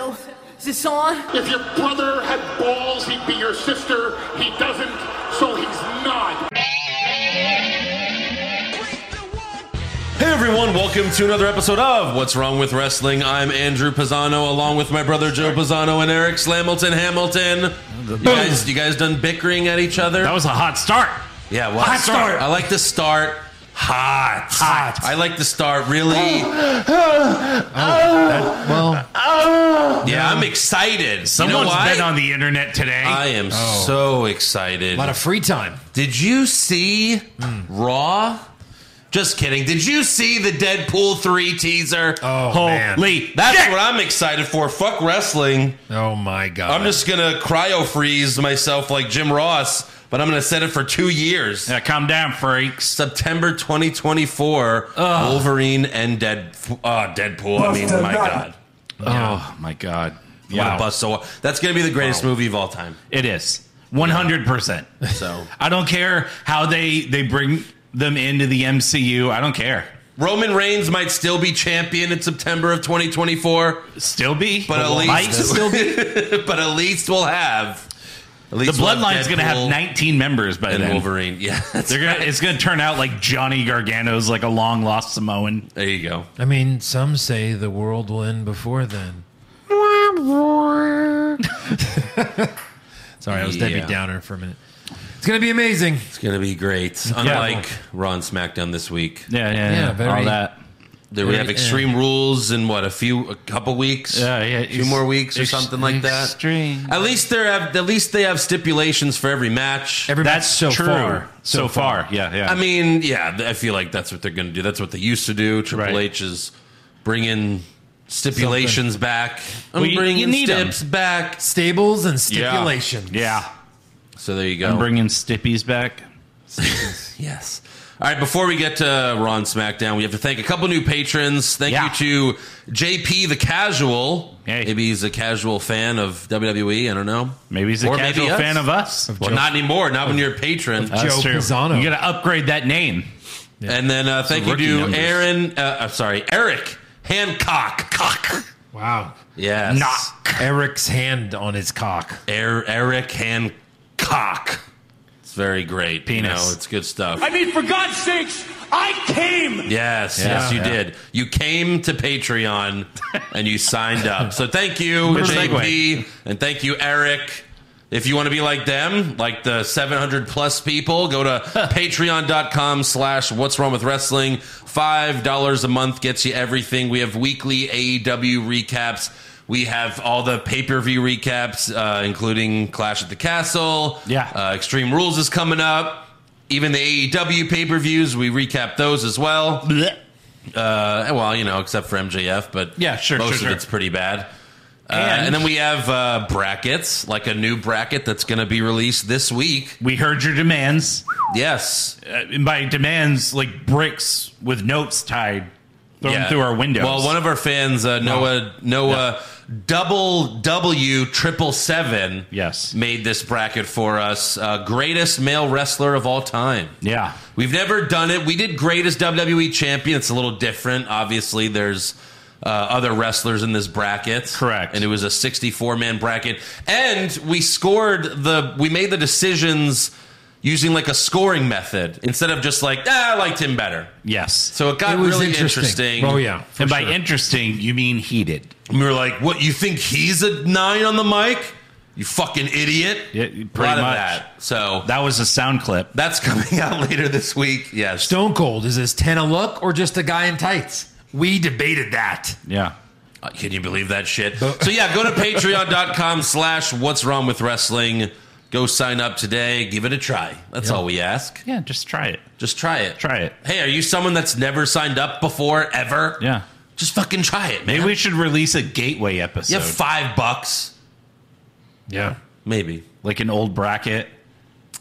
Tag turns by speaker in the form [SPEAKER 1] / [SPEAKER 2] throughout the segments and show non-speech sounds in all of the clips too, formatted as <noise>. [SPEAKER 1] Oh, this on?
[SPEAKER 2] If your brother had balls, he'd be your sister. He doesn't, so he's not.
[SPEAKER 3] Hey everyone, welcome to another episode of What's Wrong with Wrestling. I'm Andrew Pisano, along with my brother Joe Pisano and Eric Slamilton Hamilton. You guys, you guys done bickering at each other?
[SPEAKER 4] That was a hot start.
[SPEAKER 3] yeah, well,
[SPEAKER 4] Hot start.
[SPEAKER 3] I like to start hot.
[SPEAKER 4] Hot.
[SPEAKER 3] I like to start really.
[SPEAKER 4] Oh,
[SPEAKER 5] Well,
[SPEAKER 3] Yeah, I'm excited.
[SPEAKER 4] Someone's
[SPEAKER 3] you know why?
[SPEAKER 4] been on Oh. the internet today.
[SPEAKER 3] I am so excited.
[SPEAKER 5] a lot of free time.
[SPEAKER 3] Did you see Raw? Just kidding. Did you see the Deadpool 3 teaser?
[SPEAKER 5] Oh man.
[SPEAKER 4] Holy,
[SPEAKER 3] That's what I'm excited for. Fuck wrestling.
[SPEAKER 5] Oh my god.
[SPEAKER 3] I'm just gonna cryo freeze myself like Jim Ross, but I'm gonna set it for two years.
[SPEAKER 4] Yeah, calm down, freaks.
[SPEAKER 3] September 2024, Wolverine and Dead uh, Deadpool. I mean, my God,
[SPEAKER 4] Oh my god!
[SPEAKER 3] what
[SPEAKER 4] Wow.
[SPEAKER 3] a bust! So that's gonna be the greatest movie of all time.
[SPEAKER 4] It is one hundred percent.
[SPEAKER 3] So
[SPEAKER 4] I don't care how they they bring them into the MCU. I don't care.
[SPEAKER 3] Roman Reigns might still be champion in September of 2024,
[SPEAKER 4] Still be,
[SPEAKER 3] but at least
[SPEAKER 4] might still be.
[SPEAKER 3] <laughs> but at least we'll have at
[SPEAKER 4] The
[SPEAKER 3] least we'll
[SPEAKER 4] Bloodline's going to have
[SPEAKER 3] Deadpool
[SPEAKER 4] 19 members by
[SPEAKER 3] and
[SPEAKER 4] then.
[SPEAKER 3] Wolverine. <laughs> Yeah, that's-
[SPEAKER 4] They're gonna. It's going to turn out like Johnny Gargano's like a long lost Samoan.
[SPEAKER 3] there you go.
[SPEAKER 5] I mean, some say the world will end before then. Sorry, I was Debbie
[SPEAKER 3] Yeah.
[SPEAKER 5] Downer for a minute. It's gonna be amazing.
[SPEAKER 3] It's gonna be great. Unlike Raw and SmackDown this week.
[SPEAKER 4] Yeah, yeah,
[SPEAKER 5] Yeah, very-
[SPEAKER 4] all that.
[SPEAKER 3] There we have
[SPEAKER 5] Yeah.
[SPEAKER 3] extreme rules in what a few a couple weeks,
[SPEAKER 4] Yeah, yeah,
[SPEAKER 3] two
[SPEAKER 4] ex-
[SPEAKER 3] more weeks or
[SPEAKER 4] ex-
[SPEAKER 3] something like that.
[SPEAKER 4] extreme.
[SPEAKER 3] At least they have at least they have stipulations for every match.
[SPEAKER 5] Every
[SPEAKER 4] That's
[SPEAKER 5] match so
[SPEAKER 4] true.
[SPEAKER 5] far.
[SPEAKER 4] so, far. yeah, yeah.
[SPEAKER 3] I mean, yeah, th- I feel like that's what they're gonna do. That's what they used to do. Triple
[SPEAKER 4] Right.
[SPEAKER 3] H is bringing stipulations back. I'm
[SPEAKER 4] Well, you-
[SPEAKER 3] bringing
[SPEAKER 4] you need 'em.
[SPEAKER 3] steps back.
[SPEAKER 5] Stables and stipulations.
[SPEAKER 4] yeah.
[SPEAKER 3] So there you go.
[SPEAKER 4] I'm bringing Stippies back.
[SPEAKER 3] Yes. All right, before we get to Raw and SmackDown, we have to thank a couple new patrons. Thank
[SPEAKER 4] Yeah.
[SPEAKER 3] you to JP the Casual.
[SPEAKER 4] Hey.
[SPEAKER 3] Maybe he's a casual fan of WWE. I don't know.
[SPEAKER 4] Maybe he's a
[SPEAKER 3] Or
[SPEAKER 4] casual
[SPEAKER 3] maybe us.
[SPEAKER 4] fan of us.
[SPEAKER 3] Well, not anymore. Not when you're a patron.
[SPEAKER 5] Joe
[SPEAKER 4] That's true.
[SPEAKER 5] Pisano.
[SPEAKER 4] You got to upgrade that name.
[SPEAKER 3] and then uh, thank you
[SPEAKER 4] rookie
[SPEAKER 3] to
[SPEAKER 4] numbers.
[SPEAKER 3] Aaron, uh, uh, sorry, Eric Hancock. Cock.
[SPEAKER 5] Wow.
[SPEAKER 3] Yes.
[SPEAKER 4] Knock.
[SPEAKER 5] Eric's hand on his cock.
[SPEAKER 3] Er- Eric Hancock. It's very great. You
[SPEAKER 4] Penis.
[SPEAKER 3] know, it's good stuff.
[SPEAKER 6] I mean, for God's sakes, I came.
[SPEAKER 3] Yes, yes, you did. You came to Patreon and you signed up. So thank you, JP, and thank you, Eric. If you want to be like them, like the 700 plus people, go to patreon.com slash what's wrong with wrestling. $5 a month gets you everything. We have weekly AEW recaps. We have all the pay per view recaps, uh, including Clash at the Castle.
[SPEAKER 4] Yeah.
[SPEAKER 3] Uh, Extreme Rules is coming up. Even the AEW pay per views, we recap those as well. Uh, well, you know, except for MJF, but
[SPEAKER 4] Yeah, sure,
[SPEAKER 3] most
[SPEAKER 4] sure,
[SPEAKER 3] of
[SPEAKER 4] sure.
[SPEAKER 3] it's pretty bad. Uh,
[SPEAKER 4] And-
[SPEAKER 3] and, then we have uh, brackets, like a new bracket that's going to be released this week.
[SPEAKER 4] We heard your demands.
[SPEAKER 3] Yes,
[SPEAKER 4] Uh, and by demands, like bricks with notes tied, thrown
[SPEAKER 3] Yeah.
[SPEAKER 4] through our windows.
[SPEAKER 3] Well, one of our fans, uh, Noah Noah Double W Triple Seven,
[SPEAKER 4] Yes.
[SPEAKER 3] made this bracket for us. Uh, greatest male wrestler of all time.
[SPEAKER 4] yeah.
[SPEAKER 3] We've never done it. We did greatest WWE E champion. It's a little different. Obviously, there's uh, other wrestlers in this bracket.
[SPEAKER 4] Correct.
[SPEAKER 3] And it was a 64 man bracket. And we scored the, we made the decisions using like a scoring method instead of just like, ah, I liked him better.
[SPEAKER 4] Yes.
[SPEAKER 3] So it got
[SPEAKER 5] It was
[SPEAKER 3] really
[SPEAKER 5] interesting.
[SPEAKER 3] interesting.
[SPEAKER 5] Oh, yeah. for
[SPEAKER 4] and by
[SPEAKER 5] sure.
[SPEAKER 4] interesting, you mean heated.
[SPEAKER 3] And we were like, what, you think he's a nine on the mic? You fucking idiot.
[SPEAKER 4] Yeah, pretty
[SPEAKER 3] a lot
[SPEAKER 4] much.
[SPEAKER 3] of that. So
[SPEAKER 4] That was a sound clip.
[SPEAKER 3] that's <laughs> coming out later this week. Yes.
[SPEAKER 5] Stone Cold, is this 10 a look or just a guy in tights? We debated that.
[SPEAKER 4] Yeah.
[SPEAKER 3] Uh, Can you believe that shit? so yeah, go to patreon.com slash what's wrong with wrestling. Go sign up today. Give it a try. That's all we ask.
[SPEAKER 4] Yeah, just try it.
[SPEAKER 3] Just try it.
[SPEAKER 4] Try it.
[SPEAKER 3] Hey, are you someone that's never signed up before ever?
[SPEAKER 4] Yeah.
[SPEAKER 3] Just fucking try it, man.
[SPEAKER 4] Maybe we should release a gateway episode.
[SPEAKER 3] you have five bucks.
[SPEAKER 5] Yeah.
[SPEAKER 3] Maybe.
[SPEAKER 4] like an old bracket.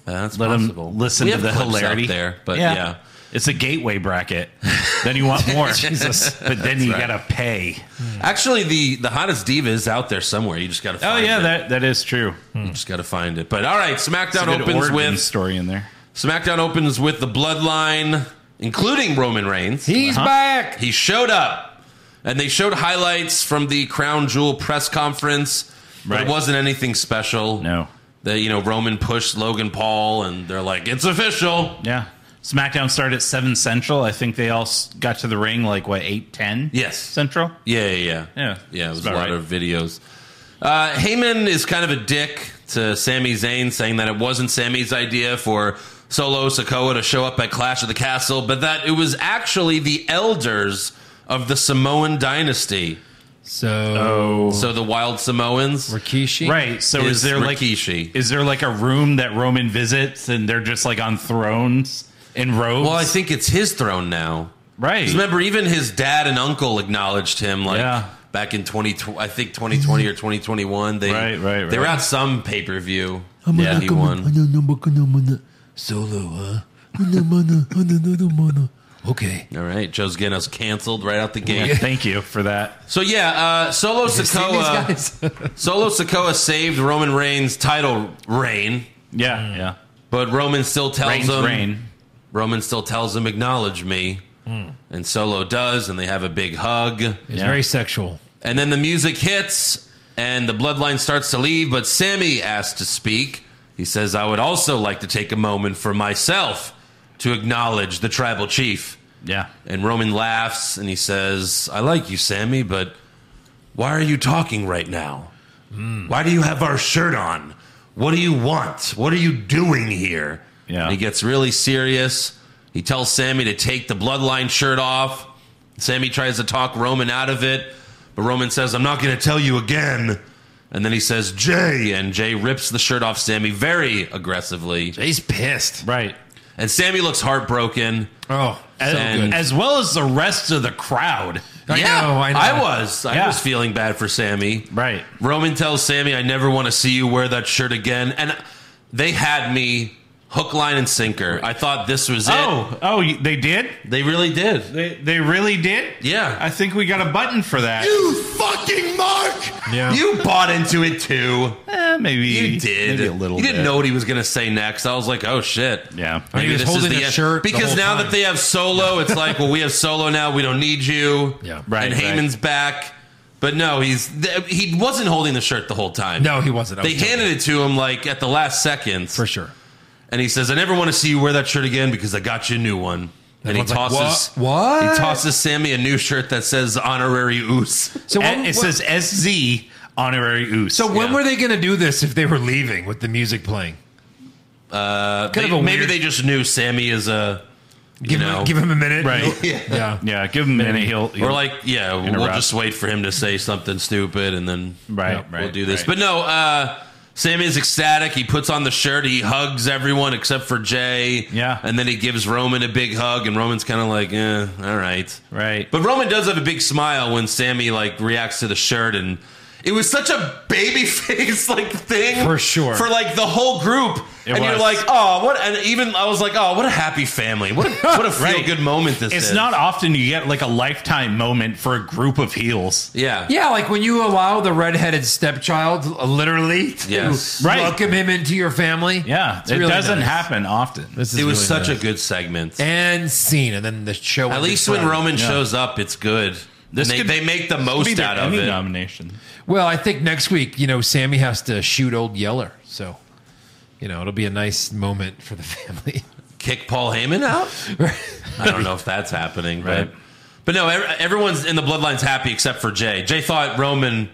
[SPEAKER 3] Uh, that's
[SPEAKER 4] Let
[SPEAKER 3] possible.
[SPEAKER 4] them listen
[SPEAKER 3] We
[SPEAKER 4] to
[SPEAKER 3] have
[SPEAKER 4] the
[SPEAKER 3] clips out
[SPEAKER 4] hilarity
[SPEAKER 3] there, but yeah.
[SPEAKER 4] It's a gateway <laughs> bracket. then you want more. <laughs> Jesus. But then you got to pay.
[SPEAKER 3] Actually, the the hottest diva is out there somewhere. You just got to.
[SPEAKER 4] Oh,
[SPEAKER 3] find
[SPEAKER 4] yeah,
[SPEAKER 3] it.
[SPEAKER 4] that, that is true.
[SPEAKER 3] you just got to find it. But all right, SmackDown
[SPEAKER 4] Good
[SPEAKER 3] opens
[SPEAKER 4] origin
[SPEAKER 3] with
[SPEAKER 4] story in there.
[SPEAKER 3] SmackDown opens with the Bloodline, including Roman Reigns.
[SPEAKER 5] He's back.
[SPEAKER 3] He showed up, and they showed highlights from the Crown Jewel press conference. But
[SPEAKER 4] Right.
[SPEAKER 3] it wasn't anything special.
[SPEAKER 4] No.
[SPEAKER 3] They, you know, Roman pushed Logan Paul, and they're like, "It's official."
[SPEAKER 4] Yeah. SmackDown started at seven central. I think they all s- got to the ring like what eight ten.
[SPEAKER 3] Yes.
[SPEAKER 4] central.
[SPEAKER 3] Yeah, yeah, yeah.
[SPEAKER 4] Yeah,
[SPEAKER 3] yeah it
[SPEAKER 4] that's
[SPEAKER 3] was a
[SPEAKER 4] about
[SPEAKER 3] lot
[SPEAKER 4] right.
[SPEAKER 3] of videos. Uh, Heyman is kind of a dick to Sami Zayn, saying that it wasn't Sami's idea for Solo Sokoa to show up at Clash of the Castle, but that it was actually the elders of the Samoan dynasty.
[SPEAKER 5] So
[SPEAKER 3] So the Wild Samoans.
[SPEAKER 5] Rikishi,
[SPEAKER 4] Right. So is,
[SPEAKER 3] Is
[SPEAKER 4] there
[SPEAKER 3] Rikishi.
[SPEAKER 4] like is there like a room that Roman visits and they're just like on thrones in robes?
[SPEAKER 3] Well, I think it's his throne now.
[SPEAKER 4] right.
[SPEAKER 3] 'Cause Remember, even his dad and uncle acknowledged him, like
[SPEAKER 4] Yeah.
[SPEAKER 3] back in twenty, I think twenty twenty or twenty twenty one. They
[SPEAKER 4] Right, right,
[SPEAKER 3] they were
[SPEAKER 4] right.
[SPEAKER 3] at some pay per view.
[SPEAKER 5] Oh
[SPEAKER 1] Yeah, he won. Solo, huh? Okay.
[SPEAKER 3] All right, Joe's getting us canceled right out the
[SPEAKER 4] Yeah,
[SPEAKER 3] gate.
[SPEAKER 4] Thank you for that.
[SPEAKER 3] So yeah, uh, Solo Sokoa,
[SPEAKER 5] <laughs>
[SPEAKER 3] Solo Sokoa saved Roman Reigns' title reign,
[SPEAKER 4] Yeah. Yeah.
[SPEAKER 3] but Roman still tells
[SPEAKER 4] Reigns
[SPEAKER 3] him
[SPEAKER 4] reign. Hmm.
[SPEAKER 3] Roman still tells him acknowledge me, and Solo does, and they have a big hug,
[SPEAKER 1] It's
[SPEAKER 4] Yeah.
[SPEAKER 1] very sexual.
[SPEAKER 3] and then the music hits, and the bloodline starts to leave, but Sammy asks to speak. He says, "I would also like to take a moment for myself to acknowledge the tribal chief."
[SPEAKER 4] Yeah.
[SPEAKER 3] And Roman laughs and he says, I like you, Sammy, but why are you talking right now? Why do you have our shirt on? What do you want? What are you doing here?
[SPEAKER 4] Yeah.
[SPEAKER 3] And he gets really serious. He tells Sammy to take the bloodline shirt off. Sammy tries to talk Roman out of it, but Roman says, I'm not going to tell you again. And then he says, Jay. And Jay rips the shirt off Sammy very aggressively.
[SPEAKER 5] He's pissed.
[SPEAKER 4] Right.
[SPEAKER 3] And Sammy looks heartbroken.
[SPEAKER 5] Oh,
[SPEAKER 4] As,
[SPEAKER 3] good.
[SPEAKER 4] as well as the rest of the crowd.
[SPEAKER 5] I know, I know.
[SPEAKER 3] was. I
[SPEAKER 4] Yeah.
[SPEAKER 3] was feeling bad for Sammy.
[SPEAKER 4] Right.
[SPEAKER 3] Roman tells Sammy, I never want to see you wear that shirt again. And they had me hook, line, and sinker. I thought this was it.
[SPEAKER 4] Oh, oh, you- they did.
[SPEAKER 3] They really did.
[SPEAKER 4] They they really did.
[SPEAKER 3] Yeah.
[SPEAKER 4] I think we got a button for that.
[SPEAKER 3] you fucking Mark!
[SPEAKER 1] Yeah.
[SPEAKER 3] You bought into it too.
[SPEAKER 4] Eh, maybe
[SPEAKER 3] You did.
[SPEAKER 4] Maybe a little.
[SPEAKER 3] you didn't
[SPEAKER 4] bit.
[SPEAKER 3] know what he was going to say next. I was like, oh shit.
[SPEAKER 4] Yeah.
[SPEAKER 5] I mean, he was
[SPEAKER 3] this is
[SPEAKER 5] holding
[SPEAKER 3] the
[SPEAKER 5] a
[SPEAKER 3] end.
[SPEAKER 5] shirt the
[SPEAKER 3] Because
[SPEAKER 5] whole
[SPEAKER 3] now
[SPEAKER 5] time.
[SPEAKER 3] that they have solo,
[SPEAKER 5] <laughs>
[SPEAKER 3] it's like, well, we have solo now. We don't need you.
[SPEAKER 5] Yeah.
[SPEAKER 4] Right,
[SPEAKER 3] And
[SPEAKER 4] right.
[SPEAKER 3] Heyman's back. But no, he's th- he wasn't holding the shirt the whole time.
[SPEAKER 5] no, he wasn't. I
[SPEAKER 3] They
[SPEAKER 5] was joking.
[SPEAKER 3] handed it to him like at the last second,
[SPEAKER 5] for sure.
[SPEAKER 3] and he says, "I never want to see you wear that shirt again because I got you a new one." And he
[SPEAKER 5] Everyone's like,
[SPEAKER 3] tosses
[SPEAKER 5] "What? What?"
[SPEAKER 3] he tosses Sammy a new shirt that says "Honorary Oos."
[SPEAKER 5] So
[SPEAKER 4] And
[SPEAKER 5] when,
[SPEAKER 4] Eh, it
[SPEAKER 5] when-
[SPEAKER 4] says SZ honorary oos.
[SPEAKER 5] so when
[SPEAKER 3] yeah.
[SPEAKER 5] were they going to do this if they were leaving with the music playing? Uh, kind
[SPEAKER 3] They-
[SPEAKER 5] of a
[SPEAKER 3] maybe
[SPEAKER 5] weird-
[SPEAKER 3] they just knew Sammy is a you
[SPEAKER 5] give,
[SPEAKER 3] know,
[SPEAKER 5] him, give him a minute,
[SPEAKER 4] Right.
[SPEAKER 5] <laughs> Yeah, yeah.
[SPEAKER 4] yeah, give him a minute. He'll, he'll
[SPEAKER 3] or like yeah, we'll
[SPEAKER 4] Interrupt.
[SPEAKER 3] just wait for him to say something stupid and then
[SPEAKER 4] right,
[SPEAKER 5] Yep,
[SPEAKER 4] right.
[SPEAKER 3] we'll do this.
[SPEAKER 4] right.
[SPEAKER 3] But no, uh, Sammy is ecstatic. He puts on the shirt. He hugs everyone except for Jay.
[SPEAKER 4] Yeah.
[SPEAKER 3] and then he gives Roman a big hug, and Roman's kind of like, eh, all right,
[SPEAKER 4] Right.
[SPEAKER 3] But Roman does have a big smile when Sammy like reacts to the shirt and. It was such a baby <laughs> face like thing
[SPEAKER 5] For sure.
[SPEAKER 3] for like the whole group,
[SPEAKER 4] It
[SPEAKER 3] and you're
[SPEAKER 4] was.
[SPEAKER 3] like, oh, what? And even I was like, oh, what a happy family, what a, what
[SPEAKER 4] <laughs>
[SPEAKER 3] a feel
[SPEAKER 4] Right.
[SPEAKER 3] good moment this is.
[SPEAKER 4] it's not often you get like a lifetime moment for a group of heels.
[SPEAKER 3] yeah,
[SPEAKER 5] Yeah, like when you allow the redheaded stepchild, uh, literally, to
[SPEAKER 3] Yes.
[SPEAKER 4] Right.
[SPEAKER 5] welcome him into your family.
[SPEAKER 4] Yeah,
[SPEAKER 5] It's
[SPEAKER 4] it
[SPEAKER 5] really
[SPEAKER 4] doesn't
[SPEAKER 5] nice.
[SPEAKER 4] happen often.
[SPEAKER 5] This is
[SPEAKER 3] It was
[SPEAKER 5] really
[SPEAKER 3] such
[SPEAKER 5] nice.
[SPEAKER 3] a good segment.
[SPEAKER 5] and scene, and then the show.
[SPEAKER 3] At
[SPEAKER 5] ended
[SPEAKER 3] least when
[SPEAKER 5] forever.
[SPEAKER 3] Roman shows up, it's good.
[SPEAKER 4] This
[SPEAKER 3] and they,
[SPEAKER 4] could-
[SPEAKER 3] they make the
[SPEAKER 4] Be
[SPEAKER 3] most
[SPEAKER 4] there
[SPEAKER 3] out of
[SPEAKER 4] any
[SPEAKER 3] it.
[SPEAKER 4] nomination.
[SPEAKER 5] Well, I think next week, you know, Sammy has to shoot old Yeller, so you know it'll be a nice moment for the <laughs> family.
[SPEAKER 3] Kick Paul Heyman out? I don't know if that's happening,
[SPEAKER 4] Right.
[SPEAKER 3] but but no, ev- everyone's in the bloodline's happy except for Jay. Jay thought Roman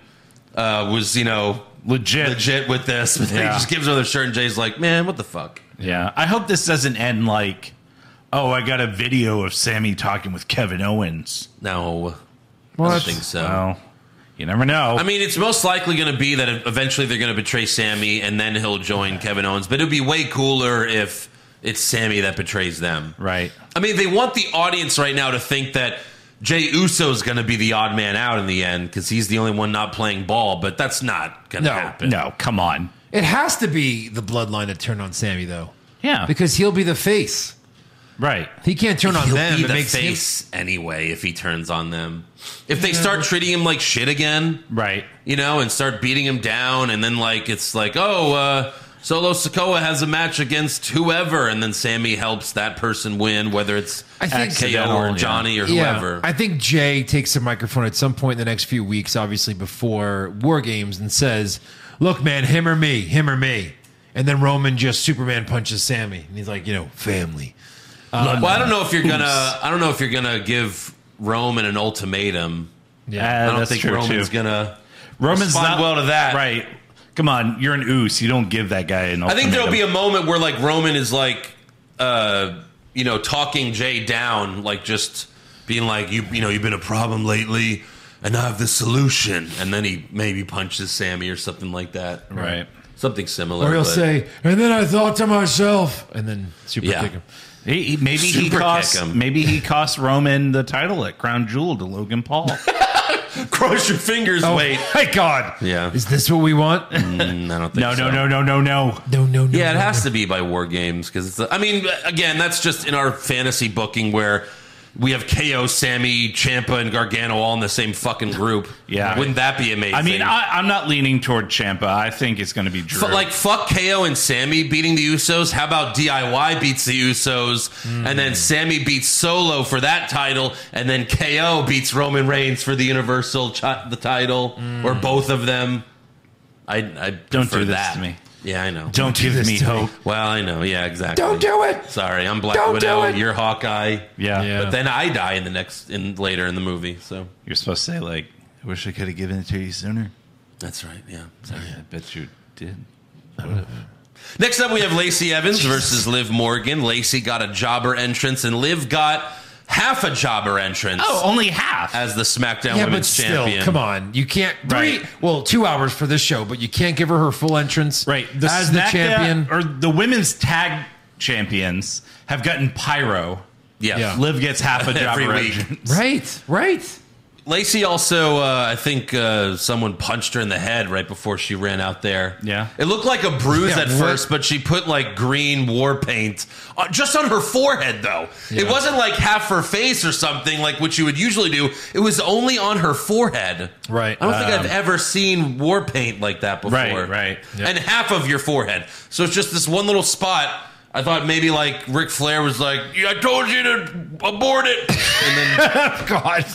[SPEAKER 3] uh, was you know
[SPEAKER 4] Legit.
[SPEAKER 3] legit with this, but then he
[SPEAKER 4] Yeah.
[SPEAKER 3] just gives her the shirt, and Jay's like, "Man, what the fuck?"
[SPEAKER 4] Yeah, I hope this doesn't end like, oh, I got a video of Sammy talking with Kevin Owens.
[SPEAKER 3] No, I
[SPEAKER 5] What?
[SPEAKER 3] don't think so.
[SPEAKER 4] Oh, you never know.
[SPEAKER 3] I mean, it's most likely going to be that eventually they're going to betray Sammy, and then he'll join Kevin Owens. But it would be way cooler if it's Sammy that betrays them.
[SPEAKER 4] right.
[SPEAKER 3] I mean, they want the audience right now to think that Jay Uso is going to be the odd man out in the end because he's the only one not playing ball, but that's not going to
[SPEAKER 5] No,
[SPEAKER 3] happen.
[SPEAKER 4] No, come on.
[SPEAKER 5] It has to be the bloodline to turn on Sammy, though,
[SPEAKER 3] Ah.
[SPEAKER 4] Yeah,
[SPEAKER 5] because he'll be the face.
[SPEAKER 4] right.
[SPEAKER 5] He can't turn on
[SPEAKER 3] He'll
[SPEAKER 5] them.
[SPEAKER 3] be
[SPEAKER 5] it
[SPEAKER 3] the
[SPEAKER 5] makes him-
[SPEAKER 3] face anyway if he turns on them. If they start treating him like shit again,
[SPEAKER 4] Right.
[SPEAKER 3] you know, and start beating him down, and then like it's like, oh, uh, Solo Sokoa has a match against whoever, and then Sammy helps that person win, whether it's
[SPEAKER 5] I think-
[SPEAKER 3] KO or
[SPEAKER 4] Accidental,
[SPEAKER 3] Johnny or
[SPEAKER 5] Yeah,
[SPEAKER 3] whoever.
[SPEAKER 5] I think Jay takes the microphone at some point in the next few weeks, obviously before War Games, and says, look, man, him or me, him or me. And then Roman just Superman punches Sammy. And he's like, you know, family.
[SPEAKER 3] well, I don't know if you're gonna. I don't know if you're gonna give Roman an ultimatum.
[SPEAKER 4] Uh,
[SPEAKER 3] I don't
[SPEAKER 4] that's
[SPEAKER 3] think
[SPEAKER 4] true,
[SPEAKER 3] Roman's
[SPEAKER 4] too.
[SPEAKER 3] gonna.
[SPEAKER 4] Roman's
[SPEAKER 3] respond
[SPEAKER 4] not
[SPEAKER 3] well to that.
[SPEAKER 4] Right. Come on, you're an oos. You don't give that guy an.
[SPEAKER 3] I think there'll be a
[SPEAKER 4] ultimatum.
[SPEAKER 3] moment where like Roman is like, uh, you know, talking Jay down, like just being like, you, you know, you've been a problem lately, and I have the solution. And then he maybe punches Sammy or something like that,
[SPEAKER 4] right.
[SPEAKER 3] Something similar.
[SPEAKER 5] Or he'll
[SPEAKER 3] but-
[SPEAKER 5] say, and then I thought to myself, and then super
[SPEAKER 3] Yeah.
[SPEAKER 5] kick him.
[SPEAKER 4] He, he- maybe he
[SPEAKER 3] Super kick
[SPEAKER 4] costs.
[SPEAKER 3] him.
[SPEAKER 4] Maybe he costs Roman the title at Crown Jewel to
[SPEAKER 3] <laughs>
[SPEAKER 4] Logan Paul.
[SPEAKER 3] <laughs> "Cross your fingers."
[SPEAKER 5] Oh.
[SPEAKER 3] Wait,
[SPEAKER 5] my God.
[SPEAKER 3] Yeah.
[SPEAKER 5] Is this what we want?
[SPEAKER 3] Mm, I don't think.
[SPEAKER 4] no,
[SPEAKER 3] so.
[SPEAKER 4] no, no, no, no, no.
[SPEAKER 5] No, no, no.
[SPEAKER 3] Yeah, it
[SPEAKER 5] no,
[SPEAKER 3] has
[SPEAKER 5] no.
[SPEAKER 3] to be by War Games because it's. I mean, again, that's just in our fantasy booking where we have KO, Sammy, Champa, and Gargano all in the same fucking group.
[SPEAKER 4] Yeah.
[SPEAKER 3] wouldn't that be amazing?
[SPEAKER 4] I mean, I, I'm not leaning toward Champa. I think it's going to be Drew.
[SPEAKER 3] F- like fuck KO and Sammy beating the Usos. How about DIY beats the Usos, and
[SPEAKER 4] Hmm.
[SPEAKER 3] then Sammy beats Solo for that title, and then KO beats Roman Reigns for the Universal chi- the title, or both of them. I, I
[SPEAKER 4] Hmm. Don't
[SPEAKER 3] prefer
[SPEAKER 4] do this
[SPEAKER 3] that.
[SPEAKER 4] to me.
[SPEAKER 3] Yeah, I know.
[SPEAKER 4] don't give
[SPEAKER 5] this
[SPEAKER 4] me
[SPEAKER 5] to me.
[SPEAKER 4] hope.
[SPEAKER 3] Well, I know. Yeah, exactly.
[SPEAKER 5] Don't do it.
[SPEAKER 3] Sorry, I'm Black
[SPEAKER 5] Don't do
[SPEAKER 3] Widow.
[SPEAKER 5] it.
[SPEAKER 3] You're Hawkeye.
[SPEAKER 4] Yeah.
[SPEAKER 5] Yeah.
[SPEAKER 3] But then I die in the next in later in the movie. So
[SPEAKER 4] You're supposed to say like, I wish I could have given it to you sooner.
[SPEAKER 3] that's right. Yeah.
[SPEAKER 4] I bet you did.
[SPEAKER 3] Next up, we have Lacey Evans versus Liv Morgan. Lacey got a jobber entrance, and Liv got half a jobber entrance
[SPEAKER 4] Oh, only half.
[SPEAKER 3] as the SmackDown
[SPEAKER 5] Yeah, but
[SPEAKER 3] Women's
[SPEAKER 5] still,
[SPEAKER 3] Champion.
[SPEAKER 5] come on. You can't three
[SPEAKER 4] Right.
[SPEAKER 5] well, two hours for this show, but you can't give her her full entrance
[SPEAKER 4] right.
[SPEAKER 5] as the
[SPEAKER 4] SmackDown-
[SPEAKER 5] champion.
[SPEAKER 4] or the women's tag champions have gotten pyro.
[SPEAKER 3] Yeah.
[SPEAKER 5] Yeah.
[SPEAKER 4] Liv gets half <laughs> a job
[SPEAKER 3] Every
[SPEAKER 4] or-
[SPEAKER 3] week.
[SPEAKER 5] right, right.
[SPEAKER 3] Lacey also, uh, I think uh, someone punched her in the head right before she ran out there.
[SPEAKER 4] Yeah.
[SPEAKER 3] It looked like a bruise
[SPEAKER 5] Yeah,
[SPEAKER 3] at
[SPEAKER 5] what-
[SPEAKER 3] first, but she put like green war paint on, just on her forehead, though. It wasn't like half her face or something like what you would usually do. It was only on her forehead.
[SPEAKER 5] Right.
[SPEAKER 3] I don't think I've
[SPEAKER 4] Um,
[SPEAKER 3] ever seen war paint like that before.
[SPEAKER 4] Right, right.
[SPEAKER 5] Yeah.
[SPEAKER 3] And half of your forehead. So it's just this one little spot. I thought maybe like Ric Flair was like, yeah, I told you to abort it. And then
[SPEAKER 5] God.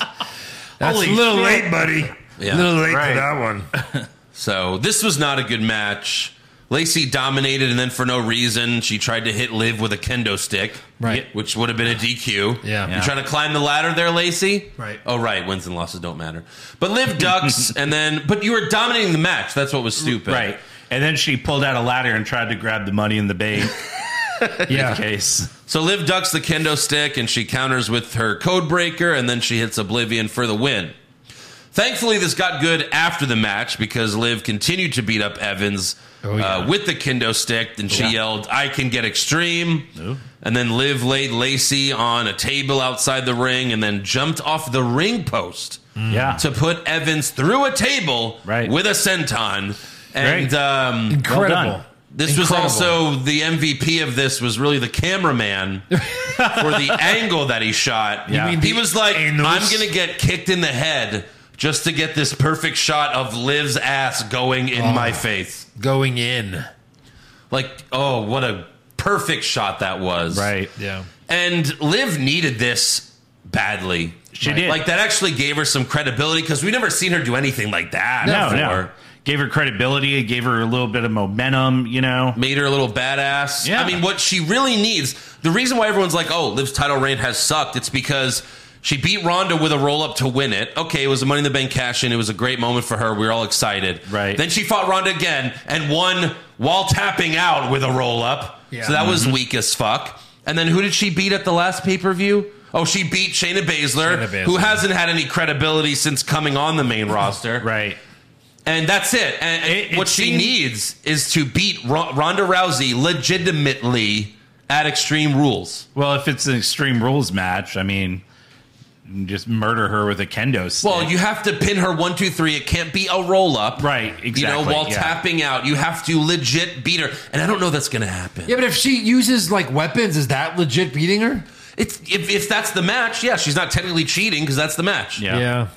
[SPEAKER 5] That's
[SPEAKER 4] Holy
[SPEAKER 5] a little
[SPEAKER 4] shit.
[SPEAKER 5] late, buddy.
[SPEAKER 3] Yeah.
[SPEAKER 5] A little late
[SPEAKER 4] Right.
[SPEAKER 5] for that one.
[SPEAKER 3] So this was not a good match. Lacey dominated, and then for no reason, she tried to hit Liv with a kendo stick,
[SPEAKER 5] Right.
[SPEAKER 3] Which would have been a DQ.
[SPEAKER 5] Yeah.
[SPEAKER 3] you
[SPEAKER 5] Yeah.
[SPEAKER 3] trying to climb the ladder there, Lacey?
[SPEAKER 5] Right.
[SPEAKER 3] Oh, right. Wins and losses don't matter. But Liv
[SPEAKER 5] <laughs>
[SPEAKER 3] ducks, and then but you were dominating the match. That's what was stupid,
[SPEAKER 4] Right. And then she pulled out a ladder and tried to grab the money in the <laughs> bank
[SPEAKER 5] Yeah.
[SPEAKER 4] case.
[SPEAKER 3] So Liv ducks the kendo stick, and she counters with her code breaker, and then she hits Oblivion for the win. Thankfully, this got good after the match because Liv continued to beat up Evans
[SPEAKER 5] Oh, yeah.
[SPEAKER 3] uh, with the kendo stick, and she yelled, "I can get extreme." And then Liv laid Lacey on a table outside the ring, and then jumped off the ring post
[SPEAKER 4] Yeah.
[SPEAKER 3] to put Evans through a table
[SPEAKER 4] Mm. Right.
[SPEAKER 3] with a senton. And
[SPEAKER 4] Great.
[SPEAKER 3] um,
[SPEAKER 5] Incredible.
[SPEAKER 4] done.
[SPEAKER 3] this
[SPEAKER 5] Incredible.
[SPEAKER 3] was also the MVP of this was really the
[SPEAKER 4] <laughs>
[SPEAKER 3] cameraman for the angle that he shot.
[SPEAKER 4] You mean
[SPEAKER 3] he
[SPEAKER 5] the
[SPEAKER 3] was like,
[SPEAKER 5] anus?
[SPEAKER 3] I'm gonna get kicked in the head just to get this perfect shot of Liv's ass going in
[SPEAKER 4] Oh.
[SPEAKER 3] my face.
[SPEAKER 5] going in.
[SPEAKER 3] Like, oh, what a perfect shot that was.
[SPEAKER 4] right.
[SPEAKER 5] Yeah.
[SPEAKER 3] And Liv needed this badly.
[SPEAKER 4] She did.
[SPEAKER 3] Like that actually gave her some credibility because we never seen her do anything like that
[SPEAKER 4] no,
[SPEAKER 3] before.
[SPEAKER 4] no. Gave her credibility. It gave her a little bit of momentum, you know?
[SPEAKER 3] made her a little badass.
[SPEAKER 4] Yeah.
[SPEAKER 3] I mean, what she really needs, the reason why everyone's like, oh, Liv's title reign has sucked, it's because she beat Ronda with a roll up to win it. Okay, it was a Money in the Bank cash in. It was a great moment for her. We were all excited.
[SPEAKER 4] Right.
[SPEAKER 3] Then she fought Ronda again and won while tapping out with a roll up.
[SPEAKER 5] Yeah.
[SPEAKER 3] So that was
[SPEAKER 4] Mm-hmm.
[SPEAKER 3] weak as fuck. And then who did she beat at the last pay per view? Oh, she beat Shayna Baszler,
[SPEAKER 5] Shayna Baszler.
[SPEAKER 3] who hasn't had any credibility since coming on the main roster
[SPEAKER 4] Right.
[SPEAKER 3] and that's it. And, and
[SPEAKER 4] It- it
[SPEAKER 3] what she
[SPEAKER 4] seemed-
[SPEAKER 3] needs is to beat R- Ronda Rousey legitimately at Extreme Rules.
[SPEAKER 4] Well, if it's an extreme rules match, I mean, just murder her with a kendo stick.
[SPEAKER 3] Well, you have to pin her one, two, three. It can't be a roll up,
[SPEAKER 4] Right,
[SPEAKER 3] You know,
[SPEAKER 4] exactly,
[SPEAKER 3] while
[SPEAKER 4] yeah.
[SPEAKER 3] tapping out, you have to legit beat her, and I don't know that's going to happen.
[SPEAKER 5] Yeah, but if she uses like weapons, is that legit beating her?
[SPEAKER 3] It's if, if that's the match, yeah, she's not technically cheating because that's the match.
[SPEAKER 4] Yeah.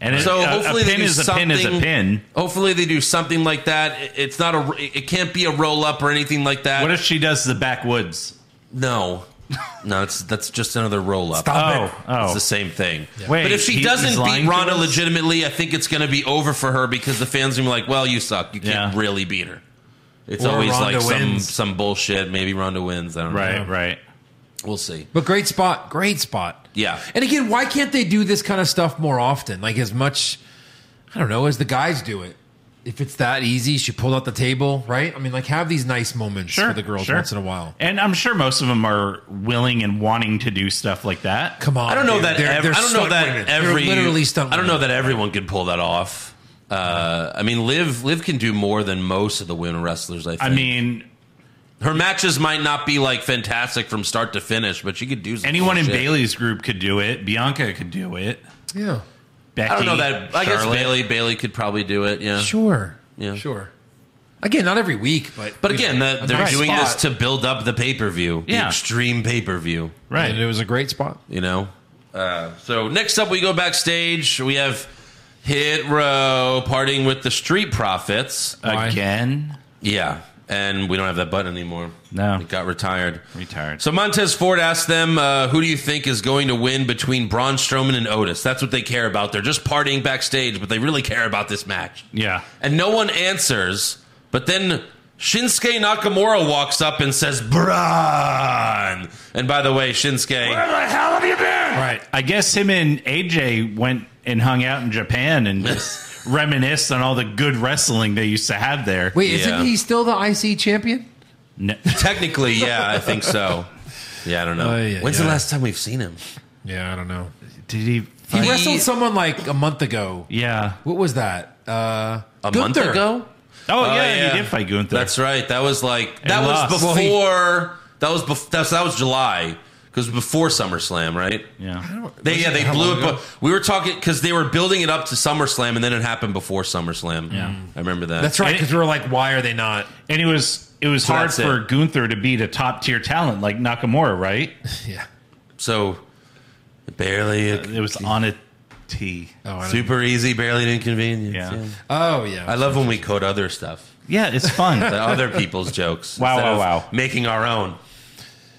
[SPEAKER 4] and it,
[SPEAKER 3] So
[SPEAKER 4] so a,
[SPEAKER 3] hopefully
[SPEAKER 4] hopefully a
[SPEAKER 3] they
[SPEAKER 4] pin
[SPEAKER 3] do
[SPEAKER 4] is a pin is a
[SPEAKER 3] something-
[SPEAKER 4] pin.
[SPEAKER 3] Hopefully they do something like that. It- It's not a. It can't be a roll up or anything like that.
[SPEAKER 4] What if she does the backwoods?
[SPEAKER 3] no. <laughs> No, it's that's just another roll up.
[SPEAKER 4] Oh,
[SPEAKER 3] It's
[SPEAKER 4] oh.
[SPEAKER 3] the same thing.
[SPEAKER 4] Wait,
[SPEAKER 3] but if she
[SPEAKER 4] he- he's
[SPEAKER 3] doesn't
[SPEAKER 4] lying
[SPEAKER 3] beat
[SPEAKER 4] to
[SPEAKER 3] Ronda
[SPEAKER 4] us?
[SPEAKER 3] legitimately, I think it's going to be over for her because the fans are gonna be like, "Well, you suck. You can't
[SPEAKER 4] Yeah.
[SPEAKER 3] really beat her." It's
[SPEAKER 5] Or
[SPEAKER 3] always
[SPEAKER 5] Ronda
[SPEAKER 3] like some
[SPEAKER 5] wins.
[SPEAKER 3] some bullshit. Maybe Ronda wins. I don't know.
[SPEAKER 4] Right, right.
[SPEAKER 3] We'll see.
[SPEAKER 5] But great spot, great spot.
[SPEAKER 3] Yeah.
[SPEAKER 5] And again, why can't they do this kind of stuff more often? Like as much, I don't know, as the guys do it. If it's that easy, she pulled out the table, right? I mean, like have these nice moments
[SPEAKER 4] Sure.
[SPEAKER 5] for the girls
[SPEAKER 4] sure.
[SPEAKER 5] once in a while.
[SPEAKER 4] And I'm sure most of them are willing and wanting to do stuff like that.
[SPEAKER 5] Come on,
[SPEAKER 3] I don't know
[SPEAKER 5] Oh, dude.
[SPEAKER 3] that.
[SPEAKER 5] They're-
[SPEAKER 3] ev-
[SPEAKER 5] they're
[SPEAKER 3] I don't know
[SPEAKER 5] stunt
[SPEAKER 3] that
[SPEAKER 5] women. They're
[SPEAKER 3] every.
[SPEAKER 5] literally stunt.
[SPEAKER 3] I don't know
[SPEAKER 5] women.
[SPEAKER 3] that everyone can pull that off. Uh, I mean, Liv Liv can do more than most of the women wrestlers. I think.
[SPEAKER 4] I mean,
[SPEAKER 3] her matches might not be like fantastic from start to finish, but she could do some
[SPEAKER 4] anyone
[SPEAKER 3] cool
[SPEAKER 4] in
[SPEAKER 3] shit.
[SPEAKER 4] Bailey's group could do it. Bianca could do it.
[SPEAKER 5] Yeah,
[SPEAKER 4] Becky,
[SPEAKER 3] I don't know that. I guess
[SPEAKER 4] Charlotte.
[SPEAKER 3] Bailey Bailey could probably do it. Yeah.
[SPEAKER 5] sure,
[SPEAKER 3] Yeah.
[SPEAKER 5] sure. Again, not every week, but
[SPEAKER 3] But again, the,
[SPEAKER 5] a
[SPEAKER 3] they're
[SPEAKER 5] nice
[SPEAKER 3] doing
[SPEAKER 5] spot.
[SPEAKER 3] this to build up the pay per view, the
[SPEAKER 4] Yeah.
[SPEAKER 3] extreme pay per view.
[SPEAKER 5] and it
[SPEAKER 4] Right.
[SPEAKER 5] was a great spot.
[SPEAKER 3] You know. Uh, so next up, we go backstage. We have Hit Row partying with the Street Profits.
[SPEAKER 4] Uh,
[SPEAKER 5] Why?
[SPEAKER 4] Again.
[SPEAKER 3] Yeah, and we don't have that button anymore.
[SPEAKER 4] No.
[SPEAKER 3] it got retired.
[SPEAKER 4] Retired.
[SPEAKER 3] So Montez Ford asked them, uh, "Who do you think is going to win between Braun Strowman and Otis?" That's what they care about. They're just partying backstage, but they really care about this match.
[SPEAKER 4] Yeah.
[SPEAKER 3] And no one answers. But then Shinsuke Nakamura walks up and says, "Braun." And by the way, Shinsuke,
[SPEAKER 5] Right.
[SPEAKER 4] I guess him and AJ went and hung out in Japan and
[SPEAKER 5] <laughs>
[SPEAKER 4] just reminisced on all the good wrestling they used to have there.
[SPEAKER 5] Wait,
[SPEAKER 3] Yeah.
[SPEAKER 5] isn't he still the IC champion?
[SPEAKER 4] No-
[SPEAKER 3] technically,
[SPEAKER 4] <laughs>
[SPEAKER 3] yeah, I think so. Yeah, I don't know.
[SPEAKER 5] Oh, yeah,
[SPEAKER 3] When's the
[SPEAKER 5] yeah.
[SPEAKER 3] last time we've seen him?
[SPEAKER 5] Yeah, I don't know.
[SPEAKER 4] did he?
[SPEAKER 5] He
[SPEAKER 4] Fight?
[SPEAKER 5] wrestled someone like a month ago.
[SPEAKER 4] yeah.
[SPEAKER 5] What was that? Uh,
[SPEAKER 3] A month
[SPEAKER 5] Gunther.
[SPEAKER 3] ago. Oh,
[SPEAKER 4] Oh, yeah,
[SPEAKER 3] yeah.
[SPEAKER 4] He did fight Gunther.
[SPEAKER 3] That's right. That was like that was
[SPEAKER 4] lost.
[SPEAKER 3] before
[SPEAKER 4] Well, he-
[SPEAKER 3] that was bef- that's, that was July because before SummerSlam, right?
[SPEAKER 4] yeah.
[SPEAKER 3] They yeah they blew
[SPEAKER 5] long
[SPEAKER 3] it. But we were talking because they were building it up to SummerSlam, and then it happened before SummerSlam.
[SPEAKER 4] Yeah.
[SPEAKER 3] I remember that.
[SPEAKER 5] That's right.
[SPEAKER 4] And-
[SPEAKER 5] Because we were like, why are they not?
[SPEAKER 4] And it was it was
[SPEAKER 3] So
[SPEAKER 4] hard
[SPEAKER 3] that's
[SPEAKER 4] for
[SPEAKER 3] it.
[SPEAKER 4] Gunther to beat a top tier talent like Nakamura, right?
[SPEAKER 5] Yeah.
[SPEAKER 3] So barely
[SPEAKER 4] It was on a T.
[SPEAKER 5] Oh, I don't,
[SPEAKER 3] super easy, barely an inconvenience.
[SPEAKER 4] Yeah.
[SPEAKER 5] oh yeah.
[SPEAKER 3] I love when we code other stuff,
[SPEAKER 4] Yeah, it's fun.
[SPEAKER 5] <laughs>
[SPEAKER 3] the other people's jokes.
[SPEAKER 4] Wow,
[SPEAKER 3] instead
[SPEAKER 4] wow,
[SPEAKER 3] of
[SPEAKER 4] wow.
[SPEAKER 3] Making our own.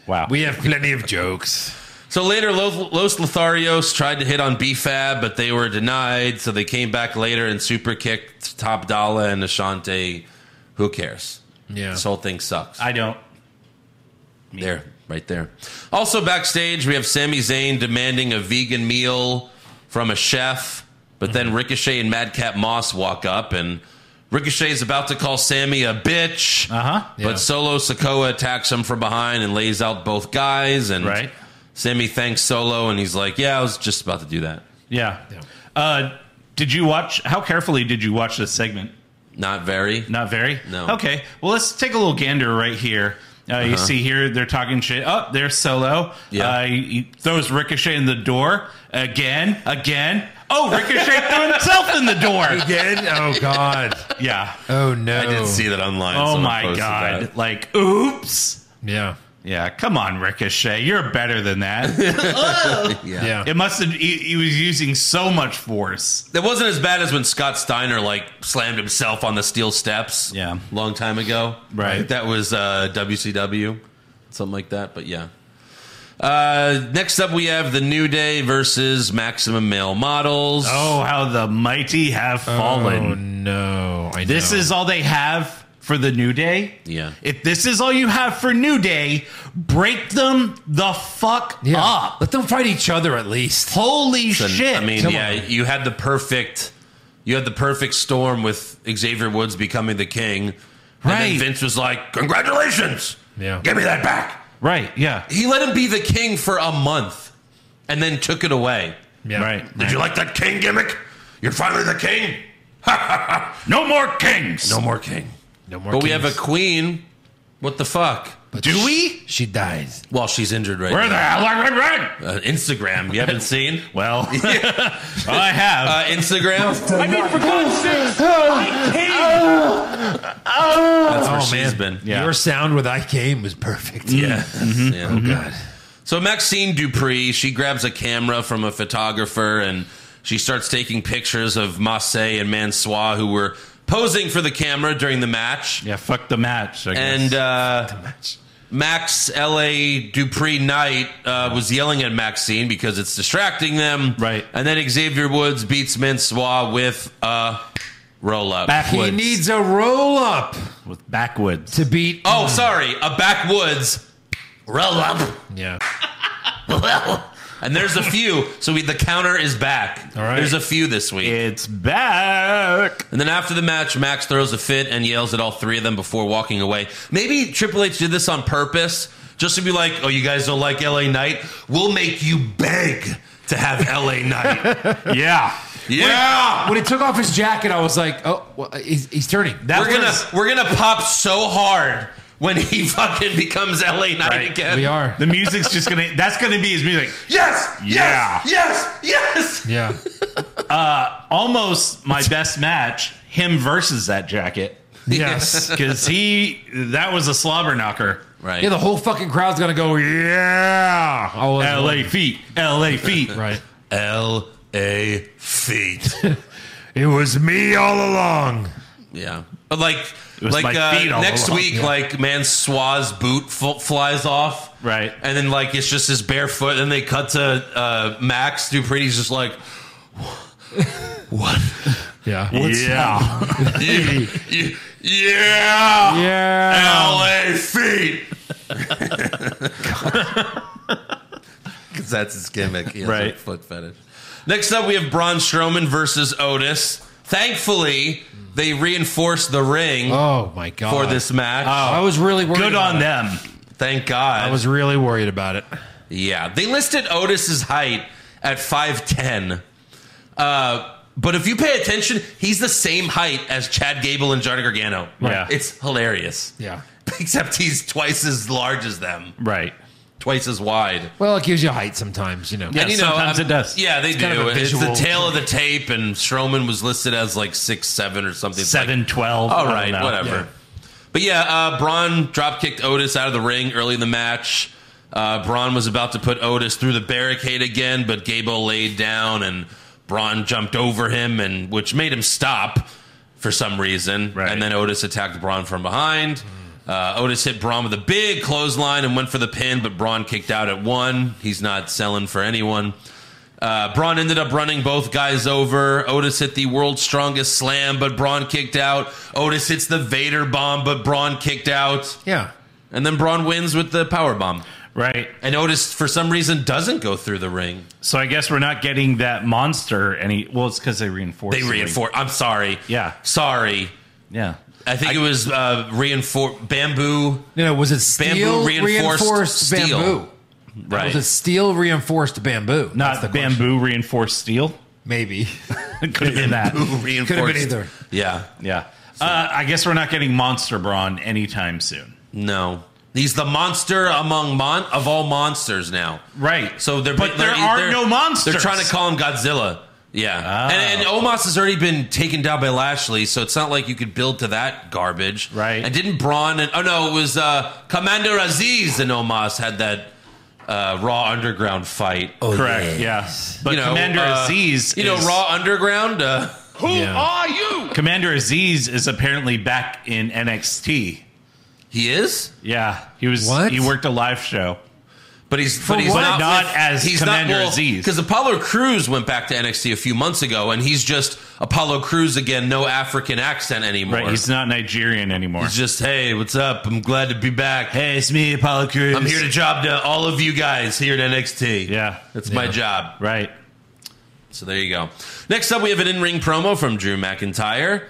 [SPEAKER 4] wow.
[SPEAKER 5] we have plenty of jokes.
[SPEAKER 3] So later, Los, Los Lotharios tried to hit on BFAB, but they were denied. So they came back later and super kicked Top Dollar and Ashante. Who cares?
[SPEAKER 5] Yeah.
[SPEAKER 3] This whole thing sucks.
[SPEAKER 4] I don't.
[SPEAKER 3] there, right there. Also backstage, we have Sami Zayn demanding a vegan meal from a chef, but then
[SPEAKER 4] Mm-hmm.
[SPEAKER 3] Ricochet and Madcap Moss walk up, and Ricochet is about to call Sammy a bitch.
[SPEAKER 4] Uh huh.
[SPEAKER 5] Yeah.
[SPEAKER 3] But Solo Sokoa attacks him from behind and lays out both guys. And
[SPEAKER 4] Right.
[SPEAKER 3] Sammy thanks Solo, and he's like, "Yeah, I was just about to do that."
[SPEAKER 4] Yeah. Uh, did you watch? How carefully did you watch this segment?
[SPEAKER 3] Not very.
[SPEAKER 4] Not very.
[SPEAKER 3] No. Uh-huh.
[SPEAKER 4] Okay. Well, let's take a little gander right here. Uh, You see here, they're talking shit. Oh, there's Solo.
[SPEAKER 3] Yeah.
[SPEAKER 4] Uh, he- he throws Ricochet in the door again, again. Oh, Ricochet
[SPEAKER 3] <laughs>
[SPEAKER 4] threw himself in the door.
[SPEAKER 5] Again? Oh God.
[SPEAKER 4] Yeah.
[SPEAKER 5] Oh no.
[SPEAKER 3] I did see that online.
[SPEAKER 4] Oh
[SPEAKER 3] Someone
[SPEAKER 4] my
[SPEAKER 3] posted
[SPEAKER 4] god!
[SPEAKER 3] that.
[SPEAKER 4] Like, oops.
[SPEAKER 5] Yeah.
[SPEAKER 4] Yeah, come on, Ricochet. You're better
[SPEAKER 3] <laughs>
[SPEAKER 4] than that.
[SPEAKER 5] Yeah.
[SPEAKER 4] it must have. He, he was using so much force.
[SPEAKER 3] That wasn't as bad as when Scott Steiner like slammed himself on the steel steps.
[SPEAKER 4] Yeah.
[SPEAKER 3] long time ago.
[SPEAKER 4] Right.
[SPEAKER 3] I think that was uh, WCW, something like that. But yeah. Uh, next up, we have the New Day versus Maximum Male Models.
[SPEAKER 4] Oh, how the mighty have fallen.
[SPEAKER 5] Oh no. I
[SPEAKER 4] This
[SPEAKER 5] know.
[SPEAKER 4] is all they have for the New Day.
[SPEAKER 3] Yeah.
[SPEAKER 4] If this is all you have for New Day, break them the fuck
[SPEAKER 5] yeah.
[SPEAKER 4] up.
[SPEAKER 5] Let them fight each other at least.
[SPEAKER 4] Holy
[SPEAKER 3] And,
[SPEAKER 4] shit.
[SPEAKER 3] I mean,
[SPEAKER 5] Come
[SPEAKER 3] yeah,
[SPEAKER 5] on.
[SPEAKER 3] you had the perfect, you had the perfect storm with Xavier Woods becoming the king. And
[SPEAKER 4] Right.
[SPEAKER 3] then Vince was like, "Congratulations,
[SPEAKER 5] Yeah.
[SPEAKER 3] give me that back."
[SPEAKER 4] right. Yeah.
[SPEAKER 3] He let him be the king for a month, and then took it away.
[SPEAKER 5] Yeah.
[SPEAKER 4] Right.
[SPEAKER 3] Did you like that king gimmick? You're finally the king.
[SPEAKER 4] No more kings.
[SPEAKER 3] No more king.
[SPEAKER 5] No more.
[SPEAKER 3] But we have a
[SPEAKER 5] kings.
[SPEAKER 3] queen. What the fuck?
[SPEAKER 4] Do we?
[SPEAKER 5] She dies.
[SPEAKER 3] Well, she's injured right
[SPEAKER 4] Where the
[SPEAKER 3] now.
[SPEAKER 4] hell are red, red?
[SPEAKER 3] Uh, Instagram. You haven't seen? <laughs>
[SPEAKER 4] Well, <laughs> I have.
[SPEAKER 3] Uh,
[SPEAKER 6] <laughs>
[SPEAKER 3] Instagram.
[SPEAKER 6] I mean, for God's sake, I came.
[SPEAKER 3] That's where she's been.
[SPEAKER 4] Yeah.
[SPEAKER 5] Your sound with I came was perfect.
[SPEAKER 3] Yeah.
[SPEAKER 5] <laughs>
[SPEAKER 3] Yeah.
[SPEAKER 5] Oh God.
[SPEAKER 3] So Maxine Dupree, she grabs a camera from a photographer and she starts taking pictures of Masse and Mansois who were posing for the camera during the match.
[SPEAKER 4] yeah, fuck the match. I guess.
[SPEAKER 3] And uh, Max L.A. Dupree Knight uh, was yelling at Maxine because it's distracting them.
[SPEAKER 4] Right.
[SPEAKER 3] And then Xavier Woods beats Minsois with a roll up.
[SPEAKER 4] Backwoods.
[SPEAKER 5] He needs a roll up
[SPEAKER 4] with backwoods.
[SPEAKER 5] to beat.
[SPEAKER 3] Oh, sorry. A backwoods roll up.
[SPEAKER 5] yeah.
[SPEAKER 3] And there's a few. So we, the counter is back.
[SPEAKER 4] All right.
[SPEAKER 3] There's a few this week.
[SPEAKER 4] It's back.
[SPEAKER 3] And then after the match, Max throws a fit and yells at all three of them before walking away. Maybe Triple H did this on purpose, just to be like, "Oh, you guys don't like LA Knight? We'll make you beg to have LA
[SPEAKER 5] <laughs>
[SPEAKER 3] Knight."
[SPEAKER 4] Yeah.
[SPEAKER 3] yeah,
[SPEAKER 5] When he took off his jacket, I was like, oh, well, he's, he's turning.
[SPEAKER 4] That
[SPEAKER 3] we're gonna
[SPEAKER 4] was-
[SPEAKER 3] we're gonna pop so hard when he <laughs> fucking becomes LA Knight again.
[SPEAKER 5] we are.
[SPEAKER 4] The music's just gonna. That's gonna be his
[SPEAKER 5] <laughs>
[SPEAKER 4] music.
[SPEAKER 3] Yes.
[SPEAKER 4] Yeah.
[SPEAKER 3] Yes. Yes.
[SPEAKER 5] Yeah.
[SPEAKER 4] Almost my best match. Him versus that jacket. <laughs>
[SPEAKER 5] Yes.
[SPEAKER 4] Because he, that was a slobber knocker.
[SPEAKER 3] Right.
[SPEAKER 5] yeah, the whole fucking crowd's going to go, yeah. All as
[SPEAKER 4] LA
[SPEAKER 5] one.
[SPEAKER 4] feet, LA feet.
[SPEAKER 5] <laughs> Right.
[SPEAKER 3] L A feet.
[SPEAKER 5] It was me all along.
[SPEAKER 3] Yeah. But like,
[SPEAKER 4] was
[SPEAKER 3] like
[SPEAKER 4] my feet
[SPEAKER 3] uh,
[SPEAKER 4] all
[SPEAKER 3] next
[SPEAKER 4] along.
[SPEAKER 3] week, like man Swa's boot f- flies off,
[SPEAKER 4] Right.
[SPEAKER 3] And then like it's just his bare foot. And they cut to uh, Max Dupree's just like, what?
[SPEAKER 5] Yeah.
[SPEAKER 4] yeah.
[SPEAKER 3] yeah, yeah,
[SPEAKER 5] Yeah.
[SPEAKER 3] L.A. <laughs>
[SPEAKER 4] <laughs>
[SPEAKER 3] feet. Because that's his gimmick. He has
[SPEAKER 4] Right.
[SPEAKER 3] a foot fetish. Next up, we have Braun Strowman versus Otis. Thankfully, they reinforced the ring
[SPEAKER 5] Oh, my God.
[SPEAKER 3] for this match.
[SPEAKER 4] Oh.
[SPEAKER 5] I was really worried.
[SPEAKER 4] Good
[SPEAKER 5] about
[SPEAKER 4] on
[SPEAKER 5] it.
[SPEAKER 4] them.
[SPEAKER 3] Thank God.
[SPEAKER 5] I was really worried about it.
[SPEAKER 3] yeah, they listed Otis's height at five ten. Uh, but if you pay attention, he's the same height as Chad Gable and Johnny Gargano.
[SPEAKER 4] Yeah.
[SPEAKER 3] it's hilarious.
[SPEAKER 5] Yeah.
[SPEAKER 3] <laughs> Except he's twice as large as them,
[SPEAKER 4] Right.
[SPEAKER 3] twice as wide.
[SPEAKER 5] Well, it gives you height sometimes, you know.
[SPEAKER 4] Yeah. sometimes it does.
[SPEAKER 3] Yeah, they
[SPEAKER 5] kind of
[SPEAKER 3] do.
[SPEAKER 5] a
[SPEAKER 3] It's the
[SPEAKER 5] visual
[SPEAKER 3] tail of the tape, and Strowman was listed as like six seven or something. It's like,
[SPEAKER 4] Seven, twelve.
[SPEAKER 3] All
[SPEAKER 4] I don't
[SPEAKER 3] right,
[SPEAKER 4] know.
[SPEAKER 3] whatever. But yeah, uh, Braun drop kicked Otis out of the ring early in the match. Uh, Braun was about to put Otis through the barricade again, but Gable laid down and Braun jumped over him, and which made him stop for some reason.
[SPEAKER 4] Right.
[SPEAKER 3] And then Otis attacked Braun from behind. Uh, Otis hit Braun with a big clothesline and went for the pin, but Braun kicked out at one. He's not selling for anyone. Uh, Braun ended up running both guys over. Otis hit the world's strongest slam, but Braun kicked out. Otis hits the Vader bomb, but Braun kicked out.
[SPEAKER 5] Yeah.
[SPEAKER 3] And then Braun wins with the power bomb.
[SPEAKER 4] Right.
[SPEAKER 3] And Otis, for some reason, doesn't go through the ring.
[SPEAKER 4] So I guess we're not getting that monster any. Well, it's because they reinforced.
[SPEAKER 3] They
[SPEAKER 4] the ring.
[SPEAKER 3] reinforce. I'm sorry.
[SPEAKER 4] Yeah.
[SPEAKER 3] Sorry.
[SPEAKER 4] Yeah.
[SPEAKER 3] I think it was uh, reinforce bamboo.
[SPEAKER 5] No, no, was it
[SPEAKER 3] Bamboo
[SPEAKER 5] steel
[SPEAKER 3] reinforced
[SPEAKER 5] reinforced,
[SPEAKER 3] steel.
[SPEAKER 5] bamboo?
[SPEAKER 3] Right.
[SPEAKER 5] Was it steel reinforced bamboo? That's
[SPEAKER 4] Not
[SPEAKER 5] the question.
[SPEAKER 4] bamboo reinforced steel. <laughs>
[SPEAKER 5] Maybe.
[SPEAKER 4] Could have been that.
[SPEAKER 3] reinforced.
[SPEAKER 5] Could have been either.
[SPEAKER 3] Yeah.
[SPEAKER 4] Yeah. Uh, I guess we're not getting Monster Brawn anytime soon.
[SPEAKER 3] No. He's the monster among mon of all monsters now.
[SPEAKER 4] Right.
[SPEAKER 3] So they're
[SPEAKER 4] But there
[SPEAKER 3] they're-
[SPEAKER 4] are
[SPEAKER 3] they're-
[SPEAKER 4] no monsters.
[SPEAKER 3] They're trying to call him Godzilla. Yeah.
[SPEAKER 4] Ah.
[SPEAKER 3] And, and Omos has already been taken down by Lashley, so it's not like you could build to that garbage.
[SPEAKER 4] Right.
[SPEAKER 3] And didn't Braun and oh no, it was uh, Commander Aziz and Omos had that uh, Raw Underground fight. Oh,
[SPEAKER 4] Correct. Yeah. But Commander
[SPEAKER 3] uh,
[SPEAKER 4] Aziz.
[SPEAKER 3] You know,
[SPEAKER 4] is-
[SPEAKER 3] Raw Underground. Uh,
[SPEAKER 6] Who are you?
[SPEAKER 4] Commander Aziz is apparently back in NXT.
[SPEAKER 3] he is,
[SPEAKER 4] Yeah, he was.
[SPEAKER 5] What?
[SPEAKER 4] He worked a live show.
[SPEAKER 3] but he's but he's
[SPEAKER 4] what?
[SPEAKER 3] not,
[SPEAKER 4] Not as Commander Aziz.
[SPEAKER 3] because Apollo Cruz went back to NXT a few months ago, and he's just Apollo Cruz again, no African accent anymore.
[SPEAKER 4] Right, he's not Nigerian anymore.
[SPEAKER 3] It's just, hey, what's up? I'm glad to be back.
[SPEAKER 4] Hey, it's me, Apollo Cruz.
[SPEAKER 3] I'm here to job to all of you guys here at NXT.
[SPEAKER 4] Yeah.
[SPEAKER 3] That's my job.
[SPEAKER 4] Right.
[SPEAKER 3] So there you go. Next up, we have an in ring promo from Drew McIntyre.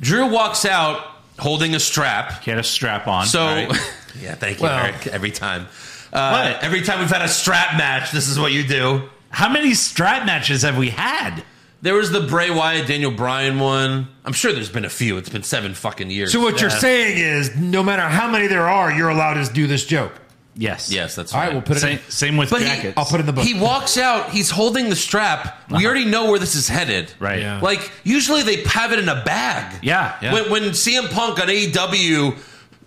[SPEAKER 3] Drew walks out holding a strap.
[SPEAKER 4] Get a strap on.
[SPEAKER 3] So,
[SPEAKER 4] right?
[SPEAKER 3] <laughs> yeah, thank you,
[SPEAKER 5] Well-
[SPEAKER 3] Eric. Every time. Uh,
[SPEAKER 4] What?
[SPEAKER 3] every time we've had a strap match, this is what you do.
[SPEAKER 4] how many strap matches have we had?
[SPEAKER 3] There was the Bray Wyatt, Daniel Bryan one. I'm sure there's been a few. It's been seven fucking years.
[SPEAKER 5] So what you're saying is, no matter how many there are, you're allowed to do this joke.
[SPEAKER 4] Yes.
[SPEAKER 3] yes, that's
[SPEAKER 5] All
[SPEAKER 3] right.
[SPEAKER 5] right, we'll put it.
[SPEAKER 4] Same,
[SPEAKER 5] in.
[SPEAKER 4] same with
[SPEAKER 3] But he-
[SPEAKER 4] jackets.
[SPEAKER 5] I'll put it in the book.
[SPEAKER 3] He walks out. He's holding the strap. We already know where this is headed.
[SPEAKER 4] Uh-huh. Right.
[SPEAKER 5] Yeah.
[SPEAKER 3] Like usually they have it in a bag.
[SPEAKER 4] Yeah, yeah.
[SPEAKER 3] When, when CM Punk on AEW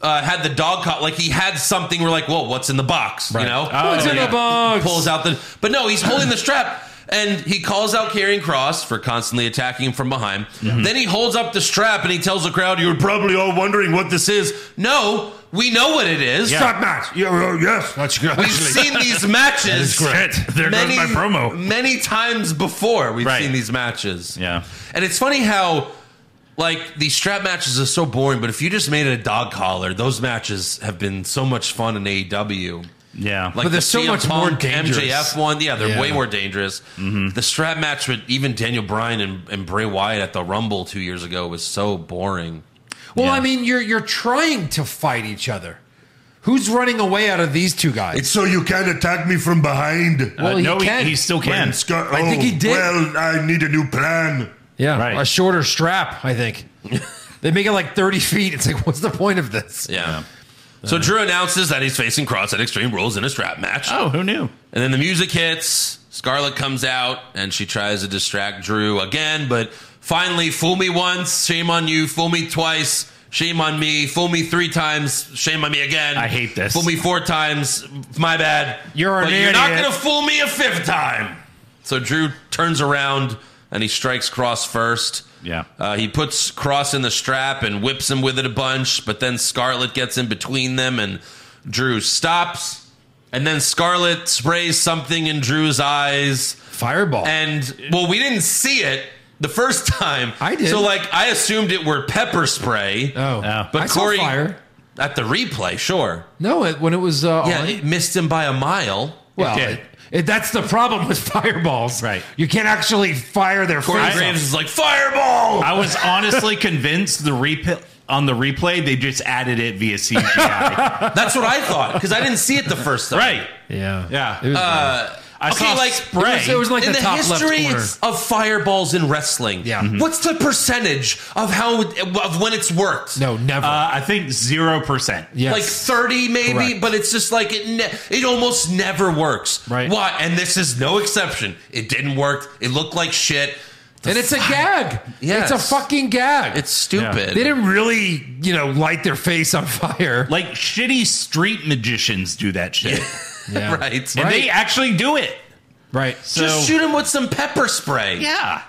[SPEAKER 3] uh, had the dog caught, like he had something. We're like, whoa, what's in the box? You know,
[SPEAKER 4] Oh,
[SPEAKER 5] What's in
[SPEAKER 4] yeah.
[SPEAKER 5] the box?
[SPEAKER 3] pulls out the. But no, he's holding the strap. And he calls out Carrying Cross for constantly attacking him from behind. Then he holds up the strap and he tells the crowd, You're probably all wondering what this is. No, we know what it is.
[SPEAKER 4] Stop
[SPEAKER 5] match.
[SPEAKER 1] Yeah, well, yes. That's good.
[SPEAKER 3] We've seen
[SPEAKER 4] <laughs>
[SPEAKER 3] these matches.
[SPEAKER 4] Shit, there
[SPEAKER 3] many,
[SPEAKER 4] goes my promo.
[SPEAKER 3] Many times before we've
[SPEAKER 4] Right.
[SPEAKER 3] seen these matches.
[SPEAKER 4] Yeah.
[SPEAKER 3] And it's funny how like these strap matches are so boring, but if you just made it a dog collar, those matches have been so much fun in AEW.
[SPEAKER 4] Yeah.
[SPEAKER 3] Like
[SPEAKER 5] But they're
[SPEAKER 3] the
[SPEAKER 5] so
[SPEAKER 3] CM
[SPEAKER 5] much
[SPEAKER 3] Punk,
[SPEAKER 5] more dangerous.
[SPEAKER 3] MJF one, yeah, they're
[SPEAKER 5] Yeah.
[SPEAKER 3] way more dangerous.
[SPEAKER 4] Mm-hmm.
[SPEAKER 3] The strap match with even Daniel Bryan and, and Bray Wyatt at the Rumble two years ago was so boring.
[SPEAKER 5] Well,
[SPEAKER 4] Yeah.
[SPEAKER 5] I mean, you're you're trying to fight each other. Who's running away out of these two guys?
[SPEAKER 7] It's so you can attack me from behind.
[SPEAKER 4] Uh,
[SPEAKER 5] well, he
[SPEAKER 4] no,
[SPEAKER 5] can.
[SPEAKER 4] He, he still can.
[SPEAKER 7] It's got-
[SPEAKER 5] I think he
[SPEAKER 7] oh,
[SPEAKER 5] did.
[SPEAKER 7] Well, I need a new plan.
[SPEAKER 5] yeah,
[SPEAKER 4] Right.
[SPEAKER 5] a shorter strap,
[SPEAKER 3] <laughs>
[SPEAKER 5] I think. they make it like 30 feet. It's like, what's the point of this?
[SPEAKER 3] Yeah. So Drew announces that he's facing Cross at Extreme Rules in a strap match.
[SPEAKER 4] Oh, who knew?
[SPEAKER 3] And then the music hits. Scarlett comes out and she tries to distract Drew again, but finally, fool me once, shame on you. Fool me twice, shame on me. Fool me three times, shame on me again.
[SPEAKER 4] I hate this.
[SPEAKER 3] Fool me four times, my bad.
[SPEAKER 5] You're an
[SPEAKER 3] but You're not
[SPEAKER 5] idiot.
[SPEAKER 3] gonna fool me a fifth time. So Drew turns around and he strikes Cross first.
[SPEAKER 4] Yeah.
[SPEAKER 3] Uh, he puts Cross in the strap and whips him with it a bunch, but then Scarlet gets in between them and Drew stops. And then Scarlet sprays something in Drew's eyes.
[SPEAKER 5] Fireball.
[SPEAKER 3] And, well, we didn't see it the first time.
[SPEAKER 5] I did.
[SPEAKER 3] So, like, I assumed it were pepper spray.
[SPEAKER 5] oh,
[SPEAKER 4] Yeah.
[SPEAKER 3] uh, But
[SPEAKER 5] I saw
[SPEAKER 3] Corey.
[SPEAKER 5] fire.
[SPEAKER 3] At the replay, sure.
[SPEAKER 5] No, it, when it was uh,
[SPEAKER 3] Yeah,
[SPEAKER 5] on-
[SPEAKER 3] it missed him by a mile.
[SPEAKER 5] well,
[SPEAKER 4] did.
[SPEAKER 5] it- it- that's the problem with fireballs.
[SPEAKER 4] Right.
[SPEAKER 5] you can't actually fire their
[SPEAKER 3] Corey
[SPEAKER 5] face.
[SPEAKER 3] Graves
[SPEAKER 5] off.
[SPEAKER 3] is like, Fireball!
[SPEAKER 4] <laughs> I was honestly convinced the replay on the replay they just added it via CGI.
[SPEAKER 5] <laughs>
[SPEAKER 3] That's what I thought, because I didn't see it the first time.
[SPEAKER 4] right.
[SPEAKER 5] Yeah,
[SPEAKER 4] Yeah.
[SPEAKER 5] It was
[SPEAKER 3] Uh,
[SPEAKER 5] bad.
[SPEAKER 4] I
[SPEAKER 3] okay,
[SPEAKER 4] saw
[SPEAKER 3] like,
[SPEAKER 4] spray.
[SPEAKER 5] it was- it was like
[SPEAKER 3] in
[SPEAKER 5] the
[SPEAKER 3] the,
[SPEAKER 5] top left
[SPEAKER 3] history
[SPEAKER 5] corner.
[SPEAKER 3] of fireballs in wrestling.
[SPEAKER 5] Yeah. Mhm.
[SPEAKER 3] What's the percentage of how of when it's worked?
[SPEAKER 5] no, never.
[SPEAKER 4] uh, I think 0%.
[SPEAKER 5] yes.
[SPEAKER 3] Like 30 maybe,
[SPEAKER 5] Correct.
[SPEAKER 3] but it's just like it ne- it almost never works.
[SPEAKER 5] Right.
[SPEAKER 3] Why? And this is no exception. It didn't work. It looked like shit.
[SPEAKER 5] and it's a gag.
[SPEAKER 3] Yes.
[SPEAKER 5] it's a fucking gag.
[SPEAKER 3] It's stupid.
[SPEAKER 5] they didn't really, you know, light their face on fire.
[SPEAKER 4] Like shitty street magicians do that shit.
[SPEAKER 3] <laughs> <laughs>
[SPEAKER 5] Yeah.
[SPEAKER 3] right.
[SPEAKER 4] And they
[SPEAKER 5] Right.
[SPEAKER 4] actually do it.
[SPEAKER 5] Right.
[SPEAKER 4] So
[SPEAKER 3] Just shoot him with some pepper spray.
[SPEAKER 4] Yeah.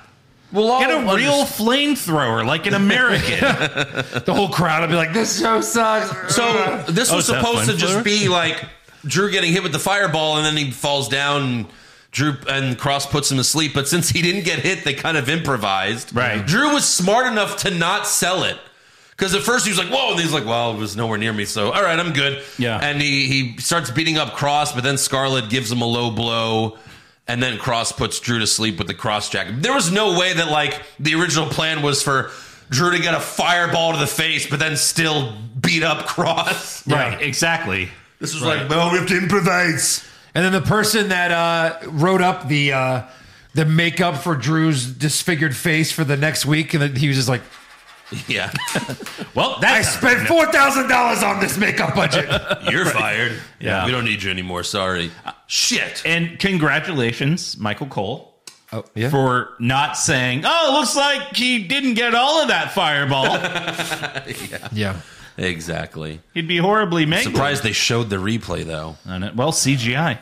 [SPEAKER 3] We'll
[SPEAKER 5] Oh,
[SPEAKER 3] all
[SPEAKER 4] Get a
[SPEAKER 3] under-
[SPEAKER 4] real flamethrower like an American.
[SPEAKER 5] <laughs> The whole crowd would be like, "This show sucks."
[SPEAKER 3] So this
[SPEAKER 4] Oh,
[SPEAKER 3] was
[SPEAKER 4] is that
[SPEAKER 3] supposed to
[SPEAKER 4] fun
[SPEAKER 3] just
[SPEAKER 4] flavor?
[SPEAKER 3] be like Drew getting hit with the fireball, and then he falls down. And Drew and Cross puts him to sleep, but since he didn't get hit, they kind of improvised.
[SPEAKER 4] Right.
[SPEAKER 3] Drew was smart enough to not sell it. Because at first he was like, "Whoa!" and he's like, "Well, it was nowhere near me, so all right, I'm good."
[SPEAKER 4] Yeah.
[SPEAKER 3] And he he starts beating up Cross, but then Scarlet gives him a low blow, and then Cross puts Drew to sleep with the cross jacket. There was no way that like the original plan was for Drew to get a fireball to the face, but then still beat up
[SPEAKER 5] <laughs>
[SPEAKER 3] Cross.
[SPEAKER 4] right. Exactly.
[SPEAKER 3] This was like
[SPEAKER 7] Well, we have to improvise.
[SPEAKER 5] And then the person that uh, wrote up the uh, the makeup for Drew's disfigured face for the next week, and then he was just like,
[SPEAKER 3] Yeah. <laughs>
[SPEAKER 4] Well,
[SPEAKER 5] "I
[SPEAKER 4] that's
[SPEAKER 5] spent four thousand dollars on this makeup budget."
[SPEAKER 3] You're fired.
[SPEAKER 4] Yeah.
[SPEAKER 3] We don't need you anymore. Sorry. Shit.
[SPEAKER 4] <laughs> And congratulations, Michael Cole.
[SPEAKER 5] <laughs> oh, yeah.
[SPEAKER 4] for not saying, "Oh, it looks like he didn't get all of that
[SPEAKER 3] <laughs>
[SPEAKER 4] fireball."
[SPEAKER 5] yeah.
[SPEAKER 3] Exactly.
[SPEAKER 4] He'd be horribly mangled.
[SPEAKER 3] Surprised they showed the replay though.
[SPEAKER 4] I know.
[SPEAKER 3] <laughs>
[SPEAKER 4] Well, CGI.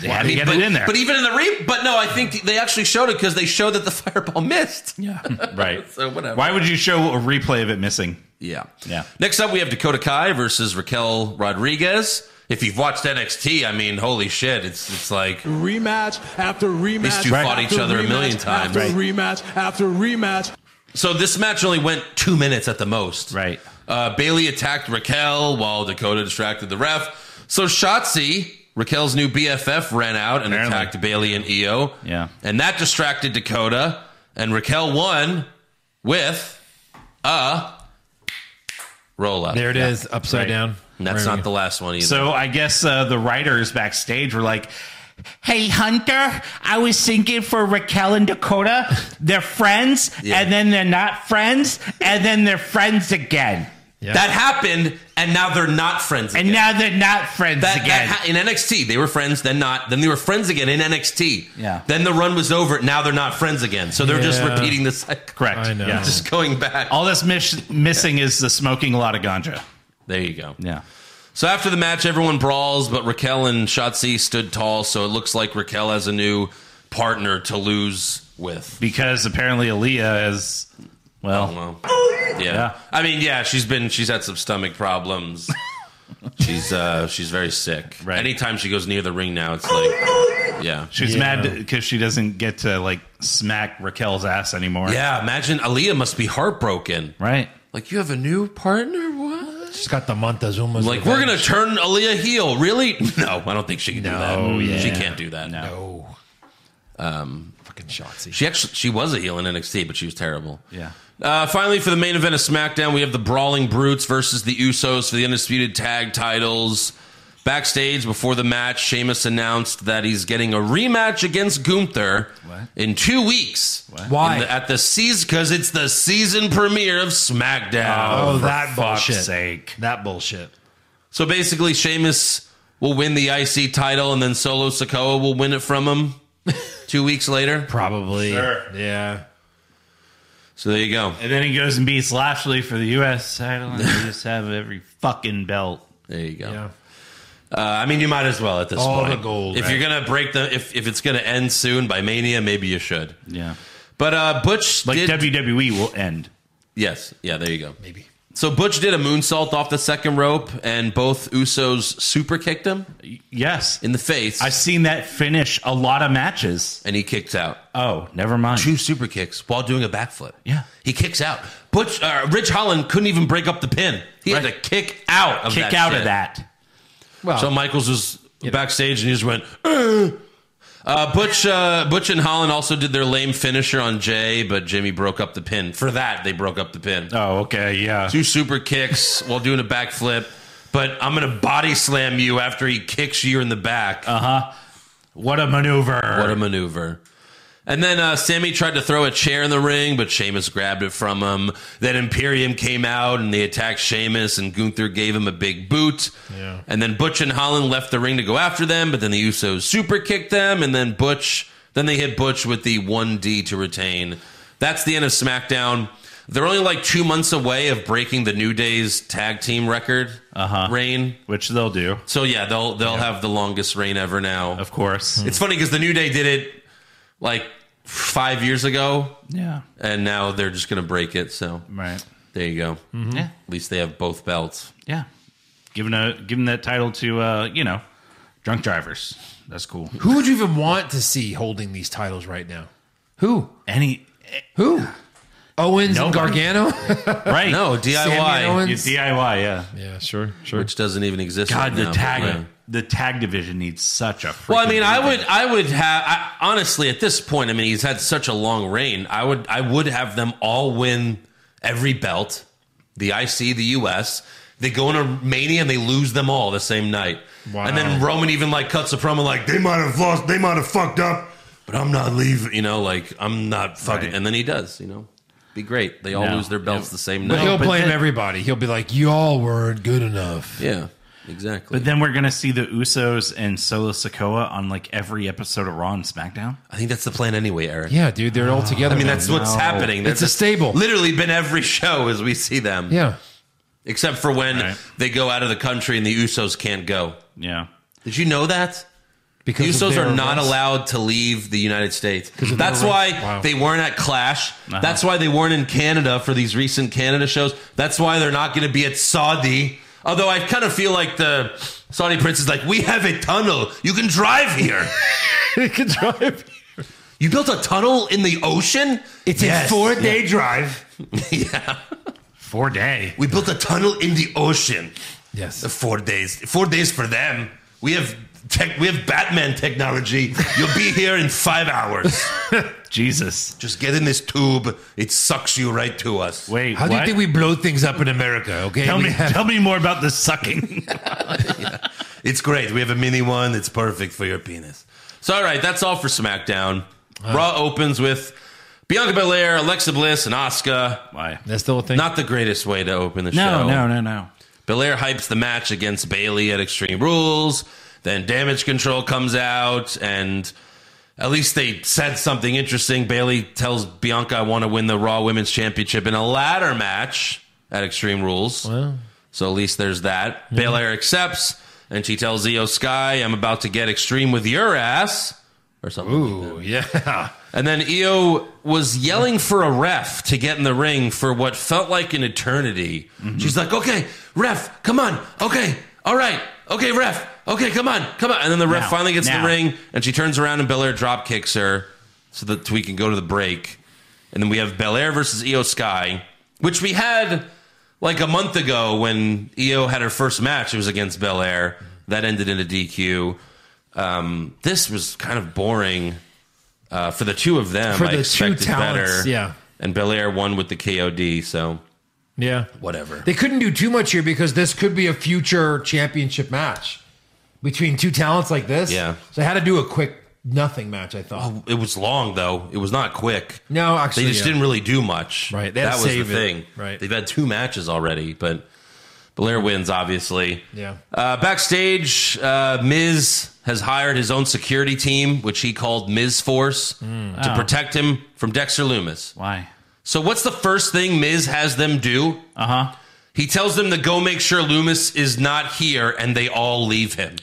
[SPEAKER 4] They had
[SPEAKER 3] I
[SPEAKER 4] to
[SPEAKER 3] mean,
[SPEAKER 4] get
[SPEAKER 3] but,
[SPEAKER 4] it in there.
[SPEAKER 3] but even in the re, but no, I think they actually showed it because they showed that the <laughs> fireball missed.
[SPEAKER 4] yeah,
[SPEAKER 3] <laughs>
[SPEAKER 4] <laughs> right.
[SPEAKER 3] So whatever.
[SPEAKER 4] Why would you show a replay of it missing?
[SPEAKER 3] Yeah.
[SPEAKER 4] Yeah.
[SPEAKER 3] Next up, we have Dakota Kai versus Raquel Rodriguez. If you've watched NXT, I mean, holy shit, it's it's like
[SPEAKER 8] rematch after rematch.
[SPEAKER 3] These two fought
[SPEAKER 8] after
[SPEAKER 3] each other a
[SPEAKER 8] rematch
[SPEAKER 3] million times.
[SPEAKER 8] After
[SPEAKER 4] Right.
[SPEAKER 8] rematch after rematch.
[SPEAKER 3] so. This match only went two minutes at the most.
[SPEAKER 4] Right.
[SPEAKER 3] Uh, Bailey attacked Raquel while Dakota distracted the ref. So Shotzi, Raquel's new BFF, ran out and
[SPEAKER 4] Apparently.
[SPEAKER 3] attacked Bailey and Io.
[SPEAKER 4] Yeah.
[SPEAKER 3] And that distracted Dakota, and Raquel won with a roll up.
[SPEAKER 5] There it is, upside
[SPEAKER 4] Right.
[SPEAKER 5] down.
[SPEAKER 3] And that's not the last one either.
[SPEAKER 4] So I guess uh, the writers backstage were like, "Hey, Hunter, I was thinking for Raquel and Dakota, they're friends,
[SPEAKER 3] Yeah.
[SPEAKER 4] and then they're not friends, and then they're friends again,
[SPEAKER 3] that happened, and now they're not friends.
[SPEAKER 4] and
[SPEAKER 3] again.
[SPEAKER 4] now they're not friends
[SPEAKER 3] That, that
[SPEAKER 4] again."
[SPEAKER 3] ha- in NXT, they were friends, then not. Then they were friends again in NXT.
[SPEAKER 4] Yeah.
[SPEAKER 3] Then the run was over. Now they're not friends again. So they're just
[SPEAKER 5] Yeah.
[SPEAKER 3] repeating the cycle.
[SPEAKER 4] Correct.
[SPEAKER 5] I know.
[SPEAKER 4] Yeah.
[SPEAKER 3] <laughs> Just going back.
[SPEAKER 4] All that's miss- missing is the smoking a lot of ganja.
[SPEAKER 3] there you go.
[SPEAKER 4] Yeah.
[SPEAKER 3] So after the match, everyone brawls, but Raquel and Shotzi stood tall. So it looks like Raquel has a new partner to lose with.
[SPEAKER 4] because apparently Aaliyah is well.
[SPEAKER 3] Well, Oh, yeah. I mean, yeah, she's been she's had some stomach
[SPEAKER 4] <laughs>
[SPEAKER 3] problems. she's uh she's very sick.
[SPEAKER 4] Right.
[SPEAKER 3] Anytime she goes near the ring now, it's like Oh, yeah.
[SPEAKER 4] She's mad because she doesn't get to like smack Raquel's ass anymore.
[SPEAKER 3] Yeah, imagine Aaliyah must be heartbroken.
[SPEAKER 4] Right.
[SPEAKER 3] Like you have a new partner? What?
[SPEAKER 5] She's got the Montezuma's.
[SPEAKER 3] Like we're gonna turn Aaliyah heel? Really? <laughs> No, I don't think she can
[SPEAKER 4] No,
[SPEAKER 3] do that.
[SPEAKER 4] yeah.
[SPEAKER 3] She can't do that.
[SPEAKER 4] No.
[SPEAKER 5] Oh. Um, fucking Shotzi.
[SPEAKER 3] She actually she was a heel in NXT, but she was terrible.
[SPEAKER 4] Yeah.
[SPEAKER 3] Uh, finally, for the main event of SmackDown, we have the Brawling Brutes versus the Usos for the Undisputed Tag Titles. Backstage before the match, Sheamus announced that he's getting a rematch against Gunther
[SPEAKER 4] What?
[SPEAKER 3] in two weeks.
[SPEAKER 5] Why?
[SPEAKER 3] In the- at the season? Because it's the season premiere of SmackDown.
[SPEAKER 5] oh, that
[SPEAKER 4] Fuck's
[SPEAKER 5] bullshit.
[SPEAKER 4] sake.
[SPEAKER 5] That bullshit.
[SPEAKER 3] So basically, Sheamus will win the IC title, and then Solo Sokoa will win it from him
[SPEAKER 5] <laughs>
[SPEAKER 3] two weeks later.
[SPEAKER 5] Probably.
[SPEAKER 4] Sure.
[SPEAKER 5] Yeah.
[SPEAKER 3] So there you go.
[SPEAKER 4] And then he goes and beats Lashley for the U.S. title. And they just have every fucking belt.
[SPEAKER 3] There you go.
[SPEAKER 5] Yeah.
[SPEAKER 3] Uh, I mean, you might as well at this
[SPEAKER 5] All
[SPEAKER 3] point.
[SPEAKER 5] the gold,
[SPEAKER 3] If
[SPEAKER 5] right.
[SPEAKER 3] you're gonna break the, if if it's gonna end soon by Mania, maybe you should.
[SPEAKER 4] Yeah.
[SPEAKER 3] But uh, Butch
[SPEAKER 4] Like
[SPEAKER 3] did.
[SPEAKER 4] WWE will end.
[SPEAKER 3] yes, yeah, there you go. Maybe. So Butch did a moonsault off the second rope, and both Usos super kicked him
[SPEAKER 4] Yes.
[SPEAKER 3] in the face,
[SPEAKER 4] I've seen that finish a lot of matches.
[SPEAKER 3] and he kicked out.
[SPEAKER 4] Oh, never mind.
[SPEAKER 3] Two super kicks while doing a backflip.
[SPEAKER 4] Yeah.
[SPEAKER 3] he kicks out. Butch uh, Rich Holland couldn't even break up the pin. He had
[SPEAKER 4] Right.
[SPEAKER 3] to kick out of
[SPEAKER 4] Kick
[SPEAKER 3] that
[SPEAKER 4] out
[SPEAKER 3] shit.
[SPEAKER 4] of that.
[SPEAKER 5] Well,
[SPEAKER 3] So Michaels was backstage and he just went. "Eh." Uh, Butch, uh, Butch and Holland also did their lame finisher on Jay, but Jimmy broke up the pin. For that, they broke up the pin.
[SPEAKER 4] Oh, okay. Yeah.
[SPEAKER 3] Two super kicks while doing a backflip, but I'm gonna body slam you after he kicks you in the back.
[SPEAKER 4] Uh-huh. What a maneuver.
[SPEAKER 3] what a maneuver! And then uh, Sammy tried to throw a chair in the ring, but Sheamus grabbed it from him. Then Imperium came out and they attacked Sheamus, and Gunther gave him a big boot.
[SPEAKER 5] Yeah.
[SPEAKER 3] And then Butch and Holland left the ring to go after them, but then the Usos super kicked them, and then Butch, then they hit Butch with the 1D to retain. That's the end of SmackDown. They're only like two months away of breaking the New Day's tag team record reign.
[SPEAKER 4] Which they'll do,
[SPEAKER 3] So yeah, they'll they'll have the longest reign ever now.
[SPEAKER 4] of course.
[SPEAKER 3] It's funny because the New Day did it like five years ago,
[SPEAKER 4] yeah.
[SPEAKER 3] and now they're just going to break it. So
[SPEAKER 4] Right. Mm-hmm.
[SPEAKER 3] there you go.
[SPEAKER 4] Yeah.
[SPEAKER 3] At least they have both belts.
[SPEAKER 4] Yeah. Giving a giving that title to uh, you know, drunk drivers. That's cool.
[SPEAKER 5] who would you even want to see holding these titles right now? Who?
[SPEAKER 4] Any
[SPEAKER 5] Who? Owens and
[SPEAKER 4] Nobody.
[SPEAKER 5] Gargano?
[SPEAKER 4] right?
[SPEAKER 3] No
[SPEAKER 5] Sammy
[SPEAKER 3] DIY,
[SPEAKER 5] Owens?
[SPEAKER 4] It's DIY, yeah.
[SPEAKER 5] <laughs> Yeah, sure, sure.
[SPEAKER 3] which doesn't even exist.
[SPEAKER 4] God,
[SPEAKER 3] right
[SPEAKER 4] the
[SPEAKER 3] now,
[SPEAKER 4] tag
[SPEAKER 3] but, yeah.
[SPEAKER 4] the tag division needs such a.
[SPEAKER 3] Well, I
[SPEAKER 4] freaking
[SPEAKER 3] mean, I
[SPEAKER 4] revamp.
[SPEAKER 3] would, I would have I, honestly at this point. I mean, he's had such a long reign. I would, I would have them all win every belt, the IC, the US. They go into Mania and they lose them all the same night. And then Roman even like cuts a promo like,
[SPEAKER 7] They might have lost. They might have fucked up.
[SPEAKER 3] but I'm not leaving. You know, like I'm not fucking.
[SPEAKER 4] Right.
[SPEAKER 3] And then he does. You know, be great. They all
[SPEAKER 4] No.
[SPEAKER 3] lose their belts the same
[SPEAKER 5] But
[SPEAKER 3] night.
[SPEAKER 5] he'll
[SPEAKER 4] but
[SPEAKER 5] blame
[SPEAKER 4] then-
[SPEAKER 5] everybody. He'll be like, "Y'all weren't good enough."
[SPEAKER 3] yeah, exactly.
[SPEAKER 4] But then we're gonna see the Usos and Solo Sokoa on like every episode of Raw and SmackDown.
[SPEAKER 3] I think that's the plan anyway, Eric.
[SPEAKER 5] Yeah, dude, they're all together.
[SPEAKER 3] I mean,
[SPEAKER 5] now.
[SPEAKER 3] that's what's happening.
[SPEAKER 5] It's
[SPEAKER 3] That's
[SPEAKER 5] a stable.
[SPEAKER 3] Literally been every show as we see them.
[SPEAKER 5] yeah.
[SPEAKER 3] Except for when
[SPEAKER 4] Right.
[SPEAKER 3] they go out of the country and the Usos can't go.
[SPEAKER 4] Yeah.
[SPEAKER 3] Did you know that? The
[SPEAKER 5] Because of
[SPEAKER 3] Usos
[SPEAKER 5] their
[SPEAKER 3] are not
[SPEAKER 5] arrest.
[SPEAKER 3] allowed to leave the United States.
[SPEAKER 5] of
[SPEAKER 3] That's
[SPEAKER 5] their
[SPEAKER 3] why
[SPEAKER 5] arrest. Wow.
[SPEAKER 3] they weren't at Clash. That's why they weren't in Canada for these recent Canada shows. That's why they're not going to be at Saudi. Although I kind of feel like the Saudi prince is like, we have a tunnel. You can drive
[SPEAKER 5] <laughs>
[SPEAKER 3] here.
[SPEAKER 5] <laughs> They can drive.
[SPEAKER 3] You built a tunnel in the ocean?
[SPEAKER 5] It's a four day drive.
[SPEAKER 3] <laughs> yeah.
[SPEAKER 4] Four day.
[SPEAKER 3] We built a tunnel in the ocean.
[SPEAKER 5] Yes.
[SPEAKER 3] Four days. Four days for them. We have tech, we have Batman technology. You'll be here in five
[SPEAKER 4] <laughs>
[SPEAKER 3] hours.
[SPEAKER 4] Jesus.
[SPEAKER 3] Just get in this tube. It sucks you right to us.
[SPEAKER 4] Wait.
[SPEAKER 5] How do you
[SPEAKER 4] what?
[SPEAKER 5] think we blow things up in America? Okay.
[SPEAKER 4] Tell
[SPEAKER 5] We
[SPEAKER 4] me,
[SPEAKER 5] have-
[SPEAKER 4] tell me more about the sucking. <laughs>
[SPEAKER 3] It's great. We have a mini one. It's perfect for your penis. So, all right, that's all for SmackDown. Raw opens with Bianca Belair, Alexa Bliss, and Asuka.
[SPEAKER 4] Why?
[SPEAKER 5] that's still a thing.
[SPEAKER 3] Not the greatest way to open the
[SPEAKER 4] No,
[SPEAKER 3] show.
[SPEAKER 4] no, no, no.
[SPEAKER 3] Belair hypes the match against Bailey at Extreme Rules. Then Damage Control comes out, and at least they said something interesting. Bailey tells Bianca, "I want to win the Raw Women's Championship in a ladder match at Extreme Rules." So at least there's that. Belair accepts, and she tells Io Sky, "I'm about to get extreme with your ass." or something. like that.
[SPEAKER 5] Ooh, yeah.
[SPEAKER 3] And then Io was yelling for a ref to get in the ring for what felt like an eternity.
[SPEAKER 4] Mm-hmm.
[SPEAKER 3] She's like, okay, ref, come on. Okay, all right. Okay, ref. Okay, come on. Come on. And then the ref
[SPEAKER 4] Now,
[SPEAKER 3] finally gets in
[SPEAKER 4] now.
[SPEAKER 3] the ring and she turns around and Belair drop kicks her so that we can go to the break. And then we have Belair versus Io Sky, which we had like a month ago when Io had her first match. It was against Belair. That ended in a DQ. Um, this was kind of boring uh, for the two of them.
[SPEAKER 5] For
[SPEAKER 3] I
[SPEAKER 5] the two
[SPEAKER 3] expected
[SPEAKER 5] talents,
[SPEAKER 3] better.
[SPEAKER 5] yeah.
[SPEAKER 3] And Belair won with the KOD, so
[SPEAKER 5] Yeah.
[SPEAKER 3] whatever.
[SPEAKER 5] They couldn't do too much here because this could be a future championship match between two talents like this.
[SPEAKER 3] Yeah.
[SPEAKER 5] So I had to do a quick nothing match, I thought.
[SPEAKER 3] it was long though. It was not quick.
[SPEAKER 5] no, actually.
[SPEAKER 3] They just
[SPEAKER 5] yeah.
[SPEAKER 3] didn't really do much.
[SPEAKER 5] Right, they had
[SPEAKER 3] That
[SPEAKER 5] to
[SPEAKER 3] was
[SPEAKER 5] save
[SPEAKER 3] the
[SPEAKER 5] it.
[SPEAKER 3] thing.
[SPEAKER 5] Right.
[SPEAKER 3] They've had two matches already, but Belair wins, obviously.
[SPEAKER 5] Yeah.
[SPEAKER 3] Uh, backstage, uh, Miz has hired his own security team, which he called Miz Force,
[SPEAKER 5] Hmm.
[SPEAKER 3] to
[SPEAKER 4] Oh.
[SPEAKER 3] protect him from Dexter Loomis.
[SPEAKER 4] Why?
[SPEAKER 3] So, what's the first thing Miz has them do?
[SPEAKER 4] Uh huh.
[SPEAKER 3] He tells them to go make sure Loomis is not here, and they all leave him.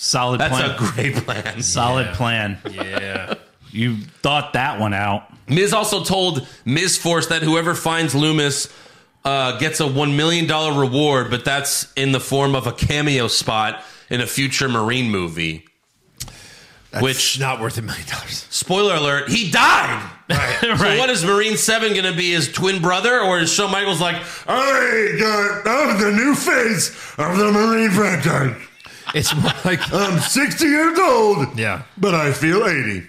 [SPEAKER 4] Solid
[SPEAKER 3] That's
[SPEAKER 4] plan.
[SPEAKER 3] a great plan.
[SPEAKER 4] Solid plan.
[SPEAKER 5] Yeah.
[SPEAKER 4] You thought that one out.
[SPEAKER 3] Miz also told Miz Force that whoever finds Loomis uh, gets a $1 million reward, but that's in the form of a cameo spot in a future Marine movie. Which,
[SPEAKER 5] not worth a million dollars.
[SPEAKER 3] spoiler alert, he died. <laughs> So, what is Marine 7 going to be? His twin brother? Or is Shawn Michaels like,
[SPEAKER 7] I got, I'm the new face of the Marine franchise.
[SPEAKER 5] It's more <laughs> like
[SPEAKER 7] I'm 60 years old,
[SPEAKER 5] Yeah.
[SPEAKER 7] but I feel 80.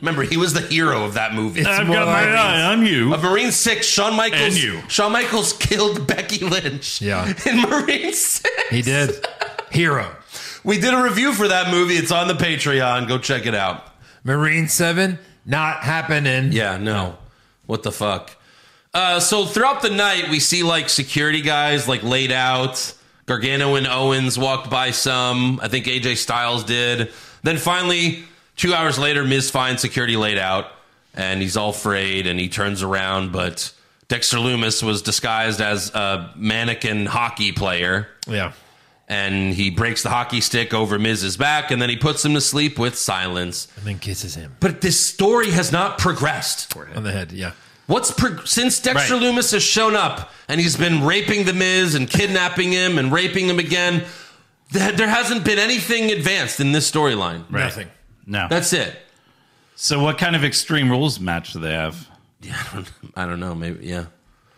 [SPEAKER 3] remember, he was the hero of that movie.
[SPEAKER 5] It's more like-
[SPEAKER 4] on you.
[SPEAKER 3] Of Marine Six, Shawn Michaels.
[SPEAKER 4] And you.
[SPEAKER 3] Shawn Michaels killed Becky Lynch.
[SPEAKER 5] Yeah.
[SPEAKER 3] In Marine Six,
[SPEAKER 5] He did. Hero.
[SPEAKER 3] we did a review for that movie. It's on the Patreon. Go check it out.
[SPEAKER 5] Marine 7, not happening.
[SPEAKER 3] Yeah. No. What the fuck? Uh, so throughout the night, we see like security guys like laid out. Gargano and Owens walked by some. I think AJ Styles did. Then finally, two hours later, Miz finds security laid out, and he's all frayed, and he turns around, but Dexter Loomis was disguised as a mannequin hockey player.
[SPEAKER 5] Yeah.
[SPEAKER 3] and he breaks the hockey stick over Miz's back, and then he puts him to sleep with silence.
[SPEAKER 5] And then kisses him
[SPEAKER 3] But this story has not progressed.
[SPEAKER 5] on the head. Yeah.
[SPEAKER 3] What's prog- since Dexter
[SPEAKER 4] Right.
[SPEAKER 3] Loomis has shown up and he's been raping the Miz and kidnapping him and raping him again? th- there hasn't been anything advanced in this storyline.
[SPEAKER 5] Nothing.
[SPEAKER 4] No.
[SPEAKER 3] That's it. <laughs>
[SPEAKER 4] so, what kind of extreme rules match do they have?
[SPEAKER 3] I don't know. Maybe yeah.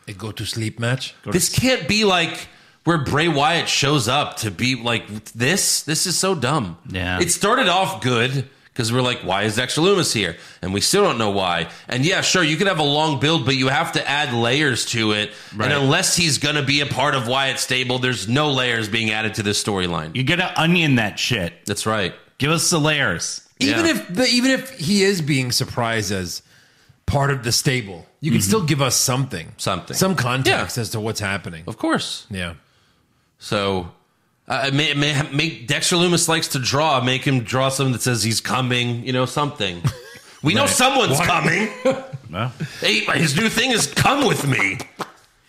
[SPEAKER 5] A go to sleep match.
[SPEAKER 3] This can't be like where Bray Wyatt shows up to be like this. This is so dumb.
[SPEAKER 4] Yeah.
[SPEAKER 3] It started off good because we're like, why is Dexter Loomis here? And we still don't know why. And yeah, sure, you could have a long build, but you have to add layers to it.
[SPEAKER 4] Right.
[SPEAKER 3] And unless he's going to be a part of Wyatt's stable, there's no layers being added to this storyline.
[SPEAKER 4] You gotta onion that shit.
[SPEAKER 3] That's right.
[SPEAKER 4] Give us the layers.
[SPEAKER 5] Even
[SPEAKER 3] Yeah.
[SPEAKER 5] if the, even if he is being surprised as part of the stable, you can still give us something,
[SPEAKER 3] Mm-hmm. Something.
[SPEAKER 5] some context as to what's happening.
[SPEAKER 3] Of course.
[SPEAKER 5] Yeah.
[SPEAKER 3] So uh, it may, it may make Dexter Loomis likes to draw. Make him draw something that says he's coming. You know something. We know someone's coming.
[SPEAKER 4] <laughs> Well,
[SPEAKER 3] Hey, his new thing is "Come with me."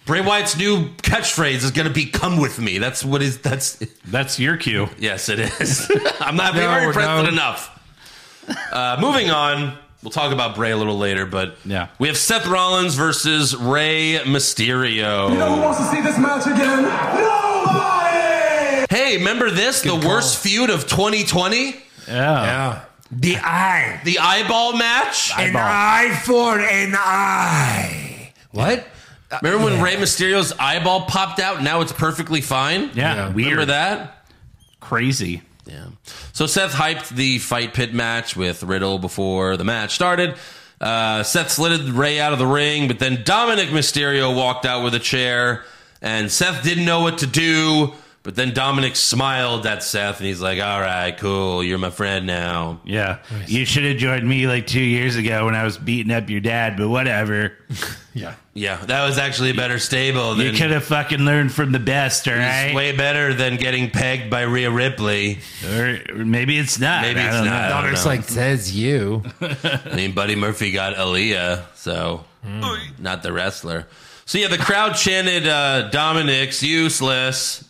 [SPEAKER 3] Bray Wyatt's new catchphrase is going to be "Come with me." That's what is. That's
[SPEAKER 4] that's
[SPEAKER 3] <laughs>
[SPEAKER 4] your cue.
[SPEAKER 3] yes, it is. <laughs> I'm not. we've
[SPEAKER 5] No,
[SPEAKER 3] already pressed
[SPEAKER 5] no.
[SPEAKER 3] it enough. Uh, moving on, we'll talk about Bray a little later, but
[SPEAKER 4] Yeah.
[SPEAKER 3] we have Seth Rollins versus Rey Mysterio.
[SPEAKER 6] No one wants to see this match again. Nobody!
[SPEAKER 3] Hey, remember this? the worst feud of 2020,
[SPEAKER 4] Yeah.
[SPEAKER 5] Yeah.
[SPEAKER 7] The eye.
[SPEAKER 3] the eyeball match.
[SPEAKER 7] An eye for an eye.
[SPEAKER 5] What?
[SPEAKER 3] Remember when Rey Mysterio's eyeball popped out? Now it's perfectly fine.
[SPEAKER 4] Yeah. Weird.
[SPEAKER 3] remember that?
[SPEAKER 4] Crazy.
[SPEAKER 3] Yeah. So Seth hyped the fight pit match with Riddle before the match started. Uh, Seth slid Ray out of the ring, but then Dominic Mysterio walked out with a chair, and Seth didn't know what to do. But then Dominic smiled at Seth, and he's like, "All right, cool, you're my friend now."
[SPEAKER 4] Yeah. You should have joined me like two years ago when I was beating up your dad, but whatever.
[SPEAKER 5] Yeah.
[SPEAKER 3] Yeah, that was actually a better stable
[SPEAKER 4] You
[SPEAKER 3] than
[SPEAKER 4] could have fucking learned from the best, all
[SPEAKER 3] it's
[SPEAKER 4] right?
[SPEAKER 3] way better than getting pegged by Rhea Ripley.
[SPEAKER 4] Or or maybe it's not.
[SPEAKER 3] Maybe
[SPEAKER 4] I
[SPEAKER 3] it's
[SPEAKER 4] don't
[SPEAKER 3] not.
[SPEAKER 4] know.
[SPEAKER 3] I don't
[SPEAKER 5] It's
[SPEAKER 3] know.
[SPEAKER 5] like says you.
[SPEAKER 3] I mean, Buddy Murphy got Aaliyah, so
[SPEAKER 5] Hmm.
[SPEAKER 3] not the wrestler. So yeah, the crowd chanted uh, "Dominic's useless,"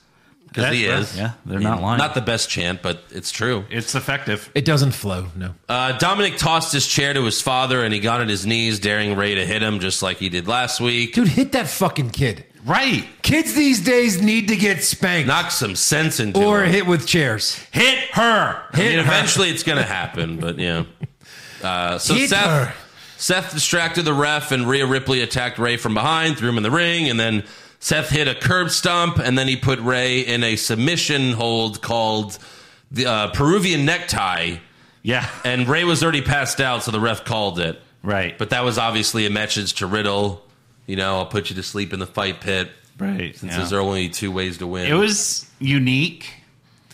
[SPEAKER 3] because he
[SPEAKER 4] That's-
[SPEAKER 3] is.
[SPEAKER 4] yeah, they're
[SPEAKER 3] I mean,
[SPEAKER 4] not lying.
[SPEAKER 3] Not the best chant, but it's true.
[SPEAKER 4] It's effective.
[SPEAKER 5] It doesn't flow. No.
[SPEAKER 3] Uh, Dominic tossed his chair to his father, and he got on his knees, daring Ray to hit him, just like he did last week.
[SPEAKER 5] Dude, hit that fucking kid.
[SPEAKER 4] Right.
[SPEAKER 5] Kids these days need to get spanked
[SPEAKER 3] Knock some sense into
[SPEAKER 5] or
[SPEAKER 3] him.
[SPEAKER 5] hit with chairs.
[SPEAKER 4] Hit her.
[SPEAKER 3] I mean,
[SPEAKER 5] Hit her.
[SPEAKER 3] eventually it's going to happen, but yeah. Uh, so
[SPEAKER 5] Hit
[SPEAKER 3] Seth,
[SPEAKER 5] her.
[SPEAKER 3] Seth distracted the ref, and Rhea Ripley attacked Ray from behind, threw him in the ring, and then Seth hit a curb stomp, and then he put Ray in a submission hold called the uh, Peruvian necktie.
[SPEAKER 4] Yeah.
[SPEAKER 3] And Ray was already passed out, so the ref called it.
[SPEAKER 4] <laughs> Right.
[SPEAKER 3] But that was obviously a message to Riddle. You know, I'll put you to sleep in the fight pit.
[SPEAKER 4] right.
[SPEAKER 3] Since
[SPEAKER 4] yeah.
[SPEAKER 3] there's only two ways to win.
[SPEAKER 4] it was unique.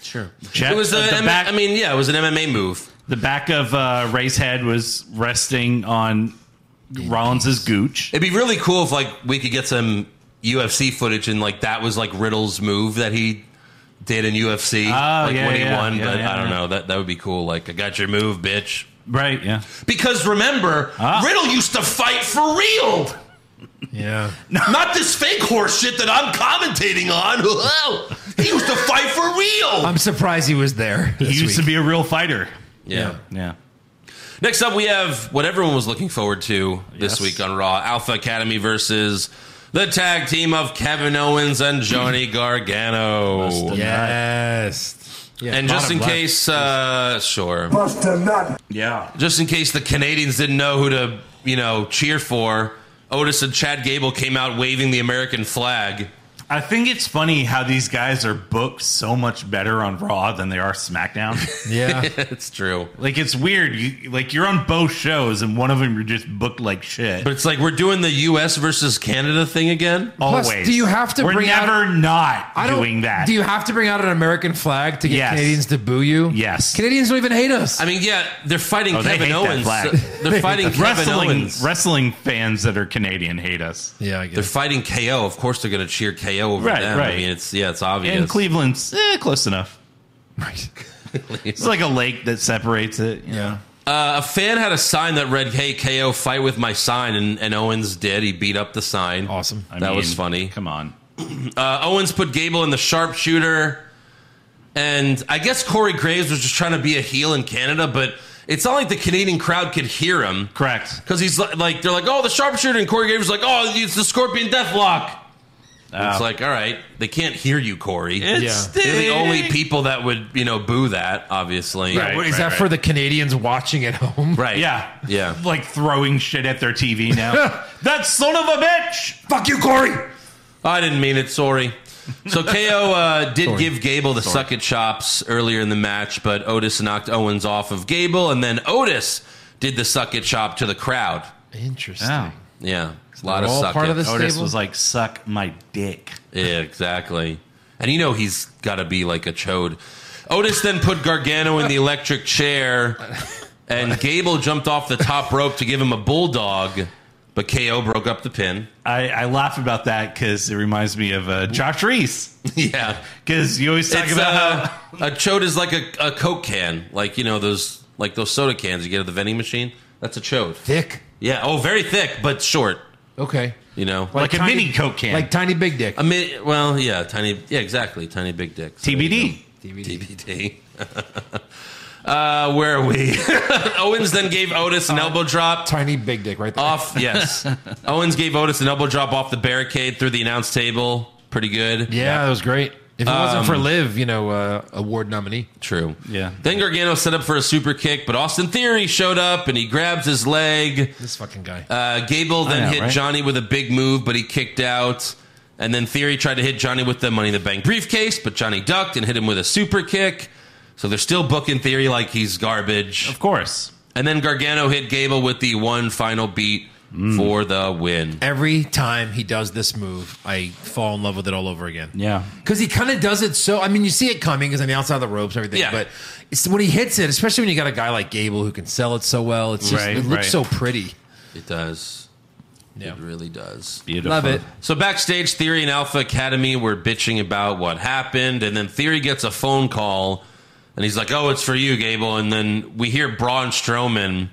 [SPEAKER 5] Sure.
[SPEAKER 4] Jet,
[SPEAKER 3] It was a
[SPEAKER 4] the
[SPEAKER 3] M-
[SPEAKER 4] back.
[SPEAKER 3] I mean, yeah, it was an MMA move.
[SPEAKER 4] the back of uh, Ray's head was resting on Rollins's gooch.
[SPEAKER 3] It'd be really cool if like we could get some UFC footage and like that was like Riddle's move that he did in UFC,
[SPEAKER 4] Oh,
[SPEAKER 3] like
[SPEAKER 4] yeah,
[SPEAKER 3] when he
[SPEAKER 4] yeah,
[SPEAKER 3] won.
[SPEAKER 4] yeah,
[SPEAKER 3] but
[SPEAKER 4] yeah,
[SPEAKER 3] I don't
[SPEAKER 4] yeah.
[SPEAKER 3] know that that would be cool. Like I got your move, bitch.
[SPEAKER 4] Right. Yeah.
[SPEAKER 3] Because remember,
[SPEAKER 4] Ah.
[SPEAKER 3] Riddle used to fight for real,
[SPEAKER 5] Yeah.
[SPEAKER 3] not this fake horse shit that I'm commentating on. <laughs> he used to fight for real.
[SPEAKER 5] I'm surprised he was there.
[SPEAKER 4] He
[SPEAKER 5] this
[SPEAKER 4] used to
[SPEAKER 5] week.
[SPEAKER 4] be a real fighter.
[SPEAKER 3] yeah.
[SPEAKER 4] Yeah.
[SPEAKER 3] Next up, we have what everyone was looking forward to this week
[SPEAKER 4] Yes.
[SPEAKER 3] on Raw Alpha Academy versus the tag team of Kevin Owens and
[SPEAKER 4] <clears throat>
[SPEAKER 3] Johnny
[SPEAKER 4] Oh,
[SPEAKER 3] Gargano.
[SPEAKER 5] Yes. Yeah,
[SPEAKER 3] And
[SPEAKER 5] a lot
[SPEAKER 3] just
[SPEAKER 5] of
[SPEAKER 3] in
[SPEAKER 5] luck.
[SPEAKER 3] case, uh, sure.
[SPEAKER 6] Bust a nut.
[SPEAKER 4] Yeah.
[SPEAKER 3] Just in case the Canadians didn't know who to, you know, cheer for, Otis and Chad Gable came out waving the American flag. <laughs>
[SPEAKER 4] I think it's funny how these guys are booked so much better on Raw than they are
[SPEAKER 5] <laughs>
[SPEAKER 4] SmackDown.
[SPEAKER 5] Yeah.
[SPEAKER 4] <laughs>
[SPEAKER 3] it's true.
[SPEAKER 4] like it's weird. You like you're on both shows and one of them you're just booked like shit.
[SPEAKER 3] But it's like we're doing the U.S. versus Canada thing again.
[SPEAKER 4] Always.
[SPEAKER 5] do you have to
[SPEAKER 4] We're
[SPEAKER 5] bring out-
[SPEAKER 4] never not
[SPEAKER 5] I don't,
[SPEAKER 4] doing that.
[SPEAKER 5] Do you have to bring out an American flag to get
[SPEAKER 4] Yes.
[SPEAKER 5] Canadians to boo you?
[SPEAKER 4] Yes.
[SPEAKER 5] Canadians don't even hate us.
[SPEAKER 3] I mean, yeah, they're fighting
[SPEAKER 4] Oh, they
[SPEAKER 3] Kevin
[SPEAKER 4] hate that
[SPEAKER 3] Owens. so-
[SPEAKER 4] flag. <laughs>
[SPEAKER 3] They're fighting Kevin
[SPEAKER 4] wrestling
[SPEAKER 3] Owens.
[SPEAKER 4] wrestling fans that are Canadian hate us.
[SPEAKER 5] yeah, I
[SPEAKER 3] They're
[SPEAKER 5] guess.
[SPEAKER 3] fighting KO. Of course, they're going to cheer KO over
[SPEAKER 4] Right,
[SPEAKER 3] them. I
[SPEAKER 4] right.
[SPEAKER 3] mean, it's yeah, it's obvious.
[SPEAKER 4] And Cleveland's eh, close enough.
[SPEAKER 3] <laughs>
[SPEAKER 5] Right.
[SPEAKER 4] It's like a lake that separates it. you know.
[SPEAKER 3] Uh, a fan had a sign that read, "Hey KO, fight with my sign," and, and Owens did. He beat up the sign.
[SPEAKER 5] Awesome.
[SPEAKER 4] I
[SPEAKER 3] That was
[SPEAKER 4] mean,
[SPEAKER 3] funny.
[SPEAKER 4] Come on.
[SPEAKER 3] Uh, Owens put Gable in the sharpshooter, and I guess Corey Graves was just trying to be a heel in Canada, but it's not like the Canadian crowd could hear him
[SPEAKER 4] Correct.
[SPEAKER 3] because he's li- like, they're like, "Oh, the sharpshooter," and Corey Graves is like, "Oh, it's the Scorpion Deathlock." And it's
[SPEAKER 4] Uh,
[SPEAKER 3] like, all right, they can't hear you, Corey.
[SPEAKER 5] Yeah.
[SPEAKER 3] They're the only people that would, you know, boo that. Obviously,
[SPEAKER 5] Is
[SPEAKER 4] Right, right,
[SPEAKER 5] that
[SPEAKER 4] right.
[SPEAKER 5] for the Canadians watching at home?
[SPEAKER 3] Right.
[SPEAKER 4] Yeah.
[SPEAKER 3] Yeah.
[SPEAKER 4] <laughs> Like throwing shit at their TV
[SPEAKER 5] <laughs>
[SPEAKER 4] now. that son of a bitch.
[SPEAKER 7] Fuck you, Corey!
[SPEAKER 3] I didn't mean it. Sorry. So KO uh, did give Gable the suck at chops earlier in the match, but Otis knocked Owens off of Gable, and then Otis did the suck at chop to the crowd.
[SPEAKER 5] Interesting.
[SPEAKER 3] Yeah, a lot of
[SPEAKER 5] all
[SPEAKER 3] suck.
[SPEAKER 5] part
[SPEAKER 3] it.
[SPEAKER 5] of this
[SPEAKER 4] Otis
[SPEAKER 5] stable?
[SPEAKER 4] was like, suck my dick.
[SPEAKER 3] Yeah, exactly. And you know he's got to be like a chode. Otis then put Gargano in the electric chair, and Gable jumped off the top rope to give him a bulldog, but KO broke up the pin. <laughs>
[SPEAKER 4] I, I laugh about that because it reminds me of uh, Josh Reese.
[SPEAKER 3] yeah.
[SPEAKER 4] Because you always talk
[SPEAKER 3] It's,
[SPEAKER 4] about
[SPEAKER 3] uh,
[SPEAKER 4] how.
[SPEAKER 3] a chode is like a, a Coke can, like you know those like those soda cans you get at the vending machine. That's a chode.
[SPEAKER 5] Thick.
[SPEAKER 3] Yeah. Oh, very thick but short.
[SPEAKER 5] Okay.
[SPEAKER 3] You know,
[SPEAKER 4] Like a mini Coke can.
[SPEAKER 5] Like tiny big dick.
[SPEAKER 3] a mi- well, yeah, tiny. Yeah, exactly. Tiny big dicks.
[SPEAKER 4] TBD.
[SPEAKER 5] DVD.
[SPEAKER 3] TBD. <laughs> uh, where are we? <laughs> Owens then gave Otis an elbow drop
[SPEAKER 5] Tiny big dick
[SPEAKER 4] Oh,
[SPEAKER 5] right there.
[SPEAKER 3] off.
[SPEAKER 5] <laughs>
[SPEAKER 3] Yes. Owens gave Otis an elbow drop off the barricade through the announce table. Pretty good.
[SPEAKER 5] yeah, Um, that was great. If it wasn't for Liv, you know, uh, award nominee.
[SPEAKER 3] True.
[SPEAKER 4] Yeah.
[SPEAKER 3] Then Gargano set up for a super kick, but Austin Theory showed up and he grabs his leg.
[SPEAKER 5] This fucking guy.
[SPEAKER 3] Uh, Gable then
[SPEAKER 4] I know,
[SPEAKER 3] hit
[SPEAKER 4] right?
[SPEAKER 3] Johnny with a big move, but he kicked out. And then Theory tried to hit Johnny with the Money in the Bank briefcase, but Johnny ducked and hit him with a super kick. So they're still booking Theory like he's garbage.
[SPEAKER 4] Of course.
[SPEAKER 3] And then Gargano hit Gable with the one final beat
[SPEAKER 4] Mm.
[SPEAKER 3] for the win.
[SPEAKER 5] Every time he does this move, I fall in love with it all over again.
[SPEAKER 4] Yeah.
[SPEAKER 5] Because he kind of does it so. I mean, you see it coming because I mean, outside the ropes, everything.
[SPEAKER 3] Yeah.
[SPEAKER 5] But it's when he hits it, especially when you got a guy like Gable who can sell it so well. It's just
[SPEAKER 4] Right,
[SPEAKER 5] it looks
[SPEAKER 4] right.
[SPEAKER 5] so pretty.
[SPEAKER 3] It does.
[SPEAKER 5] Yeah.
[SPEAKER 3] It really does.
[SPEAKER 4] Beautiful.
[SPEAKER 5] Love it.
[SPEAKER 3] So backstage, Theory and Alpha Academy were bitching about what happened, and then Theory gets a phone call, and he's like, "Oh, it's for you, Gable." And then we hear Braun Strowman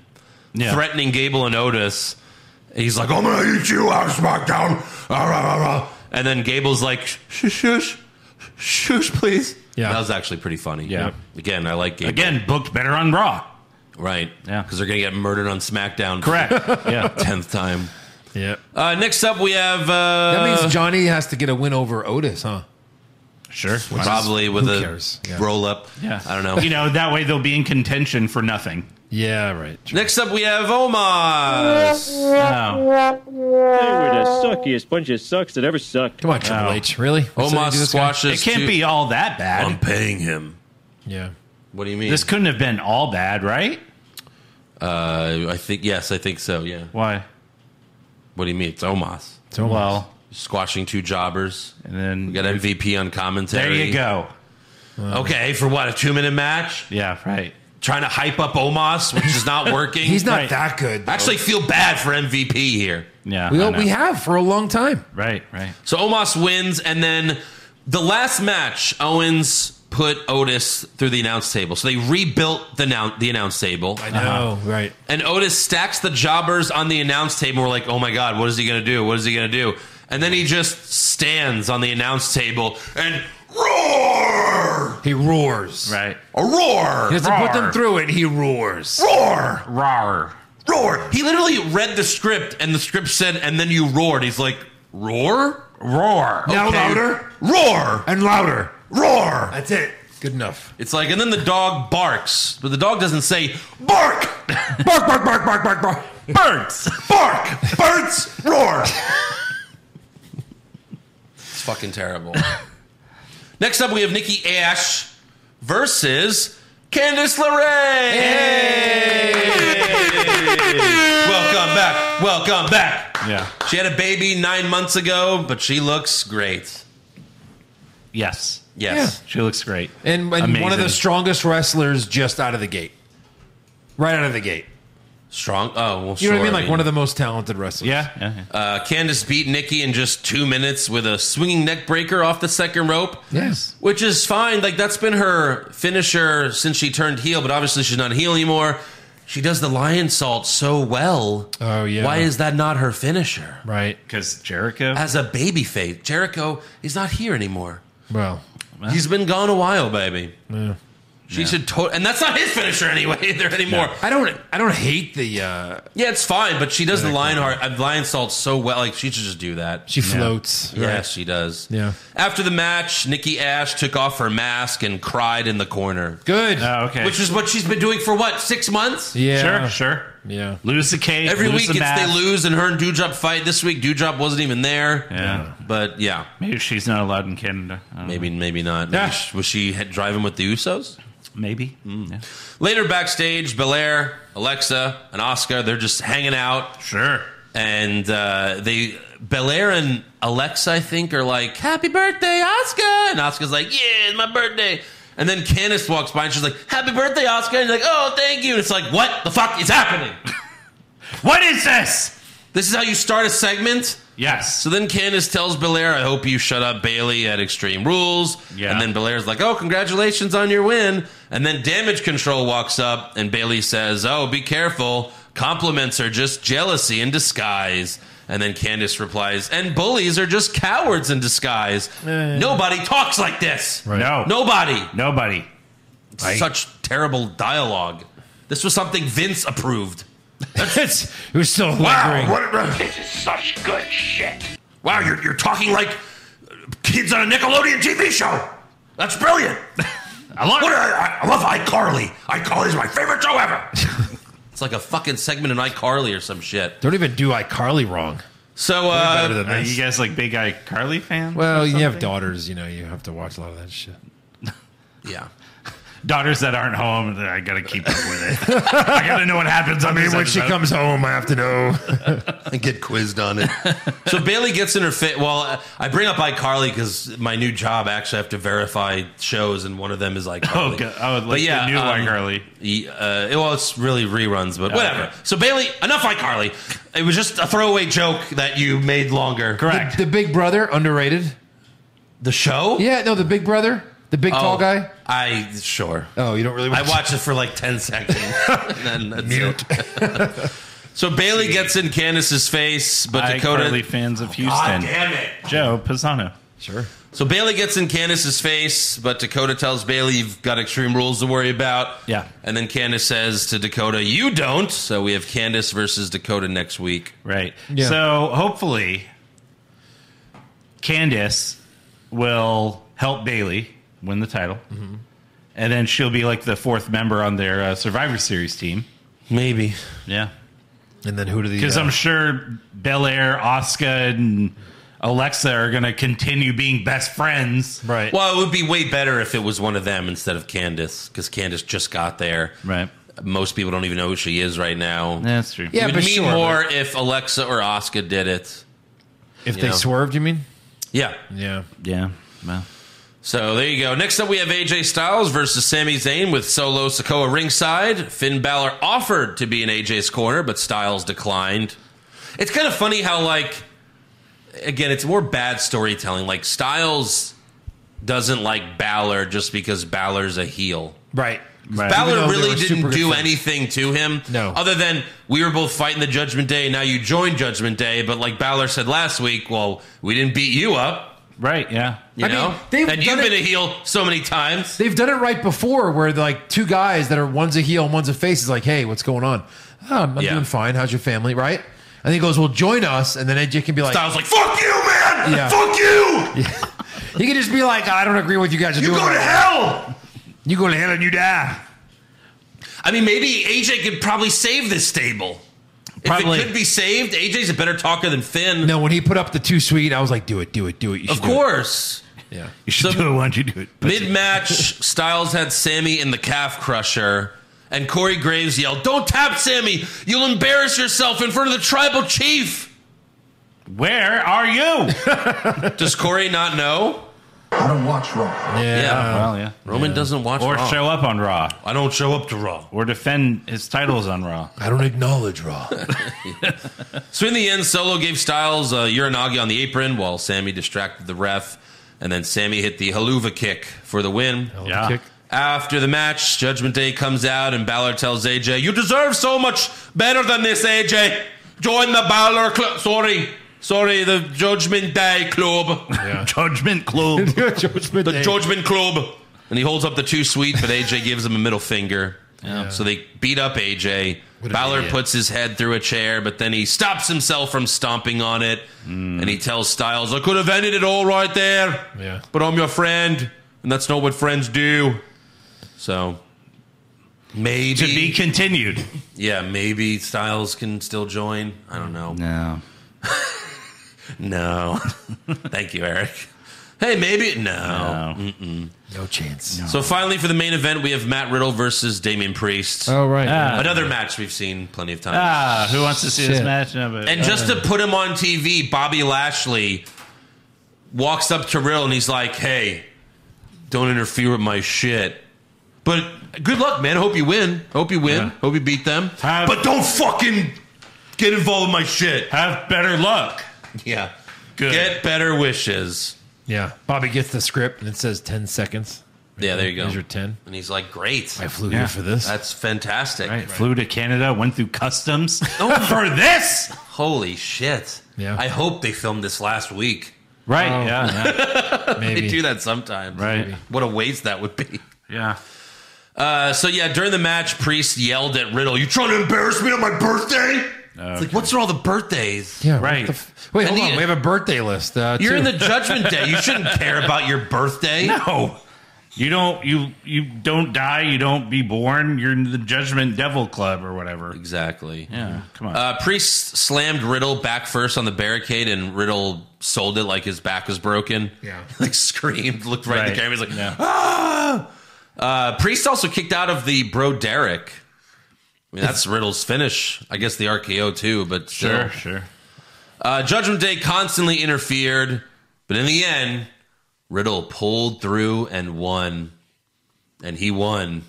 [SPEAKER 4] Yeah.
[SPEAKER 3] threatening Gable and Otis. And he's like, "Oh
[SPEAKER 7] I'm
[SPEAKER 3] my!"
[SPEAKER 7] gonna eat you out, SmackDown! Ah, rah, rah, rah.
[SPEAKER 3] And then Gable's like, "Shush, shush, shush, please.
[SPEAKER 1] Yeah.
[SPEAKER 3] That was actually pretty funny.
[SPEAKER 4] Yeah.
[SPEAKER 3] Again, I like Gable.
[SPEAKER 4] Again, booked better on Raw.
[SPEAKER 3] Right.
[SPEAKER 4] Yeah.
[SPEAKER 3] Because they're going to get murdered on SmackDown. <laughs>
[SPEAKER 4] Correct. yeah.
[SPEAKER 3] 10th time.
[SPEAKER 1] Yeah.
[SPEAKER 3] Uh, next up, we have. Uh,
[SPEAKER 5] That means Johnny has to get a win over Otis, huh?
[SPEAKER 4] Sure.
[SPEAKER 3] Probably with
[SPEAKER 5] Who
[SPEAKER 3] a
[SPEAKER 5] cares? Yeah.
[SPEAKER 3] roll up.
[SPEAKER 4] Yeah.
[SPEAKER 3] I don't know.
[SPEAKER 4] You know, that way they'll be in contention for nothing.
[SPEAKER 1] Yeah, right.
[SPEAKER 3] Next up, we have Omos.
[SPEAKER 4] Oh.
[SPEAKER 9] They were the suckiest bunch of sucks that ever sucked.
[SPEAKER 5] Come on, Triple
[SPEAKER 4] No.
[SPEAKER 5] H. Really? We're saying
[SPEAKER 3] Omos
[SPEAKER 5] do this guy?
[SPEAKER 4] It
[SPEAKER 3] squashes.
[SPEAKER 4] can't
[SPEAKER 3] two-
[SPEAKER 4] be all that bad.
[SPEAKER 3] I'm paying him.
[SPEAKER 5] Yeah.
[SPEAKER 3] What do you mean?
[SPEAKER 4] this couldn't have been all bad, right?
[SPEAKER 3] uh, I think yes, I think so. Yeah.
[SPEAKER 4] Why?
[SPEAKER 3] What do you mean? It's Omos
[SPEAKER 4] Well,
[SPEAKER 3] squashing two jobbers.
[SPEAKER 4] and then
[SPEAKER 3] We got MVP on commentary.
[SPEAKER 4] there you go.
[SPEAKER 3] Okay, for what a two minute match,
[SPEAKER 4] Yeah, right.
[SPEAKER 3] trying to hype up Omos, which is
[SPEAKER 4] <laughs>
[SPEAKER 3] not working.
[SPEAKER 5] He's not
[SPEAKER 4] Right.
[SPEAKER 5] that good.
[SPEAKER 3] I
[SPEAKER 5] though.
[SPEAKER 3] actually feel bad for MVP here.
[SPEAKER 4] Yeah. I
[SPEAKER 5] we,
[SPEAKER 4] know.
[SPEAKER 5] we have for a long time.
[SPEAKER 4] right, right.
[SPEAKER 3] So Omos wins, and then the last match, Owens put Otis through the announce table. So they rebuilt the announce, the announce table.
[SPEAKER 5] I know. Right.
[SPEAKER 3] And Otis stacks the jobbers on the announce table. We're like, oh my God, what is he going to do? What is he going to do? And then he just stands on the announce table and roar!
[SPEAKER 5] He roars.
[SPEAKER 4] Right.
[SPEAKER 3] A roar!
[SPEAKER 5] He has to put them
[SPEAKER 4] Roar.
[SPEAKER 5] through it. He roars.
[SPEAKER 3] roar!
[SPEAKER 4] Rawr.
[SPEAKER 3] Roar! He literally read the script and the script said, and then you roared. He's like, roar?
[SPEAKER 4] Roar.
[SPEAKER 7] Now
[SPEAKER 3] Okay.
[SPEAKER 7] louder
[SPEAKER 3] Roar!
[SPEAKER 7] and louder. Roar!
[SPEAKER 5] That's it. Good enough.
[SPEAKER 3] It's like, and then the dog barks, but the dog doesn't say,
[SPEAKER 7] Bark! Bark, bark, bark, bark, bark, bark.
[SPEAKER 4] Birds.
[SPEAKER 7] Bark! Birds roar!
[SPEAKER 3] It's fucking terrible. <laughs> Next up, we have Nikki Ash versus Candice LeRae. Welcome back. Welcome back.
[SPEAKER 4] Yeah.
[SPEAKER 3] She had a baby nine months ago, but she looks great.
[SPEAKER 4] Yes.
[SPEAKER 3] Yes.
[SPEAKER 4] She looks great.
[SPEAKER 5] And, and one of the
[SPEAKER 4] Amazing.
[SPEAKER 5] strongest wrestlers just out of the gate. Right out of the gate.
[SPEAKER 3] Strong. Oh, well,
[SPEAKER 5] You know what I mean? Like one of the most talented wrestlers.
[SPEAKER 4] Yeah. yeah, yeah.
[SPEAKER 3] Uh, Candice beat Nikki in just two minutes with a swinging neck breaker off the second rope.
[SPEAKER 5] Yes.
[SPEAKER 3] Which is fine. Like that's been her finisher since she turned heel, but obviously she's not heel anymore. She does the lion salt so well.
[SPEAKER 5] Oh, yeah.
[SPEAKER 3] Why is that not her finisher?
[SPEAKER 5] Right.
[SPEAKER 4] Because Jericho.
[SPEAKER 3] As a baby face, Jericho is not here anymore.
[SPEAKER 5] Well.
[SPEAKER 3] He's been gone a while, baby. She should to- and that's not his finisher anyway <laughs> either anymore.
[SPEAKER 5] I don't I don't hate the uh
[SPEAKER 3] Yeah, it's fine, but she does the lion heart uh, lion salt so well. Like she should just do that.
[SPEAKER 5] she floats.
[SPEAKER 3] Yes, she does.
[SPEAKER 5] Yeah.
[SPEAKER 3] After the match, Nikki Ash took off her mask and cried in the corner,
[SPEAKER 5] Good.
[SPEAKER 4] oh, okay.
[SPEAKER 3] which is what she's been doing for what six months.
[SPEAKER 5] yeah.
[SPEAKER 4] Sure, sure.
[SPEAKER 5] Yeah.
[SPEAKER 4] Lose the cake.
[SPEAKER 3] Every
[SPEAKER 4] lose
[SPEAKER 3] week
[SPEAKER 4] the
[SPEAKER 3] it's
[SPEAKER 4] mask.
[SPEAKER 3] they lose and her and Dewdrop fight. This week Dewdrop wasn't even there.
[SPEAKER 4] Yeah.
[SPEAKER 3] But yeah,
[SPEAKER 4] Maybe she's not allowed in Canada. I don't know.
[SPEAKER 3] maybe maybe not. Maybe
[SPEAKER 5] Yeah.
[SPEAKER 3] she- was she he- driving with the Usos?
[SPEAKER 4] Maybe.
[SPEAKER 5] Mm.
[SPEAKER 4] Yeah.
[SPEAKER 3] Later backstage, Belair, Alexa, and Oscar they're just hanging out,
[SPEAKER 4] Sure.
[SPEAKER 3] and uh, they Belair and Alexa I think are like Happy birthday, Oscar, and Oscar's like Yeah, it's my birthday. And then Candice walks by and she's like, "Happy birthday, Oscar!" And you're like, "Oh, thank you." And it's like, "What the fuck is happening?" <laughs>
[SPEAKER 4] What is this?
[SPEAKER 3] this is how you start a segment.
[SPEAKER 4] Yes.
[SPEAKER 3] So then Candace tells Belair, I hope you shut up Bailey at Extreme Rules.
[SPEAKER 4] Yeah.
[SPEAKER 3] And then Belair's like, oh, congratulations on your win. And then Damage Control walks up and Bailey says, oh, be careful. Compliments are just jealousy in disguise. And then Candace replies, and bullies are just cowards in disguise. Nobody talks like this.
[SPEAKER 5] Right.
[SPEAKER 4] No.
[SPEAKER 3] Nobody.
[SPEAKER 4] Nobody. Right.
[SPEAKER 3] Such terrible dialogue. This was something Vince approved.
[SPEAKER 5] It's, it was still lingering.
[SPEAKER 7] Wow, what a-
[SPEAKER 2] This is such good shit.
[SPEAKER 7] wow you're, you're talking like kids on a Nickelodeon TV show. That's brilliant.
[SPEAKER 4] I love
[SPEAKER 7] What a, I, I love iCarly. iCarly is my favorite show ever.
[SPEAKER 3] <laughs> It's like a fucking segment in iCarly or some shit.
[SPEAKER 5] Don't even do iCarly wrong.
[SPEAKER 3] So, uh,
[SPEAKER 5] Better than
[SPEAKER 4] Are
[SPEAKER 5] this.
[SPEAKER 4] you guys like big eye Carly fans?
[SPEAKER 5] well,
[SPEAKER 4] or
[SPEAKER 5] you have
[SPEAKER 4] something?
[SPEAKER 5] daughters, you know, you have to watch a lot of that shit.
[SPEAKER 3] yeah.
[SPEAKER 4] daughters that aren't home. that I gotta keep up with it. I gotta know what happens. I mean,
[SPEAKER 5] When she comes home, I have to know.
[SPEAKER 3] and get quizzed on it. <laughs> so Bailey gets in her fit. Well, uh, I bring up iCarly because my new job actually I have to verify shows, and one of them is iCarly.
[SPEAKER 4] <laughs> Oh, God. oh, like
[SPEAKER 3] But yeah,
[SPEAKER 4] the new
[SPEAKER 3] um,
[SPEAKER 4] iCarly.
[SPEAKER 3] Ye- Uh, well, it's really reruns, but whatever.
[SPEAKER 4] okay.
[SPEAKER 3] So Bailey, enough iCarly. It was just a throwaway joke that you made longer.
[SPEAKER 5] the,
[SPEAKER 4] Correct.
[SPEAKER 5] the Big Brother, underrated.
[SPEAKER 3] The show?
[SPEAKER 5] Yeah, no, the Big Brother, the big
[SPEAKER 3] Oh,
[SPEAKER 5] tall guy.
[SPEAKER 3] I sure.
[SPEAKER 5] Oh, you don't really
[SPEAKER 3] I watched it for like 10
[SPEAKER 4] <laughs>
[SPEAKER 3] seconds. and then that's Mute. <laughs> so Bailey gets in Candace's face, but Dakota. Oh,
[SPEAKER 4] iCarly fans of Houston.
[SPEAKER 7] Damn it.
[SPEAKER 4] Joe Pisano.
[SPEAKER 5] Sure.
[SPEAKER 3] So Bailey gets in Candace's face, but Dakota tells Bailey, "You've got extreme rules to worry about."
[SPEAKER 4] Yeah.
[SPEAKER 3] And then Candace says to Dakota, "You don't." So we have Candace versus Dakota next week.
[SPEAKER 4] Right.
[SPEAKER 5] Yeah.
[SPEAKER 4] So hopefully, Candace will help Bailey win the title,
[SPEAKER 5] Mm-hmm.
[SPEAKER 4] and then she'll be like the fourth member on their uh, Survivor Series team.
[SPEAKER 3] Maybe.
[SPEAKER 4] Yeah,
[SPEAKER 5] And then who do the
[SPEAKER 4] because
[SPEAKER 5] uh,
[SPEAKER 4] I'm sure Belair, Oscar, and Alexa are going to continue being best friends.
[SPEAKER 5] right?
[SPEAKER 3] Well, it would be way better if it was one of them instead of Candace, because Candace just got there.
[SPEAKER 4] Right.
[SPEAKER 3] Most people don't even know who she is right now.
[SPEAKER 4] That's true.
[SPEAKER 5] Yeah,
[SPEAKER 3] it would
[SPEAKER 5] but
[SPEAKER 3] mean
[SPEAKER 5] sure,
[SPEAKER 3] more if Alexa or Oscar did it.
[SPEAKER 5] if
[SPEAKER 3] you
[SPEAKER 5] they
[SPEAKER 3] know.
[SPEAKER 5] swerved, you mean?
[SPEAKER 3] Yeah.
[SPEAKER 5] Yeah.
[SPEAKER 4] Yeah. Well.
[SPEAKER 3] So there you go. Next up, we have AJ Styles versus Sami Zayn with Solo Sokoa ringside. Finn Balor offered to be in AJ's corner, but Styles declined. It's kind of funny how, like, again, it's more bad storytelling. Like, Styles doesn't like Balor just because Balor's a heel.
[SPEAKER 5] Right.
[SPEAKER 4] Right.
[SPEAKER 5] Even
[SPEAKER 3] Balor
[SPEAKER 5] though they
[SPEAKER 3] really
[SPEAKER 5] were super
[SPEAKER 3] didn't
[SPEAKER 5] good
[SPEAKER 3] do
[SPEAKER 5] friends.
[SPEAKER 3] anything to him.
[SPEAKER 5] No.
[SPEAKER 3] Other than we were both fighting the Judgment Day. Now you joined Judgment Day, but like Balor said last week, well, we didn't beat you up.
[SPEAKER 4] Right. Yeah.
[SPEAKER 3] You
[SPEAKER 5] I mean,
[SPEAKER 3] know,
[SPEAKER 5] they've
[SPEAKER 3] and
[SPEAKER 5] done
[SPEAKER 3] you've been
[SPEAKER 5] it-
[SPEAKER 3] a heel so many times.
[SPEAKER 5] They've done it right before, where like two guys that are one's a heel and one's a face is like, "Hey, what's going on? Oh, I'm, I'm
[SPEAKER 3] Yeah.
[SPEAKER 5] doing fine. How's your family? Right?" And he goes, "Well, join us," and then AJ can be like,
[SPEAKER 3] Styles like, fuck,
[SPEAKER 10] Fuck you, man!
[SPEAKER 5] Yeah.
[SPEAKER 10] Fuck you!
[SPEAKER 5] he can just be like, "I don't agree with you guys are
[SPEAKER 10] You
[SPEAKER 5] doing."
[SPEAKER 10] go to
[SPEAKER 5] right
[SPEAKER 10] hell!
[SPEAKER 5] now." You go to hell and you die."
[SPEAKER 3] I mean, maybe AJ could probably save this stable.
[SPEAKER 4] Probably.
[SPEAKER 3] If it could be saved, AJ's a better talker than Finn.
[SPEAKER 5] No, when he put up the two sweet, I was like, "Do it, do it, do it." You
[SPEAKER 3] of
[SPEAKER 5] should do it."
[SPEAKER 3] course.
[SPEAKER 5] Yeah.
[SPEAKER 4] You should
[SPEAKER 3] So-
[SPEAKER 4] do it. Why don't you do it?
[SPEAKER 3] Mid
[SPEAKER 5] <laughs>
[SPEAKER 3] match, Styles had Sammy in the calf crusher, and Corey Graves yelled, Don't tap Sammy! You'll embarrass yourself in front of the tribal chief!
[SPEAKER 4] Where are you?
[SPEAKER 3] Does Corey not know?
[SPEAKER 7] I don't watch Raw.
[SPEAKER 5] Yeah.
[SPEAKER 4] <laughs> well, yeah.
[SPEAKER 3] Roman doesn't watch
[SPEAKER 4] Or
[SPEAKER 3] Raw.
[SPEAKER 4] show up on Raw,
[SPEAKER 3] I don't show up to Raw.
[SPEAKER 4] or defend his titles on Raw.
[SPEAKER 5] I don't acknowledge Raw. <laughs>
[SPEAKER 3] So in the end, Solo gave Styles a Uranagi on the apron while Sammy distracted the ref, and then Sammy hit the haluva kick for the win.
[SPEAKER 4] Yeah.
[SPEAKER 5] Kick.
[SPEAKER 3] After the match, Judgment Day comes out and Balor tells AJ, "You deserve so much better than this, AJ. Join the Balor Club. Sorry, sorry, the Judgment Day Club, <laughs>
[SPEAKER 4] Judgment Club.
[SPEAKER 5] Judgment
[SPEAKER 3] the
[SPEAKER 5] Day.
[SPEAKER 3] Judgment Club." And he holds up the two sweet, but AJ gives him a middle finger. So they beat up AJ.
[SPEAKER 5] What an
[SPEAKER 3] Balor
[SPEAKER 5] idiot.
[SPEAKER 3] puts his head through a chair, but then he stops himself from stomping on it,
[SPEAKER 4] Mm.
[SPEAKER 3] and he tells Styles, "I could have ended it all right there,
[SPEAKER 5] Yeah.
[SPEAKER 3] but I'm your friend, and that's not what friends do." So maybe,
[SPEAKER 4] to be continued.
[SPEAKER 3] yeah, maybe Styles can still join. I don't know.
[SPEAKER 4] No.
[SPEAKER 3] No, <laughs> thank you, Eric. Hey, maybe no.
[SPEAKER 5] No chance.
[SPEAKER 3] So finally, for the main event, we have Matt Riddle versus Damian Priest.
[SPEAKER 5] Oh right.
[SPEAKER 3] Another match we've seen plenty of times.
[SPEAKER 4] Ah, who wants to see this
[SPEAKER 5] Shit.
[SPEAKER 4] match? No, but- uh,
[SPEAKER 3] And just to put him on TV, Bobby Lashley walks up to Riddle and he's like, "Hey, don't interfere with my shit." But good luck, man. Hope you win. Hope you win. Hope you beat them.
[SPEAKER 4] Have-
[SPEAKER 3] but don't fucking get involved with my shit.
[SPEAKER 4] have better luck.
[SPEAKER 3] <laughs> Yeah.
[SPEAKER 4] Good.
[SPEAKER 3] Get better wishes.
[SPEAKER 5] Yeah. Bobby gets the script and it says ten seconds.
[SPEAKER 3] Yeah, there you go.
[SPEAKER 5] Here's your ten.
[SPEAKER 3] And he's like, "Great.
[SPEAKER 5] I flew
[SPEAKER 4] Yeah.
[SPEAKER 5] here for this.
[SPEAKER 3] That's fantastic.
[SPEAKER 4] Right, flew to Canada, went through customs
[SPEAKER 3] <laughs> Oh.
[SPEAKER 4] for this.
[SPEAKER 3] Holy shit.
[SPEAKER 5] Yeah.
[SPEAKER 3] I hope they filmed this last week.
[SPEAKER 4] Right,
[SPEAKER 5] Oh.
[SPEAKER 4] yeah, yeah,
[SPEAKER 5] Maybe.
[SPEAKER 3] They do that sometimes.
[SPEAKER 4] Right.
[SPEAKER 3] What a waste that would be."
[SPEAKER 4] yeah.
[SPEAKER 3] Uh, so yeah, during the match, Priest yelled at Riddle, "You trying to embarrass me on my birthday?" It's like, what's with all the birthdays?
[SPEAKER 5] Yeah. what
[SPEAKER 4] Right.
[SPEAKER 5] the f- Wait,
[SPEAKER 3] And
[SPEAKER 5] hold
[SPEAKER 3] the-
[SPEAKER 5] on. We have a birthday list. Uh,
[SPEAKER 3] You're
[SPEAKER 5] too.
[SPEAKER 3] in the Judgment Day. You shouldn't care about your
[SPEAKER 5] <laughs>
[SPEAKER 3] birthday.
[SPEAKER 4] No, you don't. You you don't die. You don't be born. You're in the Judgment Devil Club or whatever.
[SPEAKER 3] Exactly.
[SPEAKER 4] Yeah, come on.
[SPEAKER 3] Uh, Priest slammed Riddle back first on the barricade, and Riddle sold it like his back was broken.
[SPEAKER 5] Yeah.
[SPEAKER 3] <laughs> like screamed, looked right, in
[SPEAKER 4] Right.
[SPEAKER 3] the camera. He's like,
[SPEAKER 4] Yeah.
[SPEAKER 3] "Ah!" Uh, Priest also kicked out of the Bro Derek. I mean, that's Riddle's finish. I guess the RKO too, but still.
[SPEAKER 4] sure, sure.
[SPEAKER 3] Uh, Judgment Day constantly interfered, but in the end, Riddle pulled through and won. And he won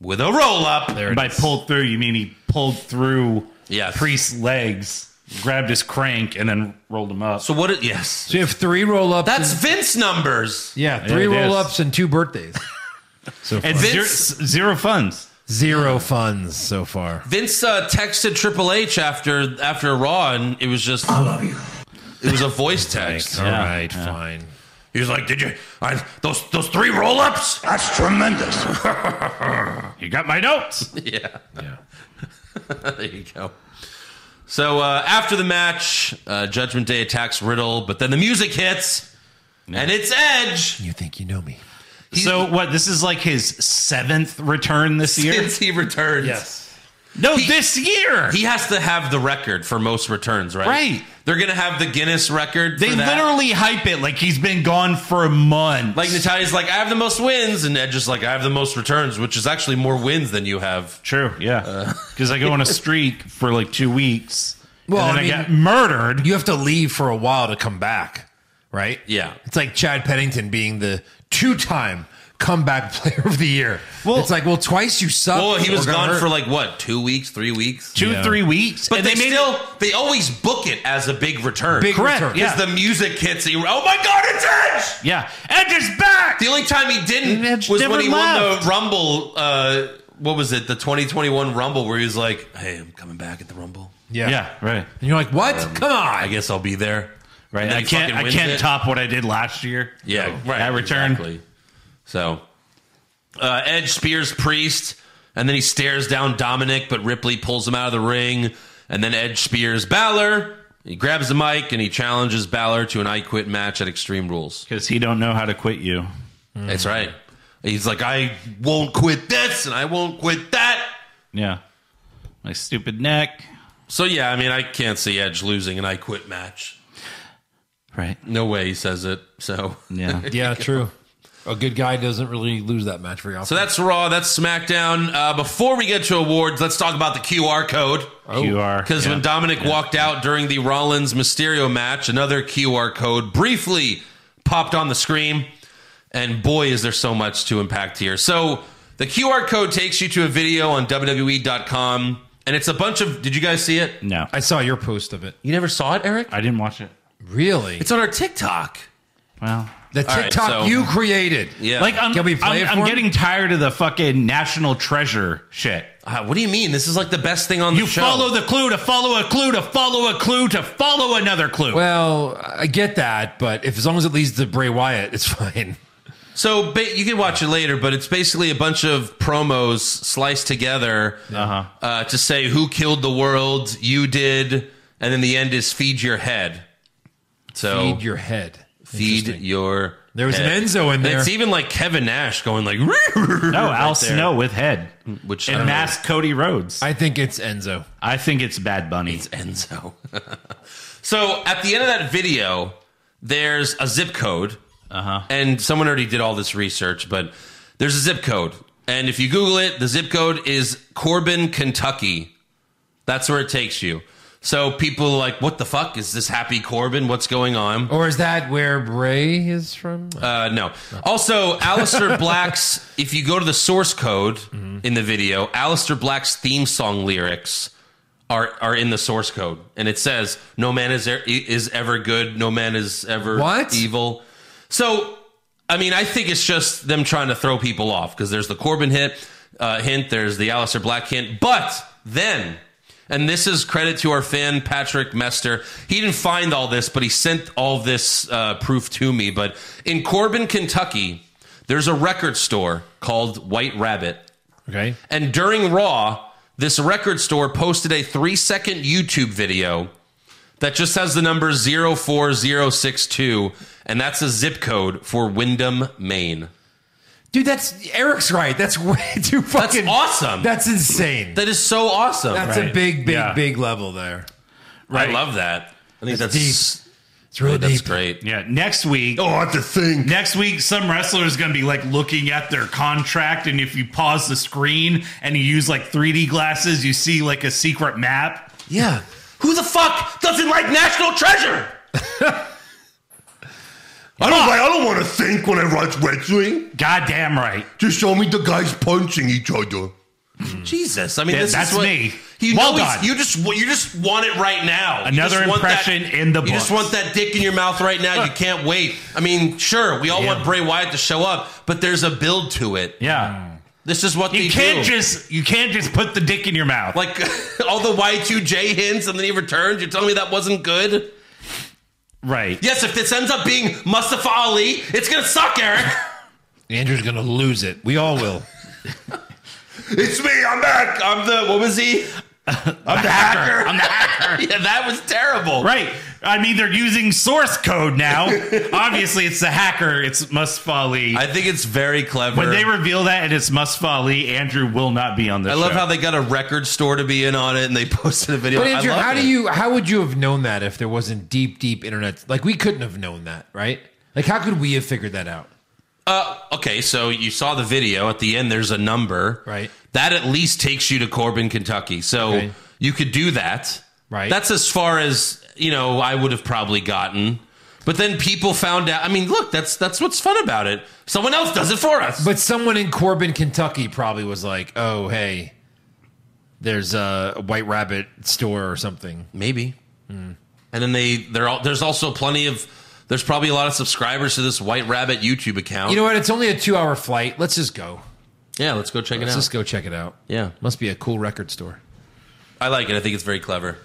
[SPEAKER 3] with a roll up.
[SPEAKER 5] There it
[SPEAKER 4] By
[SPEAKER 5] is.
[SPEAKER 4] pulled through, you mean he pulled through
[SPEAKER 3] Yes.
[SPEAKER 4] Priest's legs, grabbed his crank, and then rolled him up.
[SPEAKER 3] So what? It, yes,
[SPEAKER 5] So you have three roll ups.
[SPEAKER 3] that's Vince numbers.
[SPEAKER 5] yeah,
[SPEAKER 4] Yeah,
[SPEAKER 5] three
[SPEAKER 4] it is.
[SPEAKER 5] roll ups and
[SPEAKER 3] <laughs>
[SPEAKER 5] two birthdays. So far.
[SPEAKER 4] and zero,
[SPEAKER 3] Vince-
[SPEAKER 4] zero funds.
[SPEAKER 5] Zero funds so far.
[SPEAKER 3] Vince uh, texted Triple H after after Raw, and it was just
[SPEAKER 7] I love you.
[SPEAKER 3] it was a voice text. <laughs>
[SPEAKER 5] All
[SPEAKER 4] Yeah.
[SPEAKER 5] right, fine.
[SPEAKER 7] He's like, did you? I, those those three roll ups? That's tremendous.
[SPEAKER 4] You got my notes.
[SPEAKER 3] Yeah. there you go. So uh, after the match, uh, Judgment Day attacks Riddle, but then the music hits, and it's Edge
[SPEAKER 5] You think you know me?
[SPEAKER 4] so what? This is like his seventh return this
[SPEAKER 3] <laughs>
[SPEAKER 4] year.
[SPEAKER 3] since he returns.
[SPEAKER 4] No, this year.
[SPEAKER 3] He has to have the record for most returns, right?
[SPEAKER 4] Right.
[SPEAKER 3] They're gonna have the Guinness record.
[SPEAKER 4] they
[SPEAKER 3] for that.
[SPEAKER 4] literally hype it like he's been gone for a month.
[SPEAKER 3] like Natalia's like, I have the most wins, and Edge is like, I have the most returns, which is actually more wins than you have.
[SPEAKER 4] True,
[SPEAKER 3] Uh.
[SPEAKER 4] <laughs> yeah. Because I go on a streak for like two weeks.
[SPEAKER 5] Well,
[SPEAKER 4] and then I,
[SPEAKER 5] I mean-
[SPEAKER 4] got murdered.
[SPEAKER 5] You have to leave for a while to come back, right?
[SPEAKER 3] Yeah.
[SPEAKER 5] It's like Chad Pennington being the two-time comeback <laughs> player of the year.
[SPEAKER 4] Well-
[SPEAKER 5] it's like, well, twice you suck.
[SPEAKER 3] Well, he
[SPEAKER 5] Uh, We're
[SPEAKER 3] was
[SPEAKER 5] gonna
[SPEAKER 3] gone
[SPEAKER 5] hurt.
[SPEAKER 3] for like what, two weeks, three weeks?
[SPEAKER 4] two,
[SPEAKER 5] Yeah.
[SPEAKER 4] three weeks.
[SPEAKER 3] But
[SPEAKER 4] and
[SPEAKER 3] they,
[SPEAKER 4] they, made
[SPEAKER 3] still
[SPEAKER 4] it-
[SPEAKER 3] they always book it as a big return.
[SPEAKER 5] big
[SPEAKER 4] Correct,
[SPEAKER 5] return.
[SPEAKER 4] yeah.
[SPEAKER 3] Because the music hits. He, oh my God, it's Edge!
[SPEAKER 4] yeah. Edge is back.
[SPEAKER 3] The only time he didn't
[SPEAKER 4] And Edge
[SPEAKER 3] was
[SPEAKER 4] never
[SPEAKER 3] when he won
[SPEAKER 4] left.
[SPEAKER 3] the Rumble. Uh, what was it? The 2021 Rumble, where he was like, "Hey, I'm coming back at the Rumble.
[SPEAKER 5] Yeah.
[SPEAKER 4] Yeah. right,
[SPEAKER 5] And you're like, what? come on.
[SPEAKER 3] Um, I guess I'll be there."
[SPEAKER 4] right.
[SPEAKER 3] And then
[SPEAKER 4] I
[SPEAKER 3] he
[SPEAKER 4] can't,
[SPEAKER 3] fucking
[SPEAKER 4] I
[SPEAKER 3] wins
[SPEAKER 4] can't
[SPEAKER 3] it.
[SPEAKER 4] top what I did last year.
[SPEAKER 3] Yeah, right.
[SPEAKER 4] That return.
[SPEAKER 3] exactly. So, uh, Edge spears Priest, and then he stares down Dominic, but Ripley pulls him out of the ring, and then Edge spears Balor. He grabs the mic and he challenges Balor to an I Quit match at Extreme Rules.
[SPEAKER 4] Because he don't know how to quit you.
[SPEAKER 3] That's right. He's like, I won't quit this and I won't quit that.
[SPEAKER 4] Yeah. My stupid neck.
[SPEAKER 3] So yeah, I mean, I can't see Edge losing an I Quit match.
[SPEAKER 4] Right.
[SPEAKER 3] No way he says it. So
[SPEAKER 4] Yeah.
[SPEAKER 5] Yeah, true. A good guy doesn't really lose that match very often.
[SPEAKER 3] so that's Raw. That's SmackDown. Uh, before we get to awards, let's talk about the QR code.
[SPEAKER 4] QR.
[SPEAKER 3] Because
[SPEAKER 4] Oh. yeah.
[SPEAKER 3] when Dominic walked out during the Rollins Mysterio match, another QR code briefly popped on the screen. And boy, is there so much to impact here. So the QR code takes you to a video on WWE.com. And it's a bunch of. Did you guys see it?
[SPEAKER 4] No.
[SPEAKER 5] I saw your post of it.
[SPEAKER 3] You never saw it, Eric?
[SPEAKER 4] I didn't watch it.
[SPEAKER 5] Really?
[SPEAKER 3] It's on our TikTok.
[SPEAKER 4] Well,
[SPEAKER 5] The
[SPEAKER 3] All right,
[SPEAKER 5] TikTok
[SPEAKER 3] so-
[SPEAKER 5] you created.
[SPEAKER 3] Yeah.
[SPEAKER 4] like I'm,
[SPEAKER 5] Can we play
[SPEAKER 4] I'm-
[SPEAKER 5] it
[SPEAKER 4] I'm
[SPEAKER 5] for him?
[SPEAKER 4] getting tired of the fucking national treasure shit.
[SPEAKER 3] Uh, what do you mean? This is like the best thing on the
[SPEAKER 4] You
[SPEAKER 3] show.
[SPEAKER 4] follow the clue to follow a clue to follow a clue to follow another clue.
[SPEAKER 5] Well, I get that, but if as long as it leads to Bray Wyatt, it's <laughs> fine.
[SPEAKER 3] So ba- you can watch it later, but it's basically a bunch of promos sliced together
[SPEAKER 5] Uh-huh.
[SPEAKER 3] uh to say who killed the world, you did, and then the end is feed your head. So
[SPEAKER 5] Feed your head.
[SPEAKER 3] feed
[SPEAKER 5] Interesting.
[SPEAKER 3] your
[SPEAKER 5] There was an Enzo in
[SPEAKER 3] And
[SPEAKER 5] there.
[SPEAKER 3] It's even like Kevin Nash going like, <laughs> no, Oh,
[SPEAKER 4] no, Al Snow with head
[SPEAKER 3] which I
[SPEAKER 4] and
[SPEAKER 3] don't know.
[SPEAKER 4] mask Cody Rhodes. I,
[SPEAKER 5] I think it's Enzo.
[SPEAKER 4] think it's Bad Bunny.
[SPEAKER 3] It's Enzo. <laughs> so at the end of that video, there's a zip code. Uh-huh. And someone already did all this research, but there's a zip code. And if you Google it, the zip code is Corbin, Kentucky. That's where it takes you. So people are like, what the fuck? Is this Happy Corbin? What's going on?
[SPEAKER 5] Or is that where Bray is from?
[SPEAKER 3] Uh, no. Also, Alistair Black's, if you go to the source code in the video, Alistair Black's theme song lyrics are, are in the source code. And it says, No man is, er- is ever good, no man is ever
[SPEAKER 5] What?
[SPEAKER 3] evil. So, I mean, I think it's just them trying to throw people off because there's the Corbin hit, uh, hint, there's the Alistair Black hint. But then. And this is credit to our fan Patrick Mester. He didn't find all this, but he sent all this uh, proof to me. But in Corbin, Kentucky, there's a record store called White Rabbit,
[SPEAKER 5] okay.
[SPEAKER 3] and during Raw, this record store posted a three second YouTube video that just has the number 04062, and that's a zip code for Wyndham, Maine.
[SPEAKER 5] Dude, that's Eric's right. That's way <laughs> too fucking
[SPEAKER 3] awesome.
[SPEAKER 5] That's insane.
[SPEAKER 3] That is so awesome.
[SPEAKER 5] that's a big, big,
[SPEAKER 4] Yeah.
[SPEAKER 5] big level there.
[SPEAKER 3] I love that. I think that's,
[SPEAKER 5] That's It's really
[SPEAKER 3] Oh, that's
[SPEAKER 5] deep.
[SPEAKER 3] great.
[SPEAKER 4] Yeah, next week.
[SPEAKER 7] oh, that's a thing.
[SPEAKER 4] Next week, some wrestler is going to be like looking at their contract, and if you pause the screen and you use like 3D glasses, you see like a secret map.
[SPEAKER 5] Yeah.
[SPEAKER 3] Who the fuck doesn't like National Treasure?
[SPEAKER 7] I don't, I don't want to think when I watch wrestling.
[SPEAKER 4] Goddamn right.
[SPEAKER 7] Just show me the guys punching each other.
[SPEAKER 3] Jesus, I mean,
[SPEAKER 4] Yeah,
[SPEAKER 3] this
[SPEAKER 4] that's
[SPEAKER 3] is what,
[SPEAKER 4] me.
[SPEAKER 3] You
[SPEAKER 4] Well
[SPEAKER 3] know he's-
[SPEAKER 4] done.
[SPEAKER 3] You just wa- you just want it right now. You
[SPEAKER 4] Another
[SPEAKER 3] just want
[SPEAKER 4] impression in the
[SPEAKER 3] You just want
[SPEAKER 4] books.
[SPEAKER 3] that dick in your mouth right now. You can't wait. I mean, sure, we all want Bray Wyatt to show up, but there's a build to it.
[SPEAKER 4] Yeah.
[SPEAKER 3] This is what Mm. they
[SPEAKER 4] You can't
[SPEAKER 3] do.
[SPEAKER 4] just you can't just put the dick in your
[SPEAKER 3] <laughs>
[SPEAKER 4] mouth.
[SPEAKER 3] like all the Y2J hints, and then he returned. You're telling me that wasn't good?
[SPEAKER 4] Right.
[SPEAKER 3] Yes, if this ends up being Mustafa Ali, it's gonna suck, Eric.
[SPEAKER 5] Andrew's gonna lose it. We
[SPEAKER 3] <laughs>
[SPEAKER 5] all will.
[SPEAKER 3] it's me. I'm back. I'm the what was
[SPEAKER 4] <laughs>
[SPEAKER 3] he? I'm the hacker.
[SPEAKER 4] I'm
[SPEAKER 3] <laughs>
[SPEAKER 4] the hacker.
[SPEAKER 3] yeah, that was terrible.
[SPEAKER 4] Right. I mean, they're using source code now. Obviously, it's the hacker. It's Mustafa Ali.
[SPEAKER 3] I think it's very clever.
[SPEAKER 4] when they reveal that and it's Mustafa Ali, Andrew will not be on this
[SPEAKER 3] I love
[SPEAKER 4] show.
[SPEAKER 3] how they got a record store to be in on it, and they <laughs> posted a video.
[SPEAKER 5] But Andrew,
[SPEAKER 3] I love
[SPEAKER 5] how
[SPEAKER 3] it.
[SPEAKER 5] do you? How would you have known that if there wasn't deep, deep internet? Like we couldn't have known that, right? Like how could we have figured that out?
[SPEAKER 3] Uh, okay, so you saw the video. At the end, there's a number.
[SPEAKER 5] Right.
[SPEAKER 3] That at least takes you to Corbin, Kentucky. So
[SPEAKER 5] Okay.
[SPEAKER 3] you could do that.
[SPEAKER 5] Right.
[SPEAKER 3] That's as far as you know. I would have probably gotten. But then people found out. I mean, look, that's that's what's fun about it. Someone else does it for us.
[SPEAKER 5] But someone in Corbin, Kentucky, probably was like, "Oh, hey, there's a White Rabbit store or something."
[SPEAKER 3] Maybe. Hmm. And then they they're all, there's also plenty of there's probably a lot of subscribers to this White Rabbit YouTube account.
[SPEAKER 5] You know what? It's only a two-hour flight. Let's just go.
[SPEAKER 3] yeah, let's go check it
[SPEAKER 5] Let's
[SPEAKER 3] out.
[SPEAKER 5] just go check it out.
[SPEAKER 3] yeah,
[SPEAKER 5] Must be a cool record store.
[SPEAKER 3] I like it. I think it's very clever.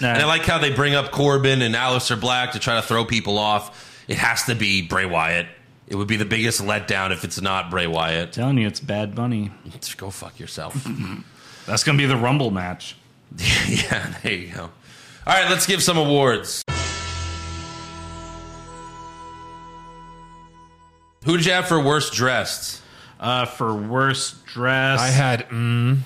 [SPEAKER 4] Nah.
[SPEAKER 3] And I like how they bring up Corbin and Aleister Black to try to throw people off. It has to be Bray Wyatt. It would be the biggest letdown if it's not Bray Wyatt.
[SPEAKER 11] telling you, it's Bad Bunny.
[SPEAKER 3] Just go fuck yourself. <laughs>
[SPEAKER 4] That's going to be the Rumble match.
[SPEAKER 3] yeah, there you go. All right, let's give some awards. Who did you have for worst dressed?
[SPEAKER 4] Uh, for worst dress.
[SPEAKER 5] I had mm,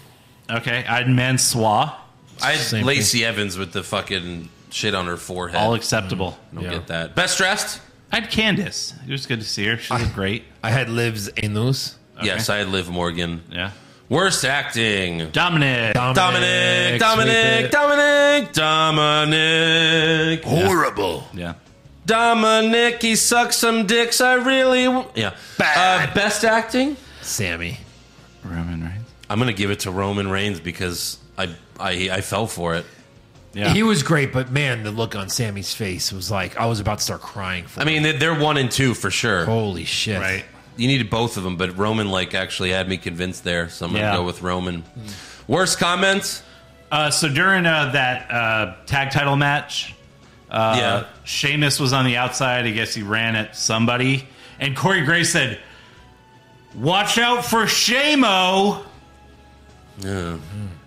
[SPEAKER 4] okay. I had Mansois.
[SPEAKER 3] I had
[SPEAKER 5] Same
[SPEAKER 3] Lacey Evans with the fucking shit on her forehead.
[SPEAKER 4] All acceptable.
[SPEAKER 3] Don't
[SPEAKER 5] Yeah.
[SPEAKER 3] get that. Best dressed?
[SPEAKER 4] I had Candace. It was good to see her. She looked great.
[SPEAKER 5] I had Liv's Anus.
[SPEAKER 3] Yes, I had Liv Morgan.
[SPEAKER 4] Yeah.
[SPEAKER 3] Worst acting.
[SPEAKER 4] Dominic.
[SPEAKER 3] Dominic, Dominic,
[SPEAKER 5] sweep it.
[SPEAKER 3] Dominic, Dominic.
[SPEAKER 7] Horrible.
[SPEAKER 4] yeah.
[SPEAKER 3] Dominic, he sucks some dicks. I really. W- yeah. Uh, best acting?
[SPEAKER 5] Sammy.
[SPEAKER 4] Roman Reigns.
[SPEAKER 3] I'm going to give it to Roman Reigns because I, I, I fell for it.
[SPEAKER 4] Yeah.
[SPEAKER 5] He was great, but man, the look on Sammy's face was like I was about to start crying. For
[SPEAKER 3] I mean, they- they're one and two for sure.
[SPEAKER 5] holy shit!
[SPEAKER 4] right.
[SPEAKER 3] You needed both of them, but Roman, like, actually had me convinced there. So I'm going to
[SPEAKER 4] Yeah.
[SPEAKER 3] go with Roman. Worst comments?
[SPEAKER 4] Uh, so during uh, that uh, tag title match, uh,
[SPEAKER 3] Yeah.
[SPEAKER 4] Sheamus was on the outside. I guess he ran at somebody. And Corey Gray said, Watch out for Shamo.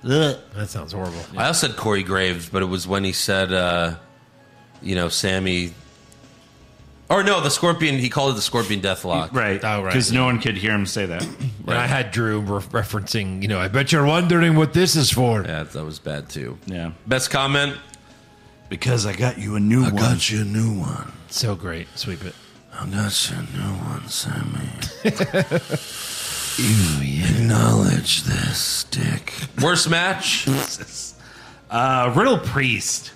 [SPEAKER 5] That sounds horrible.
[SPEAKER 3] I also said Corey Graves, but it was when he said, uh, you know, Sammy. Or no, the scorpion. He called it the scorpion death lock.
[SPEAKER 4] Right.
[SPEAKER 5] Oh, right,
[SPEAKER 4] Because no one could hear him say that.
[SPEAKER 5] And I had Drew re- referencing, you know, I bet you're wondering what this is for.
[SPEAKER 3] Yeah, that was bad too.
[SPEAKER 4] yeah.
[SPEAKER 3] Best comment.
[SPEAKER 12] <clears throat> Because I got you a new one.
[SPEAKER 3] you a new one.
[SPEAKER 5] So great, sweep it.
[SPEAKER 3] I got you a new one, Sammy. you acknowledge this stick. Worst match.
[SPEAKER 4] Uh, Riddle Priest.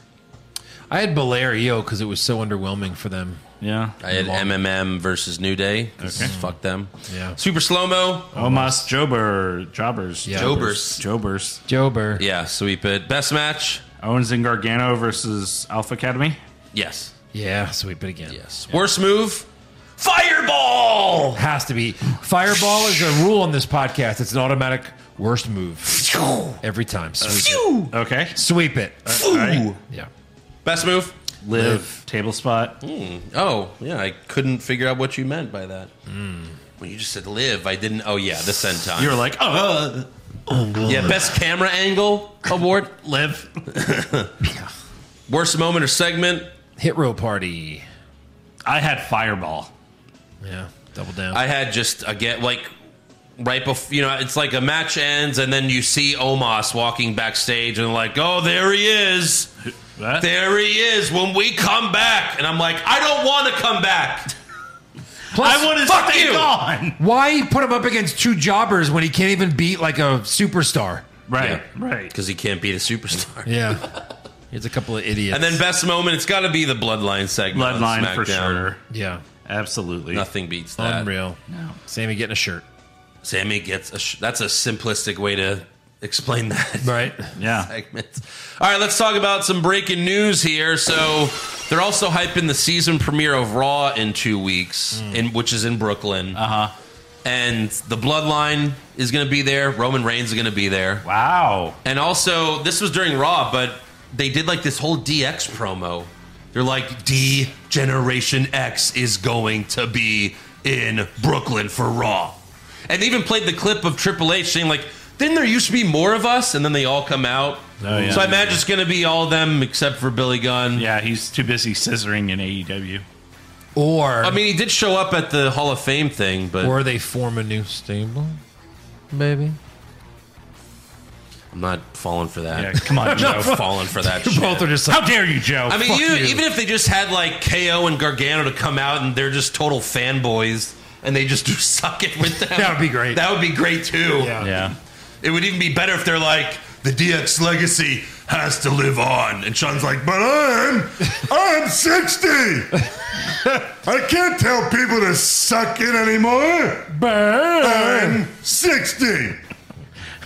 [SPEAKER 5] I had Belario because it was so underwhelming for them.
[SPEAKER 4] Yeah.
[SPEAKER 3] I had MMM versus New Day. 'cause Fuck them.
[SPEAKER 5] Yeah.
[SPEAKER 3] Super slow mo.
[SPEAKER 4] Omas Jober. Jobbers.
[SPEAKER 5] Yeah.
[SPEAKER 3] Jobers.
[SPEAKER 4] Jobbers.
[SPEAKER 5] Jober.
[SPEAKER 3] Yeah, sweep it. Best match.
[SPEAKER 4] Owens and Gargano versus Alpha Academy.
[SPEAKER 3] Yes.
[SPEAKER 5] Yeah, sweep it again.
[SPEAKER 3] Yes. Worst move. Fireball.
[SPEAKER 5] Has to be. Fireball is a rule on this podcast. It's an automatic worst move every time. Sweep it.
[SPEAKER 4] Okay.
[SPEAKER 5] Sweep it. Uh,
[SPEAKER 4] Live.
[SPEAKER 5] Yeah.
[SPEAKER 3] Best move.
[SPEAKER 4] Table spot.
[SPEAKER 3] Oh, yeah, I couldn't figure out what you meant by that. When you just said live, I didn't. Oh, yeah, the end time.
[SPEAKER 4] You were like, uh,
[SPEAKER 3] yeah, best camera angle award.
[SPEAKER 4] live.
[SPEAKER 3] Worst moment or segment.
[SPEAKER 5] Hit row party.
[SPEAKER 4] I had Fireball.
[SPEAKER 5] Yeah. Double down.
[SPEAKER 3] I had just, again, like, right before, you know, it's like a match ends and then you see Omos walking backstage and, like, oh, there he is.
[SPEAKER 4] What?
[SPEAKER 3] There he is when we come back. And I'm like, I don't want to come back.
[SPEAKER 4] I want to
[SPEAKER 3] Fuck
[SPEAKER 4] stay
[SPEAKER 3] you!
[SPEAKER 4] gone.
[SPEAKER 5] Why put him up against two jobbers when he can't even beat like a superstar?
[SPEAKER 4] Right. Right.
[SPEAKER 3] Because he can't be the superstar.
[SPEAKER 5] <laughs> Yeah. He's a couple of idiots.
[SPEAKER 3] And then best moment, it's got to be the Bloodline segment. on
[SPEAKER 4] Bloodline for
[SPEAKER 3] SmackDown.
[SPEAKER 4] sure.
[SPEAKER 5] yeah.
[SPEAKER 4] Absolutely.
[SPEAKER 3] Nothing beats that.
[SPEAKER 5] Unreal. Sammy getting a shirt.
[SPEAKER 3] Sammy gets a. Sh- that's a simplistic way to explain that.
[SPEAKER 5] Right.
[SPEAKER 3] <laughs>
[SPEAKER 4] Yeah.
[SPEAKER 3] segment. All right, let's talk about some breaking news here. So they're also hyping the season premiere of Raw in two weeks, in which is in Brooklyn. Uh huh. And the Bloodline is going to be there. Roman Reigns is going to be there.
[SPEAKER 4] Wow.
[SPEAKER 3] And also, this was during Raw, but they did like this whole DX promo. They're They're like, D Generation X is going to be in Brooklyn for Raw. And they even played the clip of Triple H saying, like, didn't there used to be more of us? And then they all come out.
[SPEAKER 4] Oh, yeah.
[SPEAKER 3] so I imagine it's going to be all of them except for Billy Gunn.
[SPEAKER 4] Yeah, he's too busy scissoring in E AEW.
[SPEAKER 5] Or
[SPEAKER 3] I mean, he did show up at the Hall of Fame thing, but
[SPEAKER 5] or they form a new stable, maybe.
[SPEAKER 3] I'm not falling for
[SPEAKER 4] Yeah,
[SPEAKER 3] that.
[SPEAKER 4] come on,
[SPEAKER 3] <laughs>
[SPEAKER 4] Joe.
[SPEAKER 3] I'm not falling for
[SPEAKER 4] <laughs>
[SPEAKER 3] that. shit.
[SPEAKER 4] Both are just like, how dare you, Joe?
[SPEAKER 3] I mean, you, even if they just had like KO and Gargano to come out and they're just total fanboys and they just <laughs> do suck it with them,
[SPEAKER 5] That would be great.
[SPEAKER 3] That would be great too.
[SPEAKER 4] yeah,
[SPEAKER 3] It would even be better if they're like the DX legacy has to live on, and Sean's like, but I'm
[SPEAKER 5] <laughs>
[SPEAKER 7] I'm 60. I can't tell people to suck it anymore. I'm 60.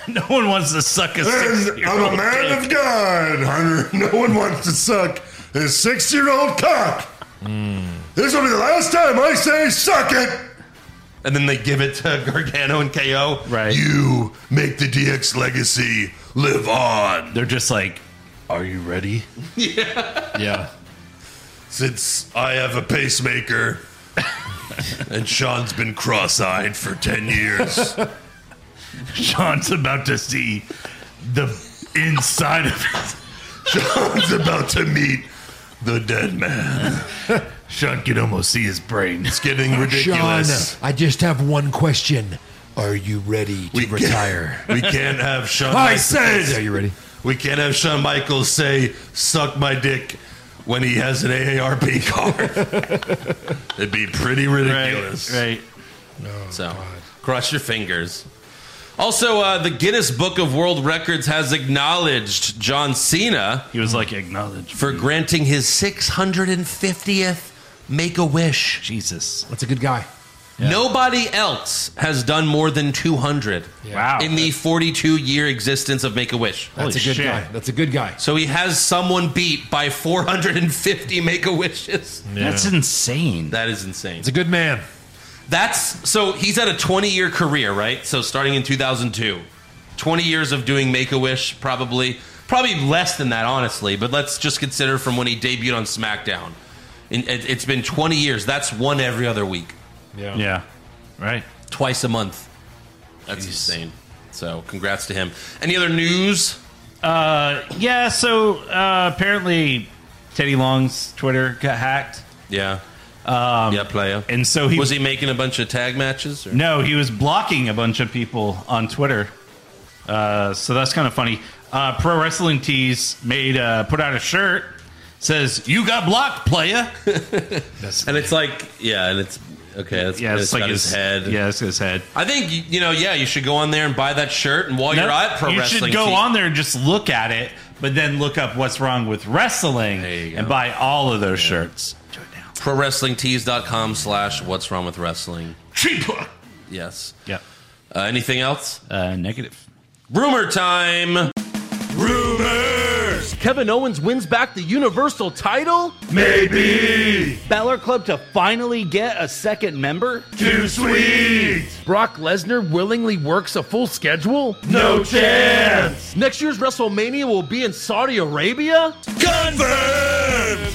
[SPEAKER 4] <laughs> no one wants to suck a
[SPEAKER 7] And I'm
[SPEAKER 4] six-year-old.
[SPEAKER 7] a man
[SPEAKER 4] dick.
[SPEAKER 7] of God, Hunter. <laughs> No one wants to suck a six year old cock. This will be the last time I say suck it.
[SPEAKER 3] and then they give it to Gargano and KO.
[SPEAKER 4] Right.
[SPEAKER 7] You make the DX legacy live on.
[SPEAKER 4] They're just like,
[SPEAKER 7] Are you
[SPEAKER 3] <laughs>
[SPEAKER 7] ready?
[SPEAKER 5] Yeah.
[SPEAKER 7] Since I have a pacemaker and Sean's been cross eyed for 10 years.
[SPEAKER 4] <laughs> Sean's about to see the inside of his.
[SPEAKER 7] Sean's about to meet the dead man.
[SPEAKER 4] Sean can almost see his brain.
[SPEAKER 7] It's getting ridiculous.
[SPEAKER 5] I just have one question. Are you ready to
[SPEAKER 7] can't-
[SPEAKER 5] retire?
[SPEAKER 7] we can't have Sean.
[SPEAKER 5] I
[SPEAKER 7] Michaels-
[SPEAKER 5] said- Are you ready?
[SPEAKER 7] We can't have Shawn Michaels say "suck my dick" when he has an AARP card. <laughs> It'd be pretty ridiculous.
[SPEAKER 4] Right.
[SPEAKER 3] So cross your fingers. Also, uh, the Guinness Book of World Records has acknowledged John Cena
[SPEAKER 4] He was like, acknowledge.
[SPEAKER 3] for granting his 650th Make a Wish.
[SPEAKER 4] Jesus.
[SPEAKER 5] That's a good guy.
[SPEAKER 3] Nobody else has done more than 200
[SPEAKER 4] Wow.
[SPEAKER 3] in the 42 year existence of Make a Wish.
[SPEAKER 5] That's
[SPEAKER 4] Holy
[SPEAKER 5] a good
[SPEAKER 4] shit.
[SPEAKER 5] guy. That's a good guy.
[SPEAKER 3] So he has someone beat by 450 Make a Wishes.
[SPEAKER 4] That's insane.
[SPEAKER 3] That is insane.
[SPEAKER 5] It's a good man.
[SPEAKER 3] That's so he's had a 20 year career, right? So starting in 2002, 20 years of doing Make a Wish, probably, probably less than that, honestly. But let's just consider from when he debuted on SmackDown. In, it, it's been 20 years. That's one every other week,
[SPEAKER 4] Yeah. Right.
[SPEAKER 3] twice a month. That's insane. So congrats to him. Any other news?
[SPEAKER 4] Uh, yeah, so uh, apparently Teddy Long's Twitter got hacked.
[SPEAKER 3] Yeah. Um, yeah, player.
[SPEAKER 4] And so he
[SPEAKER 3] was he making a bunch of tag matches? Or?
[SPEAKER 4] No, he was blocking a bunch of people on Twitter. Uh, so that's kind of funny. Uh, Pro Wrestling Tees made uh, put out a shirt says "You got blocked, playa."
[SPEAKER 3] <laughs> And it's like, yeah, and it's okay. That's,
[SPEAKER 4] Yeah, it's, like
[SPEAKER 3] got
[SPEAKER 4] his,
[SPEAKER 3] his, head.
[SPEAKER 4] Yeah, it's his head.
[SPEAKER 3] I think you know. Yeah, you should go on there and buy that shirt. And while
[SPEAKER 4] No,
[SPEAKER 3] Oh, you're at pro
[SPEAKER 4] you
[SPEAKER 3] wrestling,
[SPEAKER 4] should go
[SPEAKER 3] Tees-
[SPEAKER 4] on there and just look at it, but then look up what's wrong with wrestling
[SPEAKER 3] There you go.
[SPEAKER 4] and buy all of those shirts. Do it now.
[SPEAKER 3] pro wrestlingtees.com slash what's wrong with wrestling. Yes.
[SPEAKER 4] Yep.
[SPEAKER 3] Uh, anything else?
[SPEAKER 4] Uh, negative.
[SPEAKER 3] Rumor time.
[SPEAKER 7] Rumors,
[SPEAKER 6] Kevin Owens wins back the Universal title?
[SPEAKER 7] maybe
[SPEAKER 6] Balor Club to finally get a second member?
[SPEAKER 7] too sweet.
[SPEAKER 6] Brock Lesnar willingly works a full schedule?
[SPEAKER 7] No chance.
[SPEAKER 6] Next year's WrestleMania will be in Saudi Arabia?
[SPEAKER 7] Confirmed.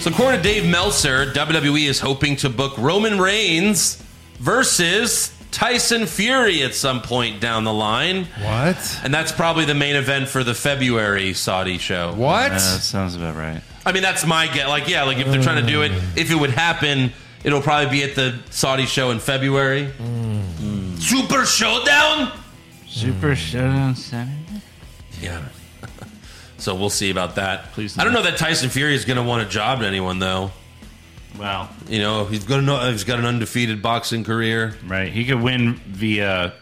[SPEAKER 3] So according to Dave Meltzer, WWE is hoping to book Roman Reigns versus Tyson Fury at some point down the line,
[SPEAKER 5] What?
[SPEAKER 3] and that's probably the main event for the February Saudi show.
[SPEAKER 5] What?
[SPEAKER 4] Uh, that sounds about right.
[SPEAKER 3] I mean, that's my guess. Like, yeah, like if they're trying to do it,
[SPEAKER 4] Mm.
[SPEAKER 3] if it would happen, it'll probably be at the Saudi show in February.
[SPEAKER 4] Mm.
[SPEAKER 3] Mm. Super Showdown.
[SPEAKER 4] Super Showdown Saturday.
[SPEAKER 3] Yeah. <laughs> so we'll see about that.
[SPEAKER 4] Please
[SPEAKER 3] I don't
[SPEAKER 4] no.
[SPEAKER 3] know that Tyson Fury is going to want a job to anyone though.
[SPEAKER 4] Wow.
[SPEAKER 3] You know, he's going to know he's got an undefeated boxing career.
[SPEAKER 4] Right. He could win via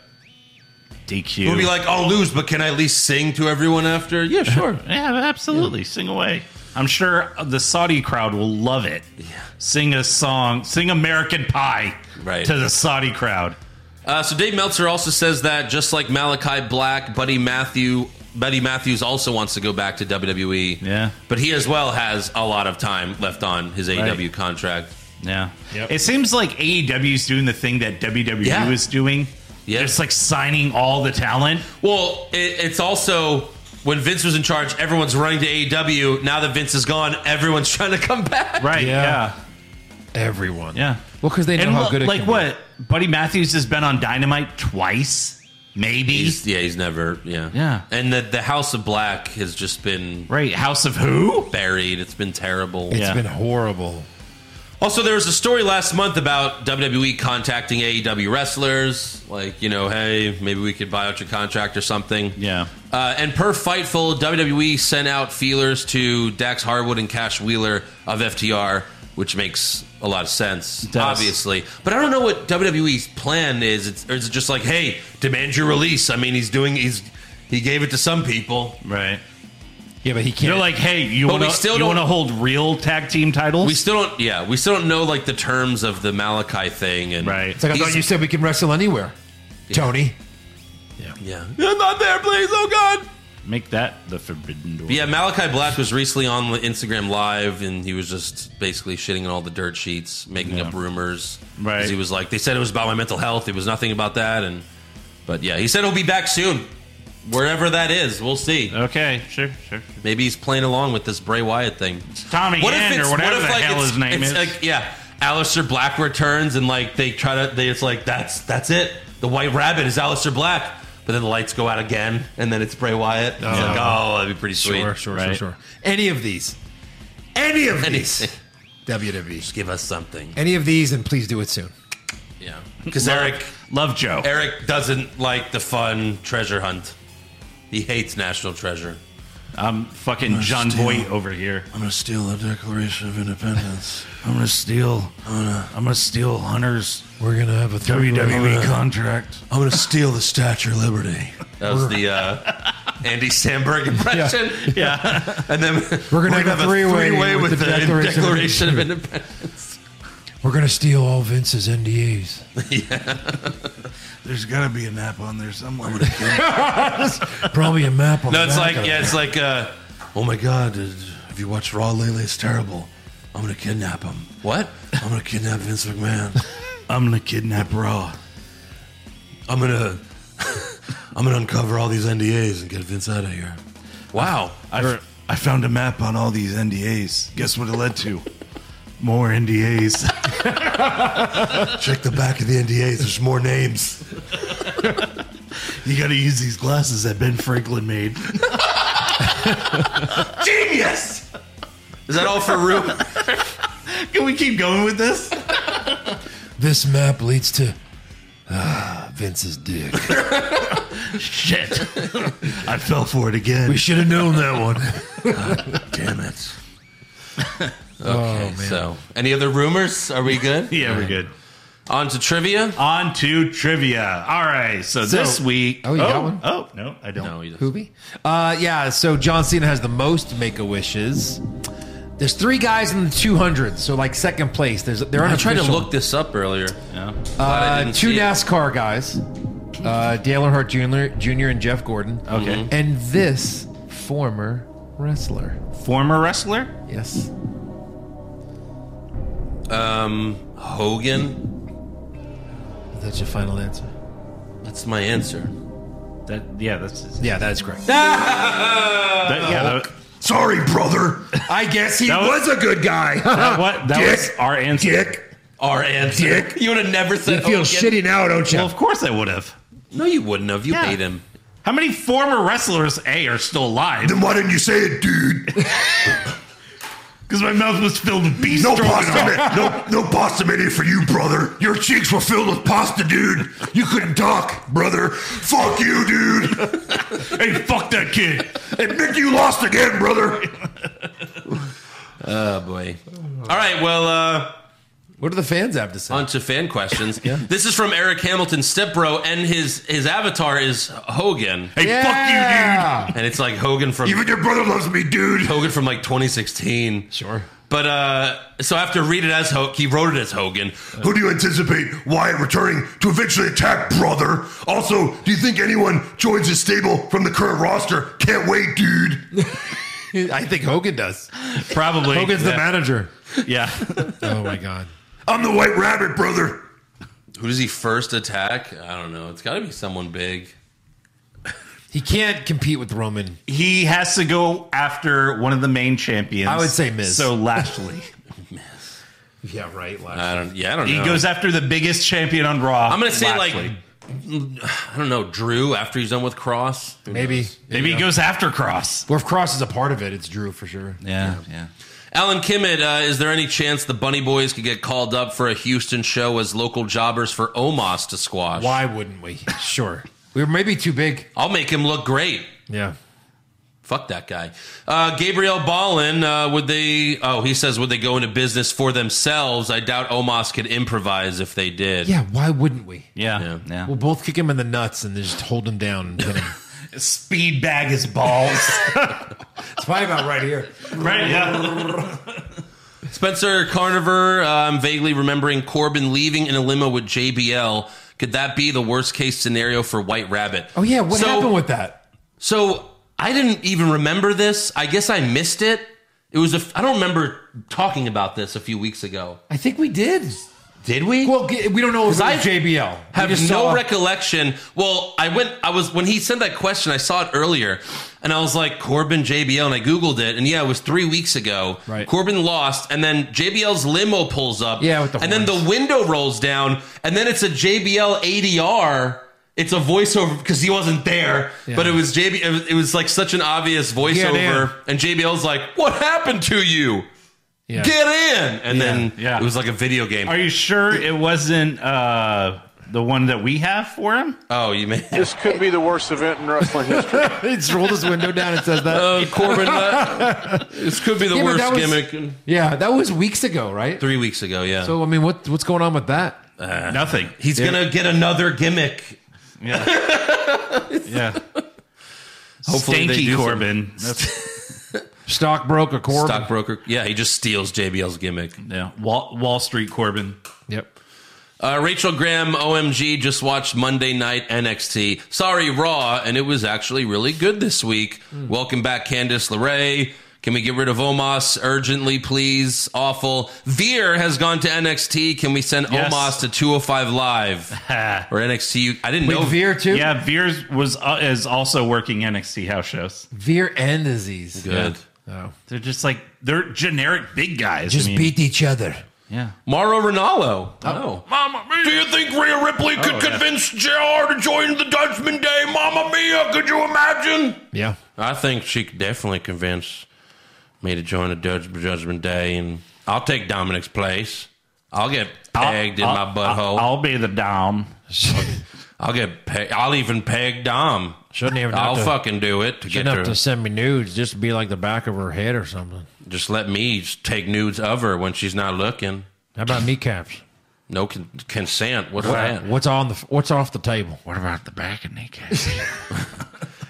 [SPEAKER 4] DQ.
[SPEAKER 3] He'll be like, "I'll lose, but can I at least sing to everyone after?" Yeah, sure.
[SPEAKER 4] yeah, absolutely. Sing away. I'm sure the Saudi crowd will love it. Yeah. Sing a song, sing American Pie
[SPEAKER 3] Right.
[SPEAKER 4] to the Saudi crowd.
[SPEAKER 3] Uh, so Dave Meltzer also says that just like Malachi Black, Buddy Matthew, Buddy Matthews also wants to go back to WWE.
[SPEAKER 4] Yeah.
[SPEAKER 3] but he as well has a lot of time left on his AEW contract.
[SPEAKER 4] Yeah. It seems like AEW is doing the thing that WWE
[SPEAKER 3] Yeah.
[SPEAKER 4] is doing.
[SPEAKER 3] Yeah.
[SPEAKER 4] Just like signing all the talent.
[SPEAKER 3] Well, it, it's also when Vince was in charge, everyone's running to AEW. Now that Vince is gone, everyone's <laughs> trying to come back.
[SPEAKER 13] Right. Yeah.
[SPEAKER 5] Everyone.
[SPEAKER 13] Yeah.
[SPEAKER 5] Well, because they know
[SPEAKER 13] And
[SPEAKER 5] how
[SPEAKER 13] look,
[SPEAKER 5] good it
[SPEAKER 13] like
[SPEAKER 5] can be.
[SPEAKER 13] what Buddy Matthews has been on Dynamite twice, maybe.
[SPEAKER 3] He's, yeah, he's never. Yeah.
[SPEAKER 13] Yeah.
[SPEAKER 3] And the the House of Black has just been
[SPEAKER 13] right. House of Who?
[SPEAKER 3] buried. It's been terrible.
[SPEAKER 5] It's
[SPEAKER 13] Yeah.
[SPEAKER 5] been horrible.
[SPEAKER 3] Also, there was a story last month about WWE contacting AEW wrestlers, like you know, hey, maybe we could buy out your contract or something.
[SPEAKER 13] Yeah.
[SPEAKER 3] Uh, and per Fightful, WWE sent out feelers to Dax Harwood and Cash Wheeler of FTR, which makes a lot of sense,
[SPEAKER 13] does.
[SPEAKER 3] obviously. But I don't know what WWE's plan is. It's, or is it just like, hey, demand your release? I mean, he's doing he's he gave it to some people.
[SPEAKER 13] Right.
[SPEAKER 5] Yeah, but he can't.
[SPEAKER 13] You're like, hey, you
[SPEAKER 3] But we
[SPEAKER 13] want
[SPEAKER 3] still
[SPEAKER 13] to you
[SPEAKER 3] don't-
[SPEAKER 13] want to hold real tag team titles?
[SPEAKER 3] We still don't. Yeah, we still don't know like the terms of the Malachi thing. And
[SPEAKER 13] Right.
[SPEAKER 5] it's like I
[SPEAKER 3] he's-
[SPEAKER 5] thought you said we can wrestle anywhere, Tony.
[SPEAKER 3] yeah, I'm not there, please. Oh God.
[SPEAKER 13] Make that the forbidden door.
[SPEAKER 3] But yeah, Malachi Black was recently on the Instagram Live, and he was just basically shitting on all the dirt sheets, making up rumors. 'Cause
[SPEAKER 13] Right.
[SPEAKER 3] He was like, they said it was about my mental health. It was nothing about that. And but yeah, he said he'll be back soon, wherever that is. We'll see.
[SPEAKER 13] Okay, sure, sure. sure.
[SPEAKER 3] Maybe he's playing along with this Bray Wyatt thing.
[SPEAKER 13] Tommy Yen or whatever the hell
[SPEAKER 3] it's-
[SPEAKER 13] his name
[SPEAKER 3] it's
[SPEAKER 13] is.
[SPEAKER 3] Like, yeah, Alistair Black returns, and like they try to, they it's like that's that's it. The White Rabbit is Alistair Black. But then the lights go out again, and then it's Bray Wyatt. It's like, oh, that'd be pretty sweet.
[SPEAKER 5] Sure, sure, sure,
[SPEAKER 13] Right.
[SPEAKER 5] sure. Any of these, any of
[SPEAKER 3] <laughs>
[SPEAKER 5] these, WWE,
[SPEAKER 3] give us something.
[SPEAKER 5] any of these, and please do it soon.
[SPEAKER 3] Yeah, because Eric
[SPEAKER 13] Love Joe.
[SPEAKER 3] Eric doesn't like the fun treasure hunt. He hates national treasure.
[SPEAKER 13] I'm fucking John
[SPEAKER 7] steal.
[SPEAKER 13] Voight over here.
[SPEAKER 7] I'm gonna steal the Declaration of Independence.
[SPEAKER 13] I'm gonna steal. I'm gonna steal Hunter's
[SPEAKER 5] We're gonna have a E
[SPEAKER 7] E
[SPEAKER 13] contract.
[SPEAKER 7] I'm gonna steal the Statue of Liberty.
[SPEAKER 3] That was the <laughs> uh, Andy Sandberg impression. Yeah, <laughs> and then
[SPEAKER 5] We're gonna have a three-way
[SPEAKER 3] with, the, Declaration, of Independence.
[SPEAKER 5] We're gonna steal all Vince's NDAs.
[SPEAKER 7] There's gotta be an app on there somewhere. I'm gonna kill
[SPEAKER 5] Probably a map on <laughs>
[SPEAKER 3] No,
[SPEAKER 5] the
[SPEAKER 3] it's
[SPEAKER 5] back
[SPEAKER 3] like
[SPEAKER 5] of it.
[SPEAKER 3] yeah, it's like uh,
[SPEAKER 7] Oh my God! uh, Have you watched Raw lately? It's terrible. I'm gonna kidnap him.
[SPEAKER 3] what?
[SPEAKER 7] I'm gonna kidnap Vince McMahon. <laughs> I'm gonna kidnap Raw. I'm gonna <laughs> I'm gonna uncover all these NDAs and get Vince out of here.
[SPEAKER 3] Wow.
[SPEAKER 7] I I found a map on all these NDAs. Guess what it led to? More NDAs. <laughs> Check the back of the NDAs. There's more names. <laughs> you gotta use these glasses that Ben Franklin made.
[SPEAKER 3] Genius. Is that all for room?
[SPEAKER 13] Can we keep going with this?
[SPEAKER 5] this map leads to ah, Vince's <laughs> dick.
[SPEAKER 13] <laughs> Shit.
[SPEAKER 7] I fell for it again.
[SPEAKER 5] we should have known that one.
[SPEAKER 7] Damn it.
[SPEAKER 3] Okay, so any other rumors? Are we
[SPEAKER 4] <laughs>
[SPEAKER 3] good?
[SPEAKER 13] Yeah, we're good.
[SPEAKER 3] On to trivia.
[SPEAKER 13] On to trivia. All right. So, this week.
[SPEAKER 5] Oh, you got one?
[SPEAKER 13] Oh no, I don't.
[SPEAKER 3] No, he doesn't.
[SPEAKER 5] Hoobie? Uh, yeah. So John Cena has the most make a wishes. There's three guys in the 200s, so like second place. There's they're
[SPEAKER 3] I
[SPEAKER 5] unofficial.
[SPEAKER 3] tried to look this up earlier.
[SPEAKER 13] Yeah.
[SPEAKER 3] Glad I
[SPEAKER 5] Uh,
[SPEAKER 3] didn't
[SPEAKER 5] two
[SPEAKER 3] see it.
[SPEAKER 5] NASCAR guys, uh, Dale Earnhardt Jr., Jr. and Jeff Gordon.
[SPEAKER 13] Okay. Mhm.
[SPEAKER 5] And this former wrestler.
[SPEAKER 13] Former wrestler.
[SPEAKER 5] Yes.
[SPEAKER 3] Um, Hogan.
[SPEAKER 5] Is that your final answer?
[SPEAKER 3] That's my <laughs> answer.
[SPEAKER 13] That yeah, that's his-
[SPEAKER 5] Yeah, that is correct.
[SPEAKER 13] that, yeah. That,
[SPEAKER 7] Sorry, brother.
[SPEAKER 5] I guess he
[SPEAKER 13] That was-
[SPEAKER 5] a good
[SPEAKER 13] <laughs>
[SPEAKER 5] guy.
[SPEAKER 7] <laughs>
[SPEAKER 13] that what that was
[SPEAKER 5] Dick.
[SPEAKER 13] our answer.
[SPEAKER 3] Our answer. You would have never said. Hogan.
[SPEAKER 5] now, don't you?
[SPEAKER 13] Well, of course I would have.
[SPEAKER 3] No, you wouldn't have. You
[SPEAKER 13] Yeah.
[SPEAKER 3] hate him.
[SPEAKER 13] How many former wrestlers a are still alive?
[SPEAKER 7] Why didn't you say it, dude?
[SPEAKER 13] Because my mouth was filled with beef.
[SPEAKER 7] No
[SPEAKER 13] stroganoff.
[SPEAKER 7] pasta, ma- no, no pasta mania for you, brother. Your cheeks were filled with pasta, dude. You couldn't talk, brother. Fuck you, dude.
[SPEAKER 13] Hey, fuck that kid.
[SPEAKER 7] And Mick, you lost again, brother.
[SPEAKER 3] Oh boy. All right. Well, uh,
[SPEAKER 5] What do the fans have to say?
[SPEAKER 3] on to fan questions. This is from Eric Hamilton Stepbro, and his his avatar is Hogan,
[SPEAKER 13] Hey,
[SPEAKER 5] yeah.
[SPEAKER 3] and it's like Hogan from
[SPEAKER 7] Even your brother loves me, dude.
[SPEAKER 3] Hogan from like 2016.
[SPEAKER 5] Sure.
[SPEAKER 3] But uh, so I have to read it as Ho- he wrote it as Hogan.
[SPEAKER 7] Who do you anticipate Wyatt returning to eventually attack, brother? Also, do you think anyone joins his stable from the current roster? Can't wait, dude.
[SPEAKER 5] I think Hogan does.
[SPEAKER 13] fuck you, dude. Probably.
[SPEAKER 5] Hogan's the
[SPEAKER 13] yeah.
[SPEAKER 5] manager.
[SPEAKER 13] Yeah.
[SPEAKER 5] Oh my god.
[SPEAKER 7] I'm the White Rabbit, brother.
[SPEAKER 3] Who does he first attack? I don't know. It's got to be someone big.
[SPEAKER 5] He can't compete with Roman.
[SPEAKER 4] <laughs> He has to go after one of the main champions.
[SPEAKER 5] I would say Miz.
[SPEAKER 13] <laughs>
[SPEAKER 4] So Lashley.
[SPEAKER 5] Yeah, right.
[SPEAKER 3] I don't. Yeah, I don't.
[SPEAKER 4] he
[SPEAKER 3] know.
[SPEAKER 4] goes after the biggest champion on Raw.
[SPEAKER 3] I'm gonna say
[SPEAKER 4] Lashley.
[SPEAKER 3] like I don't know Drew after he's done with Cross. Who
[SPEAKER 5] Maybe.
[SPEAKER 3] knows?
[SPEAKER 4] maybe he goes after Cross.
[SPEAKER 5] Well, if Cross is a part of it, it's Drew for sure.
[SPEAKER 4] Yeah, yeah.
[SPEAKER 3] Alan Kimmett, uh, is there any chance the Bunny Boys could get called up for a Houston show as local jobbers for Omos to squash?
[SPEAKER 5] Why wouldn't we? Sure. we were maybe too big.
[SPEAKER 3] I'll make him look great.
[SPEAKER 5] Yeah.
[SPEAKER 3] Fuck that guy. Uh, Gabriel Ballin, uh, would they? Oh, he says, would they go into business for themselves? I doubt Omos could improvise if they did.
[SPEAKER 5] Yeah, why wouldn't we?
[SPEAKER 4] Yeah,
[SPEAKER 3] Yeah.
[SPEAKER 4] yeah.
[SPEAKER 5] We'll both kick him in the nuts and just hold him down and pin him.
[SPEAKER 4] Speed bag his balls.
[SPEAKER 5] <laughs> it's probably about right here.
[SPEAKER 4] right? Yeah.
[SPEAKER 3] Spencer Carniver, uh, I'm vaguely remembering Corbin leaving in a limo with JBL. Could that be the worst case scenario for White Rabbit?
[SPEAKER 5] Oh yeah, what
[SPEAKER 3] So-
[SPEAKER 5] happened with that?
[SPEAKER 3] So I didn't even remember this. I guess I missed it. It was a. F- I don't remember talking about this a few weeks ago.
[SPEAKER 5] I think we did.
[SPEAKER 3] Did we?
[SPEAKER 5] Well, g- we don't know if it was
[SPEAKER 3] I
[SPEAKER 5] JBL. We
[SPEAKER 3] have no
[SPEAKER 5] just saw-
[SPEAKER 3] recollection. Well, I went. I was when he sent that question. I saw it earlier, and I was like Corbin JBL, and I googled it, and yeah, it was three weeks ago.
[SPEAKER 5] Right.
[SPEAKER 3] Corbin lost, and then JBL's limo pulls up.
[SPEAKER 5] Yeah, with the
[SPEAKER 3] and then
[SPEAKER 5] horns.
[SPEAKER 3] the window rolls down, and then it's a JBL ADR. It's a voiceover because he wasn't there, but it was JB. It was, it was like such an obvious voiceover,
[SPEAKER 5] in.
[SPEAKER 3] and JBL's like, "What happened to you?
[SPEAKER 5] Yeah.
[SPEAKER 3] Get in!" And then
[SPEAKER 4] Yeah.
[SPEAKER 3] it was like a video game.
[SPEAKER 4] Are you sure it wasn't uh, the one that we have for him?
[SPEAKER 3] oh, you made.
[SPEAKER 2] This could be the worst event in wrestling history.
[SPEAKER 5] <laughs> he just rolled his window down and says that.
[SPEAKER 3] Uh, Corbin,
[SPEAKER 5] <laughs>
[SPEAKER 3] uh, this could be the
[SPEAKER 5] Yeah, but
[SPEAKER 3] worst
[SPEAKER 5] that was-
[SPEAKER 3] gimmick. in-
[SPEAKER 5] yeah, that was weeks ago, right?
[SPEAKER 3] Three weeks ago, yeah.
[SPEAKER 5] So I mean, what what's going on with that?
[SPEAKER 3] Uh,
[SPEAKER 4] Nothing.
[SPEAKER 3] He's gonna get another gimmick.
[SPEAKER 4] <laughs> Yeah.
[SPEAKER 3] Hopefully
[SPEAKER 4] Stanky
[SPEAKER 3] they do
[SPEAKER 4] Corbin. That's,
[SPEAKER 5] Stockbroker Corbin.
[SPEAKER 3] Stockbroker. Yeah, he just steals JBL's gimmick.
[SPEAKER 4] <laughs> yeah. Wall, Wall Street Corbin.
[SPEAKER 5] Yep.
[SPEAKER 3] Uh, Rachel Graham, OMG, just watched Monday Night NXT. Sorry, Raw, and it was actually really good this week.
[SPEAKER 5] Hmm.
[SPEAKER 3] Welcome back, Candice LeRae. Can we get rid of Omos urgently, please? Awful. Veer has gone to NXT. Can we send
[SPEAKER 4] Yes.
[SPEAKER 3] Omos to 205 Live
[SPEAKER 5] <laughs>
[SPEAKER 3] or NXT? I didn't
[SPEAKER 5] Wait,
[SPEAKER 3] know.
[SPEAKER 5] Veer too.
[SPEAKER 4] Yeah, Veers was uh, is also working NXT house shows.
[SPEAKER 5] Veer and disease.
[SPEAKER 3] Good.
[SPEAKER 5] Oh.
[SPEAKER 4] They're just like they're generic big guys. I
[SPEAKER 5] Just
[SPEAKER 4] mean,
[SPEAKER 5] beat each other.
[SPEAKER 4] Yeah.
[SPEAKER 3] Mauro Ronaldo. Oh. Mama Mia. Do you think Rhea Ripley could convince JR to join the Dutchman Day? Mama Mia, could you imagine?
[SPEAKER 5] Yeah.
[SPEAKER 3] I think she could definitely convince me to join the Dutch Judgment Day, and I'll take Dominic's place. I'll get pegged in my butthole.
[SPEAKER 4] I'll,
[SPEAKER 3] I'll,
[SPEAKER 4] be the dom.
[SPEAKER 3] get pegged. I'll even peg Dom.
[SPEAKER 5] Shouldn't even
[SPEAKER 3] I'll
[SPEAKER 5] have to-
[SPEAKER 3] fucking do it to get
[SPEAKER 5] Enough
[SPEAKER 3] her.
[SPEAKER 5] to send me nudes just to be like the back of her head or something.
[SPEAKER 3] Just let me take nudes of her when she's not looking.
[SPEAKER 4] <laughs>
[SPEAKER 5] How about kneecaps?
[SPEAKER 3] No con- consent. What's that?
[SPEAKER 5] What's on the what's off the table? What about the back of kneecaps?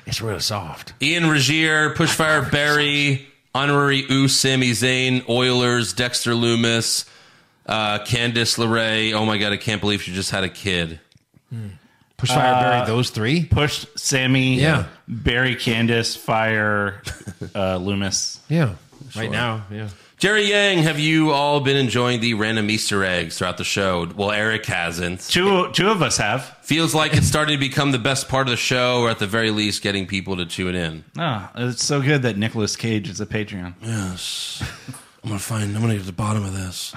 [SPEAKER 5] it's real soft.
[SPEAKER 3] Ian Regier, Pushfire Barry, Honorary Oo, Sami Zayn, Oilers, Dexter Loomis, uh, Candice LeRae. Oh my God, I can't believe she just had a kid.
[SPEAKER 5] Push fire, bury those three.
[SPEAKER 4] Push Sammy.
[SPEAKER 5] Yeah.
[SPEAKER 4] Barry Candice, Fire, uh, Loomis.
[SPEAKER 5] Yeah, right now. Yeah,
[SPEAKER 3] Jerry Yang, have you all been enjoying the random Easter eggs throughout the show? Well, Eric hasn't.
[SPEAKER 4] Two two of us have.
[SPEAKER 3] Feels like it's starting to become the best part of the show, or at the very least, getting people to tune in.
[SPEAKER 4] Ah, it's so good that Nicolas Cage is a Patreon.
[SPEAKER 3] I'm gonna find. I'm gonna get to the bottom of this.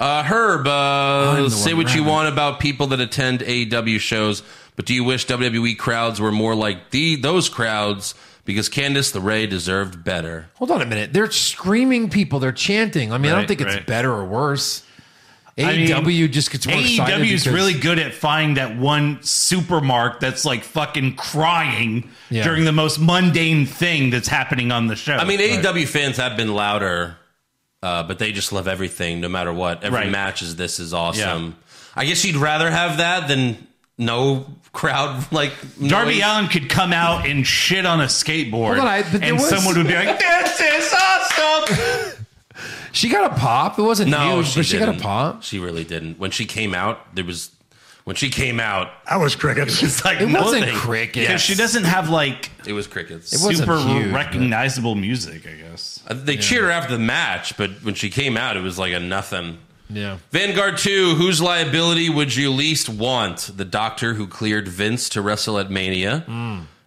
[SPEAKER 3] Uh, Herb, uh, say what you want about people that attend AEW shows, but do you wish WWE crowds were more like the those crowds? Because Candice LeRae deserved better.
[SPEAKER 5] hold on a minute. They're screaming, people. They're chanting. I mean, I don't
[SPEAKER 4] Right,
[SPEAKER 5] think
[SPEAKER 4] right.
[SPEAKER 5] it's better or worse.
[SPEAKER 4] I mean,
[SPEAKER 5] AEW just gets more excited
[SPEAKER 4] AEW E is
[SPEAKER 5] because-
[SPEAKER 4] really good at finding that one supermark that's like fucking crying
[SPEAKER 5] Yeah.
[SPEAKER 4] during the most mundane thing that's happening on the show.
[SPEAKER 3] I mean, AEW fans have been louder, uh, but they just love everything, no matter what. Every
[SPEAKER 4] Right.
[SPEAKER 3] match is this is awesome. I guess you'd rather have that than no crowd <laughs> like
[SPEAKER 4] Darby
[SPEAKER 3] noise.
[SPEAKER 4] Allen could come out and shit on a skateboard,
[SPEAKER 5] Hold on, I- but there
[SPEAKER 4] and
[SPEAKER 5] was-
[SPEAKER 4] someone would be
[SPEAKER 5] <laughs>
[SPEAKER 4] like, "This is awesome." <laughs>
[SPEAKER 5] She got a pop. It wasn't
[SPEAKER 3] No,
[SPEAKER 5] huge,
[SPEAKER 3] she
[SPEAKER 5] but she got a
[SPEAKER 3] didn't.
[SPEAKER 5] pop.
[SPEAKER 3] She really didn't. When she came out, there was when she came out,
[SPEAKER 8] I was crickets.
[SPEAKER 3] it's like
[SPEAKER 5] It wasn't
[SPEAKER 3] nothing.
[SPEAKER 5] cricket.
[SPEAKER 4] Because she doesn't have like
[SPEAKER 3] It was crickets.
[SPEAKER 5] It wasn't
[SPEAKER 4] super
[SPEAKER 5] huge, but-
[SPEAKER 4] recognizable music, I guess.
[SPEAKER 3] Uh, they cheered her after the match, but when she came out, it was like a nothing.
[SPEAKER 5] Yeah.
[SPEAKER 3] Vanguard 2, whose liability would you least want? The doctor who cleared Vince to wrestle at Mania.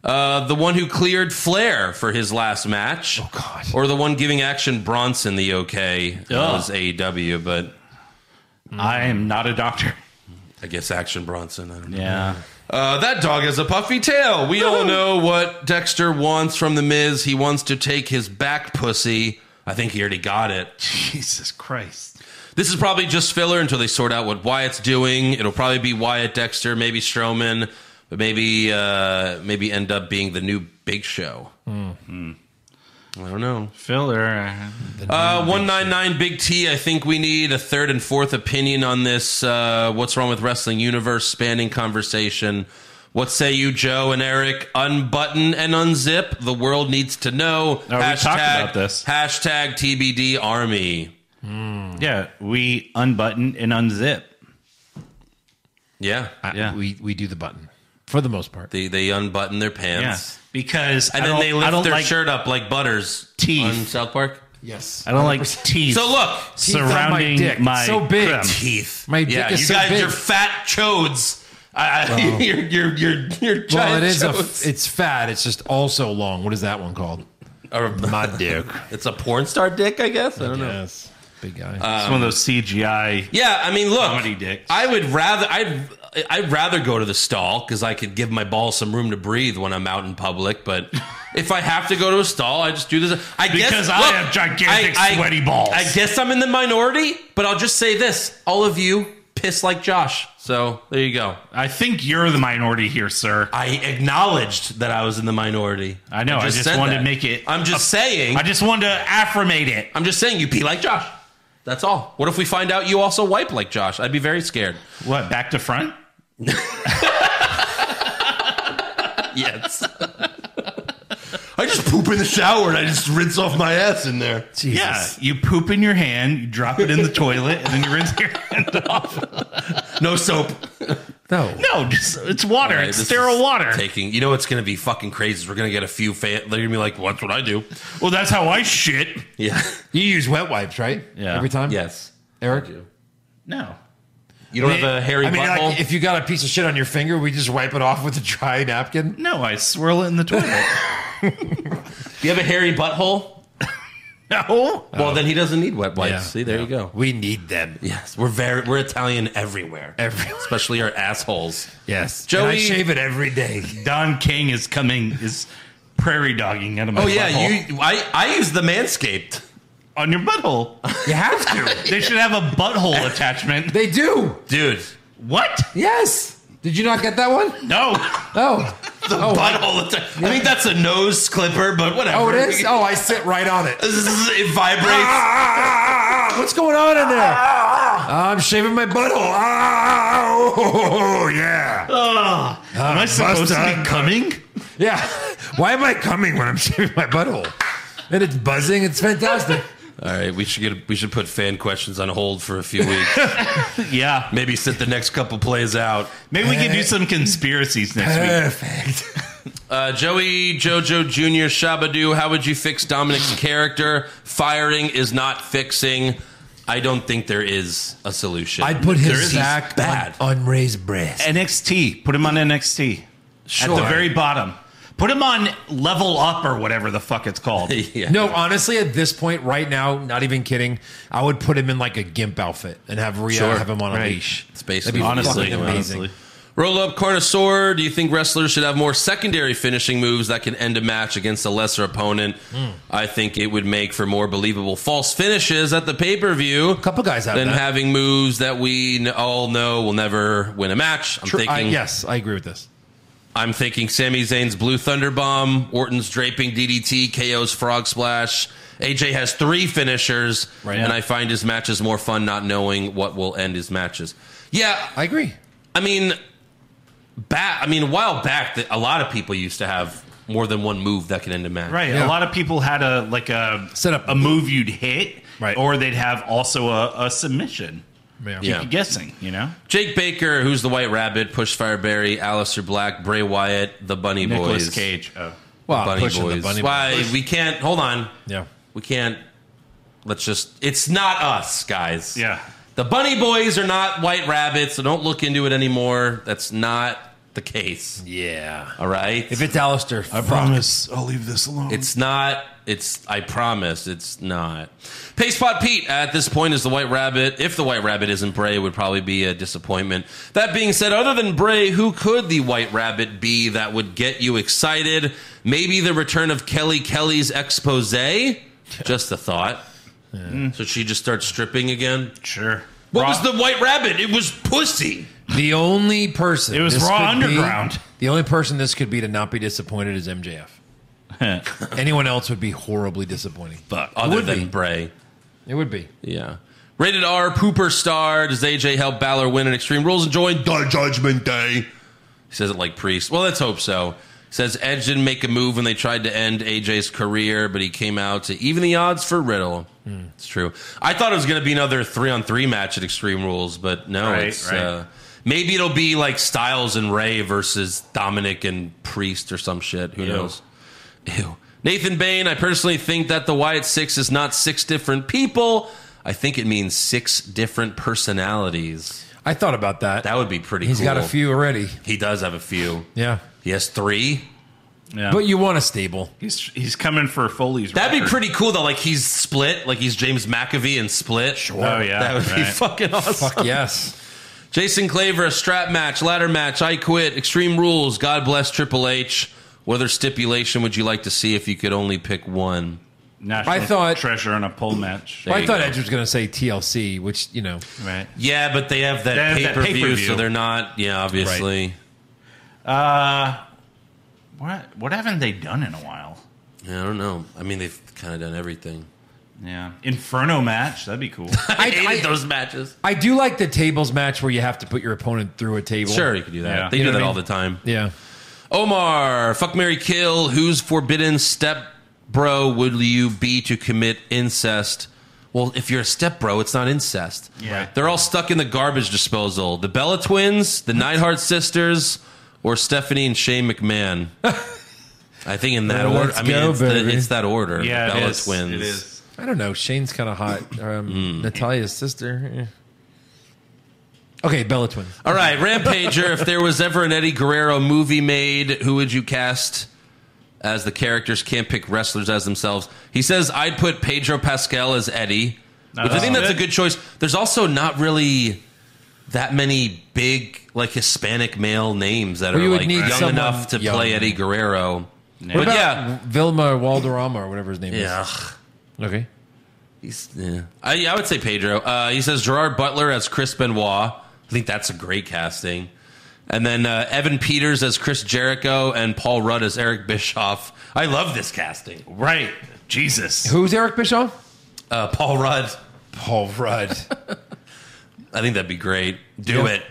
[SPEAKER 3] Uh, the one who cleared Flair for his last match. Oh, God. Or the one giving Action Bronson the okay. That
[SPEAKER 4] Ugh.
[SPEAKER 3] was AEW, but. Mm.
[SPEAKER 4] I am not a doctor.
[SPEAKER 3] I guess Action Bronson. I don't know.
[SPEAKER 4] Yeah.
[SPEAKER 3] Uh, that dog has a puffy tail. We all know what Dexter wants from The Miz. He wants to take his back pussy. I think he already got it.
[SPEAKER 4] <laughs> Jesus Christ.
[SPEAKER 3] This is probably just filler until they sort out what Wyatt's doing. It'll probably be Wyatt, Dexter, maybe Strowman, but maybe uh, maybe end up being the new Big Show.
[SPEAKER 4] Hmm.
[SPEAKER 3] I don't know.
[SPEAKER 4] Filler. Hmm.
[SPEAKER 3] Uh, 199 Big T, I think we need a third and fourth opinion on this uh, what's wrong with wrestling universe spanning conversation. What say you, Joe and Eric? Unbutton and unzip. The world needs to know.
[SPEAKER 4] Oh, we talked about this.
[SPEAKER 3] Hashtag TBD Army.
[SPEAKER 4] Yeah, we unbutton and unzip.
[SPEAKER 3] Yeah.
[SPEAKER 4] Yeah.
[SPEAKER 5] We we do the button for the most part.
[SPEAKER 3] They, they unbutton their pants.
[SPEAKER 4] Yeah, because
[SPEAKER 3] And
[SPEAKER 4] I
[SPEAKER 3] then
[SPEAKER 4] don't-
[SPEAKER 3] they
[SPEAKER 4] I
[SPEAKER 3] lift
[SPEAKER 4] don't
[SPEAKER 3] their
[SPEAKER 4] like-
[SPEAKER 3] shirt up like butters.
[SPEAKER 4] Teeth.
[SPEAKER 3] On South Park.
[SPEAKER 5] Yes.
[SPEAKER 4] I don't like teeth.
[SPEAKER 3] So look.
[SPEAKER 5] Teeth on my
[SPEAKER 4] surrounding
[SPEAKER 5] dick. It's
[SPEAKER 4] my
[SPEAKER 5] so big.
[SPEAKER 4] crumb.
[SPEAKER 3] Teeth.
[SPEAKER 5] My
[SPEAKER 3] yeah,
[SPEAKER 5] dick is
[SPEAKER 3] you
[SPEAKER 5] so
[SPEAKER 3] guys,
[SPEAKER 5] big.
[SPEAKER 3] you're fat chodes. I, I-
[SPEAKER 5] Wow.
[SPEAKER 3] <laughs> you're, you're, you're, you're
[SPEAKER 5] Well,
[SPEAKER 3] giant
[SPEAKER 5] it is a,
[SPEAKER 3] chodes.
[SPEAKER 5] it's fat. It's just also long. What is that one called?
[SPEAKER 3] Or
[SPEAKER 5] <laughs> My
[SPEAKER 4] <laughs>
[SPEAKER 5] dick.
[SPEAKER 3] it's a porn star dick, I guess. I don't know.
[SPEAKER 5] Yes. Uh, Big guy.
[SPEAKER 4] It's one of those CGI.
[SPEAKER 3] Yeah, I mean, look,
[SPEAKER 4] Comedy dicks.
[SPEAKER 3] I would rather I'd I'd rather go to the stall because I could give my ball some room to breathe when I'm out in public.
[SPEAKER 4] <laughs>
[SPEAKER 3] But if I have to go to a stall, I just do this. I guess,
[SPEAKER 4] Because I
[SPEAKER 3] look,
[SPEAKER 4] have gigantic sweaty balls.
[SPEAKER 3] I guess I'm in the minority, but I'll just say this: all of you piss like Josh. So there you go.
[SPEAKER 4] I think you're the minority here, sir.
[SPEAKER 3] I acknowledged that I was in the minority.
[SPEAKER 4] I know. I just
[SPEAKER 3] said
[SPEAKER 4] wanted to
[SPEAKER 3] that.
[SPEAKER 4] make it-
[SPEAKER 3] I'm just saying.
[SPEAKER 4] I just wanted to affirmate it.
[SPEAKER 3] I'm just saying you pee like Josh. That's all. What if we find out you also wipe like Josh? I'd be very scared.
[SPEAKER 4] What, back to front?
[SPEAKER 3] <laughs> Yes.
[SPEAKER 7] I just poop in the shower and I just rinse off my ass in there.
[SPEAKER 4] Yeah. You poop in your hand, you drop it in the toilet, and then you rinse your <laughs> hand off.
[SPEAKER 3] No soap.
[SPEAKER 5] no.
[SPEAKER 4] No, just it's water.
[SPEAKER 3] All right,
[SPEAKER 4] it's
[SPEAKER 3] this
[SPEAKER 4] sterile
[SPEAKER 3] is
[SPEAKER 4] water.
[SPEAKER 3] Taking. You know what's going to be fucking crazy? is We're going to get a few fan. They're going to be like, "What's what I do?"
[SPEAKER 4] well, that's how I shit.
[SPEAKER 3] Yeah.
[SPEAKER 5] You use wet wipes, right?
[SPEAKER 4] Yeah.
[SPEAKER 5] Every
[SPEAKER 3] <laughs>
[SPEAKER 5] time?
[SPEAKER 3] yes.
[SPEAKER 5] Eric?
[SPEAKER 4] No.
[SPEAKER 3] You don't have a hairy
[SPEAKER 5] I mean,
[SPEAKER 3] butthole.
[SPEAKER 5] like, if you got a piece of shit on your finger, we just wipe it off with a dry napkin.
[SPEAKER 4] No, I swirl it in the toilet.
[SPEAKER 3] you have a hairy
[SPEAKER 5] <laughs>
[SPEAKER 3] butthole,
[SPEAKER 4] no.
[SPEAKER 3] well, then he doesn't need wet wipes.
[SPEAKER 5] Yeah.
[SPEAKER 3] See, there you go.
[SPEAKER 5] We need them.
[SPEAKER 3] Yes, we're very we're Italian everywhere,
[SPEAKER 5] Everywhere.
[SPEAKER 3] especially our
[SPEAKER 5] <laughs>
[SPEAKER 3] assholes.
[SPEAKER 5] <laughs> Yes.
[SPEAKER 3] Joey-
[SPEAKER 5] And I shave it every day.
[SPEAKER 4] Don King is coming, is prairie dogging out of my
[SPEAKER 3] Oh yeah,
[SPEAKER 4] butthole.
[SPEAKER 3] you. I I use the Manscaped.
[SPEAKER 4] on your butthole.
[SPEAKER 5] You have to.
[SPEAKER 4] They should have a butthole
[SPEAKER 5] <laughs>
[SPEAKER 4] attachment.
[SPEAKER 5] they do.
[SPEAKER 3] Dude,
[SPEAKER 4] What?
[SPEAKER 5] Yes. Did you not get that one?
[SPEAKER 4] No.
[SPEAKER 5] Oh.
[SPEAKER 3] the butthole. atta- I think that's a nose clipper, but whatever.
[SPEAKER 5] Oh, it is? Oh, I sit right on it.
[SPEAKER 3] Zzz, <laughs> it vibrates.
[SPEAKER 5] Ah, What's going on in there? I'm shaving my butthole. Ah, oh, oh, oh, yeah.
[SPEAKER 4] Ugh. Am I supposed to be coming?
[SPEAKER 5] Yeah. <laughs> Why am I coming when I'm shaving my butthole? And it's buzzing.
[SPEAKER 3] <laughs>
[SPEAKER 5] It's fantastic.
[SPEAKER 3] All right, we should get we should put fan questions on hold for a few
[SPEAKER 5] <laughs>
[SPEAKER 3] weeks.
[SPEAKER 4] Yeah.
[SPEAKER 3] Maybe sit the next couple plays out.
[SPEAKER 4] Maybe we can do some conspiracies next week.
[SPEAKER 5] Perfect.
[SPEAKER 3] <laughs> Uh, Joey JoJo Jr. Shabadoo, how would you fix Dominic's character? Firing is not fixing. I don't think there is a solution.
[SPEAKER 5] I'd put
[SPEAKER 3] There
[SPEAKER 5] his
[SPEAKER 3] is-
[SPEAKER 5] sack
[SPEAKER 3] he's bad.
[SPEAKER 5] on unraised breast.
[SPEAKER 4] NXT. Put him on NXT. At the
[SPEAKER 5] Sure.
[SPEAKER 4] very bottom. Put him on level up or whatever the fuck it's
[SPEAKER 5] <laughs>
[SPEAKER 4] called.
[SPEAKER 3] yeah.
[SPEAKER 5] No, honestly, at this point, right now, not even kidding, I would put him in like a gimp outfit and have Rhea
[SPEAKER 3] Sure.
[SPEAKER 5] have him on a
[SPEAKER 4] Right.
[SPEAKER 5] leash.
[SPEAKER 3] It's basically
[SPEAKER 5] That'd be
[SPEAKER 4] honestly,
[SPEAKER 5] fucking amazing.
[SPEAKER 4] honestly.
[SPEAKER 3] Roll up Carnosaur. Do you think wrestlers should have more secondary finishing moves that can end a match against a lesser opponent?
[SPEAKER 5] Hmm.
[SPEAKER 3] I think it would make for more believable false finishes at the pay per view.
[SPEAKER 5] Couple guys have
[SPEAKER 3] than
[SPEAKER 5] that.
[SPEAKER 3] having moves that we n- all know will never win a match. I'm
[SPEAKER 5] True-
[SPEAKER 3] thinking.
[SPEAKER 5] I- yes, I agree with this.
[SPEAKER 3] I'm thinking Sami Zayn's Blue Thunder Bomb, Orton's Draping DDT, KO's Frog Splash. AJ has three finishers,
[SPEAKER 5] Right.
[SPEAKER 3] and I find his matches more fun not knowing what will end his matches. Yeah,
[SPEAKER 5] I agree.
[SPEAKER 3] I mean, back. I mean, a while back, that a lot of people used to have more than one move that could end a match.
[SPEAKER 4] Right.
[SPEAKER 5] Yeah.
[SPEAKER 4] A lot of people had a like a
[SPEAKER 5] Set up-
[SPEAKER 4] a move you'd hit.
[SPEAKER 5] Right.
[SPEAKER 4] Or they'd have also a, a submission.
[SPEAKER 3] Yeah.
[SPEAKER 4] Keep guessing, you know?
[SPEAKER 3] Jake Baker, who's the White Rabbit, Push Fireberry, Alistair Black, Bray Wyatt, the Bunny
[SPEAKER 4] Nicholas
[SPEAKER 3] Boys,
[SPEAKER 4] Cage. Oh.
[SPEAKER 5] Well,
[SPEAKER 3] Bunny
[SPEAKER 5] pushing
[SPEAKER 3] Boys.
[SPEAKER 5] the bunny
[SPEAKER 3] Why
[SPEAKER 5] boys.
[SPEAKER 3] we can't? Hold on,
[SPEAKER 5] Yeah.
[SPEAKER 3] we can't. Let's just. It's not us, guys.
[SPEAKER 4] Yeah.
[SPEAKER 3] The Bunny Boys are not White Rabbits, so don't look into it anymore. That's not the case.
[SPEAKER 5] Yeah.
[SPEAKER 3] All right.
[SPEAKER 5] If it's Alistair,
[SPEAKER 3] I
[SPEAKER 7] promise I'll leave this alone.
[SPEAKER 3] It's not. It's. I promise. It's not. Pastepot Pete at this point is the White Rabbit. If the White Rabbit isn't Bray, it would probably be a disappointment. That being said, other than Bray, who could the White Rabbit be that would get you excited? Maybe the return of Kelly Kelly's expose. Just a thought. So she just starts stripping again.
[SPEAKER 13] Sure.
[SPEAKER 3] What was the White Rabbit? It was pussy.
[SPEAKER 5] The only person
[SPEAKER 13] It was
[SPEAKER 5] this
[SPEAKER 13] Raw
[SPEAKER 5] could be-
[SPEAKER 13] Underground.
[SPEAKER 5] the only person this could be to not be disappointed is MJF. <clears throat> Anyone else would be horribly disappointing.
[SPEAKER 3] Fuck.
[SPEAKER 5] It
[SPEAKER 3] Other
[SPEAKER 5] would
[SPEAKER 3] than
[SPEAKER 5] be.
[SPEAKER 3] Bray.
[SPEAKER 5] It would be.
[SPEAKER 3] Yeah. Rated R, Pooper Star. Does AJ help Balor win an Extreme Rules and join the Judgment Day? He says it like Priest. Well, let's hope so. He says Edge didn't make a move when they tried to end AJ's career, but he came out to even the odds for Riddle.
[SPEAKER 5] Hmm.
[SPEAKER 3] It's true. I thought it was going to be another three on three match at Extreme Rules, but no.
[SPEAKER 13] Right,
[SPEAKER 3] it's,
[SPEAKER 13] right.
[SPEAKER 3] Uh, maybe it'll be like Styles and Ray versus Dominic and Priest or some shit. Who
[SPEAKER 13] Ew.
[SPEAKER 3] knows? Ew. Nathan Bain, I personally think that the Wyatt Six is not six different people. I think it means six different personalities.
[SPEAKER 5] I thought about that.
[SPEAKER 3] That would be pretty
[SPEAKER 5] He's
[SPEAKER 3] cool.
[SPEAKER 5] got a few already.
[SPEAKER 3] He does have a few.
[SPEAKER 5] Yeah.
[SPEAKER 3] He has three.
[SPEAKER 13] <laughs> Yeah.
[SPEAKER 5] But you want
[SPEAKER 3] <laughs>
[SPEAKER 5] a stable.
[SPEAKER 13] he's he's coming for Foley's.
[SPEAKER 3] That'd be
[SPEAKER 13] record.
[SPEAKER 3] pretty cool though. Like he's split, like he's James McAfee and split. Sure.
[SPEAKER 13] Oh, yeah.
[SPEAKER 3] That would be
[SPEAKER 13] Right.
[SPEAKER 3] fucking awesome.
[SPEAKER 5] Fuck yes.
[SPEAKER 3] Jason Claver, a strap match, ladder match, I quit, extreme rules, God bless Triple H. What other stipulation would you like to see if you could only pick one?
[SPEAKER 13] National
[SPEAKER 5] I thought-
[SPEAKER 13] treasure in a pole match.
[SPEAKER 5] I
[SPEAKER 3] you
[SPEAKER 5] thought
[SPEAKER 3] go.
[SPEAKER 5] Edge was going to say TLC, which, you know,
[SPEAKER 13] Right.
[SPEAKER 3] Yeah, but they have that
[SPEAKER 13] They have
[SPEAKER 3] pay
[SPEAKER 13] that
[SPEAKER 3] per view,
[SPEAKER 13] pay-per-view.
[SPEAKER 3] so they're not. Yeah, obviously.
[SPEAKER 13] Uh, what what haven't they done in a while?
[SPEAKER 3] Yeah, I don't know. I mean, they've kind of done everything.
[SPEAKER 13] Yeah, Inferno match. That'd be
[SPEAKER 5] <laughs>
[SPEAKER 13] cool.
[SPEAKER 3] I,
[SPEAKER 5] I-
[SPEAKER 3] hated
[SPEAKER 5] I-
[SPEAKER 3] those matches.
[SPEAKER 5] I do like the tables match where you have to put your opponent through a table.
[SPEAKER 3] Sure, you could do that.
[SPEAKER 13] Yeah.
[SPEAKER 3] They
[SPEAKER 5] You
[SPEAKER 3] do
[SPEAKER 5] know
[SPEAKER 3] that
[SPEAKER 5] what I
[SPEAKER 3] all the
[SPEAKER 5] mean?
[SPEAKER 3] time.
[SPEAKER 5] Yeah.
[SPEAKER 3] Omar, fuck Mary Kill, whose forbidden step bro would you be to commit incest? Well, if you're a step bro, it's not incest.
[SPEAKER 13] Yeah.
[SPEAKER 3] They're all stuck in the garbage disposal. The Bella twins, the Neidhart sisters, or Stephanie and Shane
[SPEAKER 13] <laughs>
[SPEAKER 3] McMahon. I think in that
[SPEAKER 5] Well,
[SPEAKER 3] order.
[SPEAKER 5] let's
[SPEAKER 3] I mean,
[SPEAKER 5] go,
[SPEAKER 3] it's, the,
[SPEAKER 5] baby.
[SPEAKER 3] it's that order.
[SPEAKER 13] yeah,
[SPEAKER 3] the
[SPEAKER 13] it
[SPEAKER 3] Bella
[SPEAKER 13] is.
[SPEAKER 3] twins.
[SPEAKER 13] It is.
[SPEAKER 5] I don't know. Shane's kind
[SPEAKER 3] <clears throat>
[SPEAKER 5] of hot. Um,
[SPEAKER 3] Hmm.
[SPEAKER 5] Natalia's sister. eh. Okay, Bella Twin.
[SPEAKER 3] All right, Rampager. if there was ever an Eddie Guerrero movie made, who would you cast as the characters can't pick wrestlers as themselves? He says I'd put Pedro Pascal as Eddie, which I think that's a good choice. There's also not really that many big like Hispanic male names that
[SPEAKER 5] Well,
[SPEAKER 3] are
[SPEAKER 5] you would
[SPEAKER 3] like
[SPEAKER 5] need
[SPEAKER 3] young
[SPEAKER 5] someone
[SPEAKER 3] enough to
[SPEAKER 5] young.
[SPEAKER 3] play Eddie Guerrero.
[SPEAKER 5] What
[SPEAKER 3] But
[SPEAKER 5] about
[SPEAKER 3] yeah,
[SPEAKER 5] Vilma Valderrama or whatever his name
[SPEAKER 3] yeah.
[SPEAKER 5] is. Okay.
[SPEAKER 3] He's, yeah. I, I would say Pedro. Uh, he says Gerard Butler as Chris Benoit. I think that's a great casting. And then uh, Evan Peters as Chris Jericho and Paul Rudd as Eric Bischoff. I love this casting.
[SPEAKER 13] Right. Jesus.
[SPEAKER 5] Who's Eric Bischoff?
[SPEAKER 3] Uh, Paul Rudd.
[SPEAKER 5] Paul
[SPEAKER 3] <laughs>
[SPEAKER 5] Rudd.
[SPEAKER 3] I think that'd be great. Do
[SPEAKER 5] Yeah.
[SPEAKER 3] it.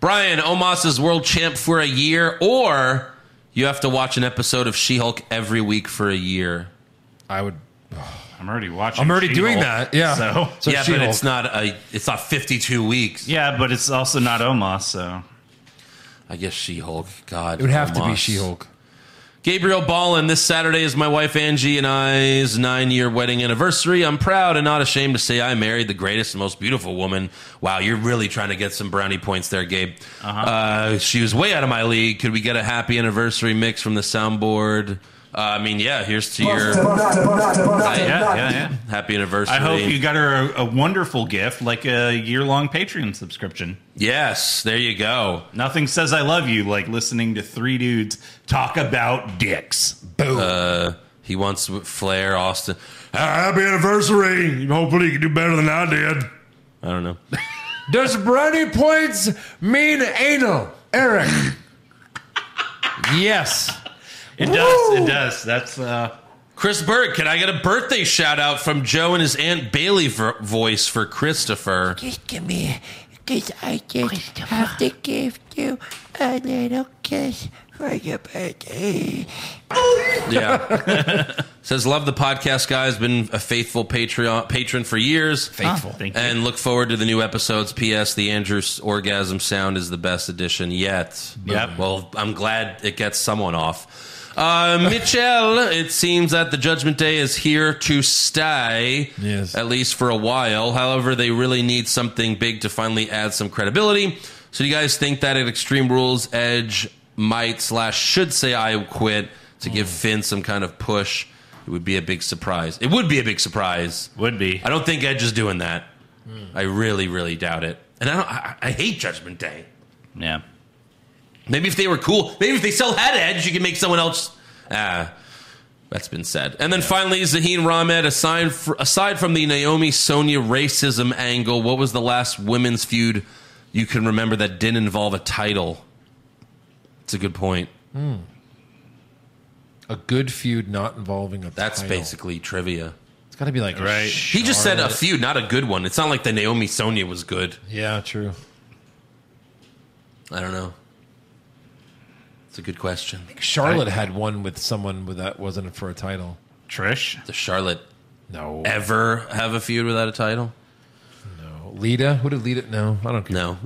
[SPEAKER 3] Brian, Omos is world champ for a year, or you have to watch an episode of She Hulk every week for a year.
[SPEAKER 5] I would.
[SPEAKER 13] I'm already watching.
[SPEAKER 5] I'm already doing
[SPEAKER 13] She-Hulk,
[SPEAKER 5] that, yeah.
[SPEAKER 13] So
[SPEAKER 5] So
[SPEAKER 3] yeah, but
[SPEAKER 5] She-Hulk.
[SPEAKER 3] it's not a, it's not 52 weeks.
[SPEAKER 13] yeah, but it's also not Omos. So
[SPEAKER 3] I guess She Hulk. God.
[SPEAKER 5] It would have to be
[SPEAKER 3] Omos.
[SPEAKER 5] She Hulk.
[SPEAKER 3] Gabriel Ballin, this Saturday is my wife Angie and I's nine year wedding anniversary. I'm proud and not ashamed to say I married the greatest and most beautiful woman. Wow, you're really trying to get some brownie points there, Gabe.
[SPEAKER 13] Uh-huh.
[SPEAKER 3] uh she was way out of my league. Could we get a happy anniversary mix from the soundboard? Uh, I mean, yeah, here's to your
[SPEAKER 13] yeah, yeah, yeah.
[SPEAKER 3] happy anniversary.
[SPEAKER 13] I hope you got her a, a wonderful gift, like a year long Patreon subscription.
[SPEAKER 3] Yes, there you go.
[SPEAKER 13] Nothing says I love you like listening to three dudes talk about dicks. Boom.
[SPEAKER 3] He wants Flair, Austin.
[SPEAKER 7] Happy anniversary. Hopefully you can do better than I did.
[SPEAKER 3] I don't know.
[SPEAKER 5] Does brownie points mean anal, Eric? yes.
[SPEAKER 13] it does. It does. That's uh,
[SPEAKER 3] Chris Burke, can I get a birthday shout out from Joe and his Aunt Bailey vo- voice for Christopher?
[SPEAKER 14] Give me, because I just have to give you a little kiss for your birthday.
[SPEAKER 3] Yeah. <laughs> Says, love the podcast, guys. Been a faithful Patreon patron for years.
[SPEAKER 5] Faithful.
[SPEAKER 13] thank you.
[SPEAKER 3] And look forward to the new episodes. P.S. The Andrews orgasm sound is the best edition yet.
[SPEAKER 13] Yep.
[SPEAKER 3] Well, I'm glad it gets someone off. Uh, Mitchell, it seems that the Judgment Day is here to stay,
[SPEAKER 5] Yes.
[SPEAKER 3] at least for a while. However, they really need something big to finally add some credibility. So do you guys think that at Extreme Rules, Edge might slash should say I quit to give Finn some kind of push? It would be a big surprise. It would be a big surprise.
[SPEAKER 13] Would be.
[SPEAKER 3] I don't think Edge is doing that. I really, really doubt it. And I don't. I, I hate Judgment Day.
[SPEAKER 13] Yeah.
[SPEAKER 3] Maybe if they were cool. Maybe if they still had Edge, you could make someone else. Ah, that's been said. And then finally, Zaheen Rahmed. Aside, fr- aside from the Naomi Sonia racism angle, what was the last women's feud you can remember that didn't involve a title? It's a good point.
[SPEAKER 5] Hmm. A good feud not involving a
[SPEAKER 3] That's
[SPEAKER 5] title.
[SPEAKER 3] basically trivia.
[SPEAKER 5] It's got to be like a
[SPEAKER 13] Right.
[SPEAKER 3] He just said a
[SPEAKER 5] Charlotte-
[SPEAKER 3] feud, not a good one. It's not like the Naomi Sonia was good.
[SPEAKER 5] Yeah, true.
[SPEAKER 3] I don't know. It's a good question.
[SPEAKER 5] Charlotte had one with someone with that wasn't for a title.
[SPEAKER 13] Trish?
[SPEAKER 3] Does Charlotte
[SPEAKER 5] no
[SPEAKER 3] ever have a feud without a title?
[SPEAKER 5] No. Lita? Who did Lita? No, I don't care. <laughs>
[SPEAKER 3] No.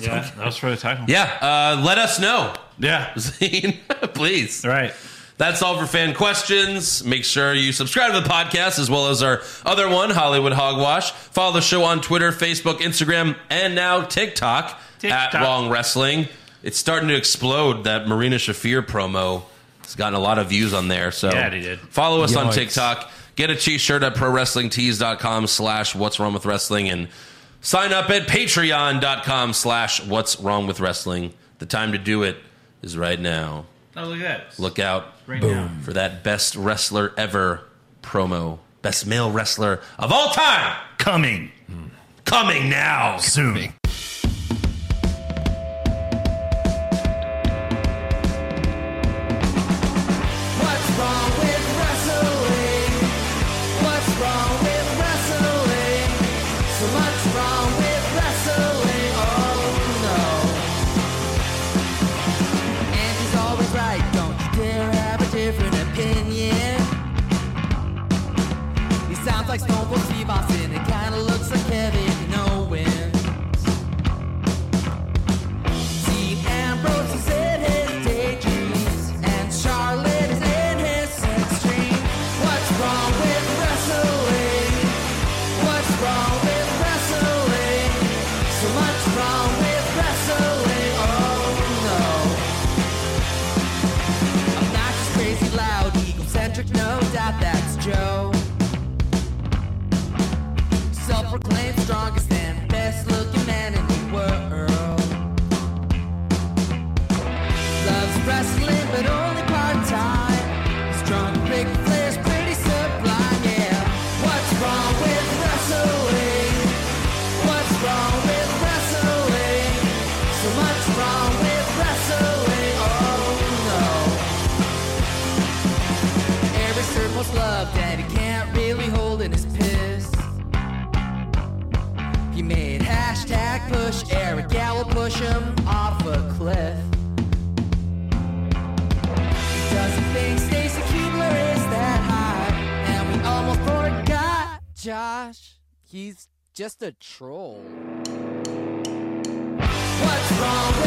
[SPEAKER 13] Yeah, that was for the title.
[SPEAKER 3] Yeah, uh, let us know. <laughs>
[SPEAKER 13] Yeah.
[SPEAKER 3] Zane, please.
[SPEAKER 13] All right.
[SPEAKER 3] That's all for fan questions. Make sure you subscribe to the podcast as well as our other one, Hollywood Hogwash. Follow the show on Twitter, Facebook, Instagram, and now TikTok,
[SPEAKER 13] TikTok.
[SPEAKER 3] at Wrong Wrestling. It's starting to explode. That Marina Shafir promo has gotten a lot of views on there. So
[SPEAKER 13] Yeah, they did.
[SPEAKER 3] Follow us on
[SPEAKER 13] Yikes.
[SPEAKER 3] TikTok. Get a t-shirt at prowrestlingtees.com slash what's wrong with wrestling and sign up at patreon.com slash what's wrong with wrestling. The time to do it is right now.
[SPEAKER 13] Oh, look at that.
[SPEAKER 3] Look out
[SPEAKER 13] Right Boom. now.
[SPEAKER 3] for that best wrestler ever promo. Best male wrestler of all time.
[SPEAKER 13] Coming.
[SPEAKER 3] Coming now.
[SPEAKER 13] Soon.
[SPEAKER 6] What's wrong with wrestling? What's wrong with wrestling? So much wrong with wrestling. Oh no. And she's always right. Don't you dare have a different opinion. He sounds like Stone Cold Steve Austin. It kinda looks like Kevin Owens. Dean Ambrose is in his daydreams, and Charlotte is in his sex dream. What's wrong with wrestling? What's wrong with wrestling? So much wrong with wrestling. Oh no. Obnoxious, crazy, loud, egocentric, no doubt that's Joe. Self-proclaimed strongest and best-looking man in the world. Loves wrestling, but only part time. Strong big players, pretty sublime, yeah. What's wrong with wrestling? What's wrong with wrestling? So much wrong with wrestling, oh no. Every circle's love that he can't really hold in his piss. He made hashtag push Eric, yeah, will push him off a cliff. Doesn't think Stacy Keebler is that hot. And we almost forgot Josh. He's just a troll. What's wrong with Oh, Oh,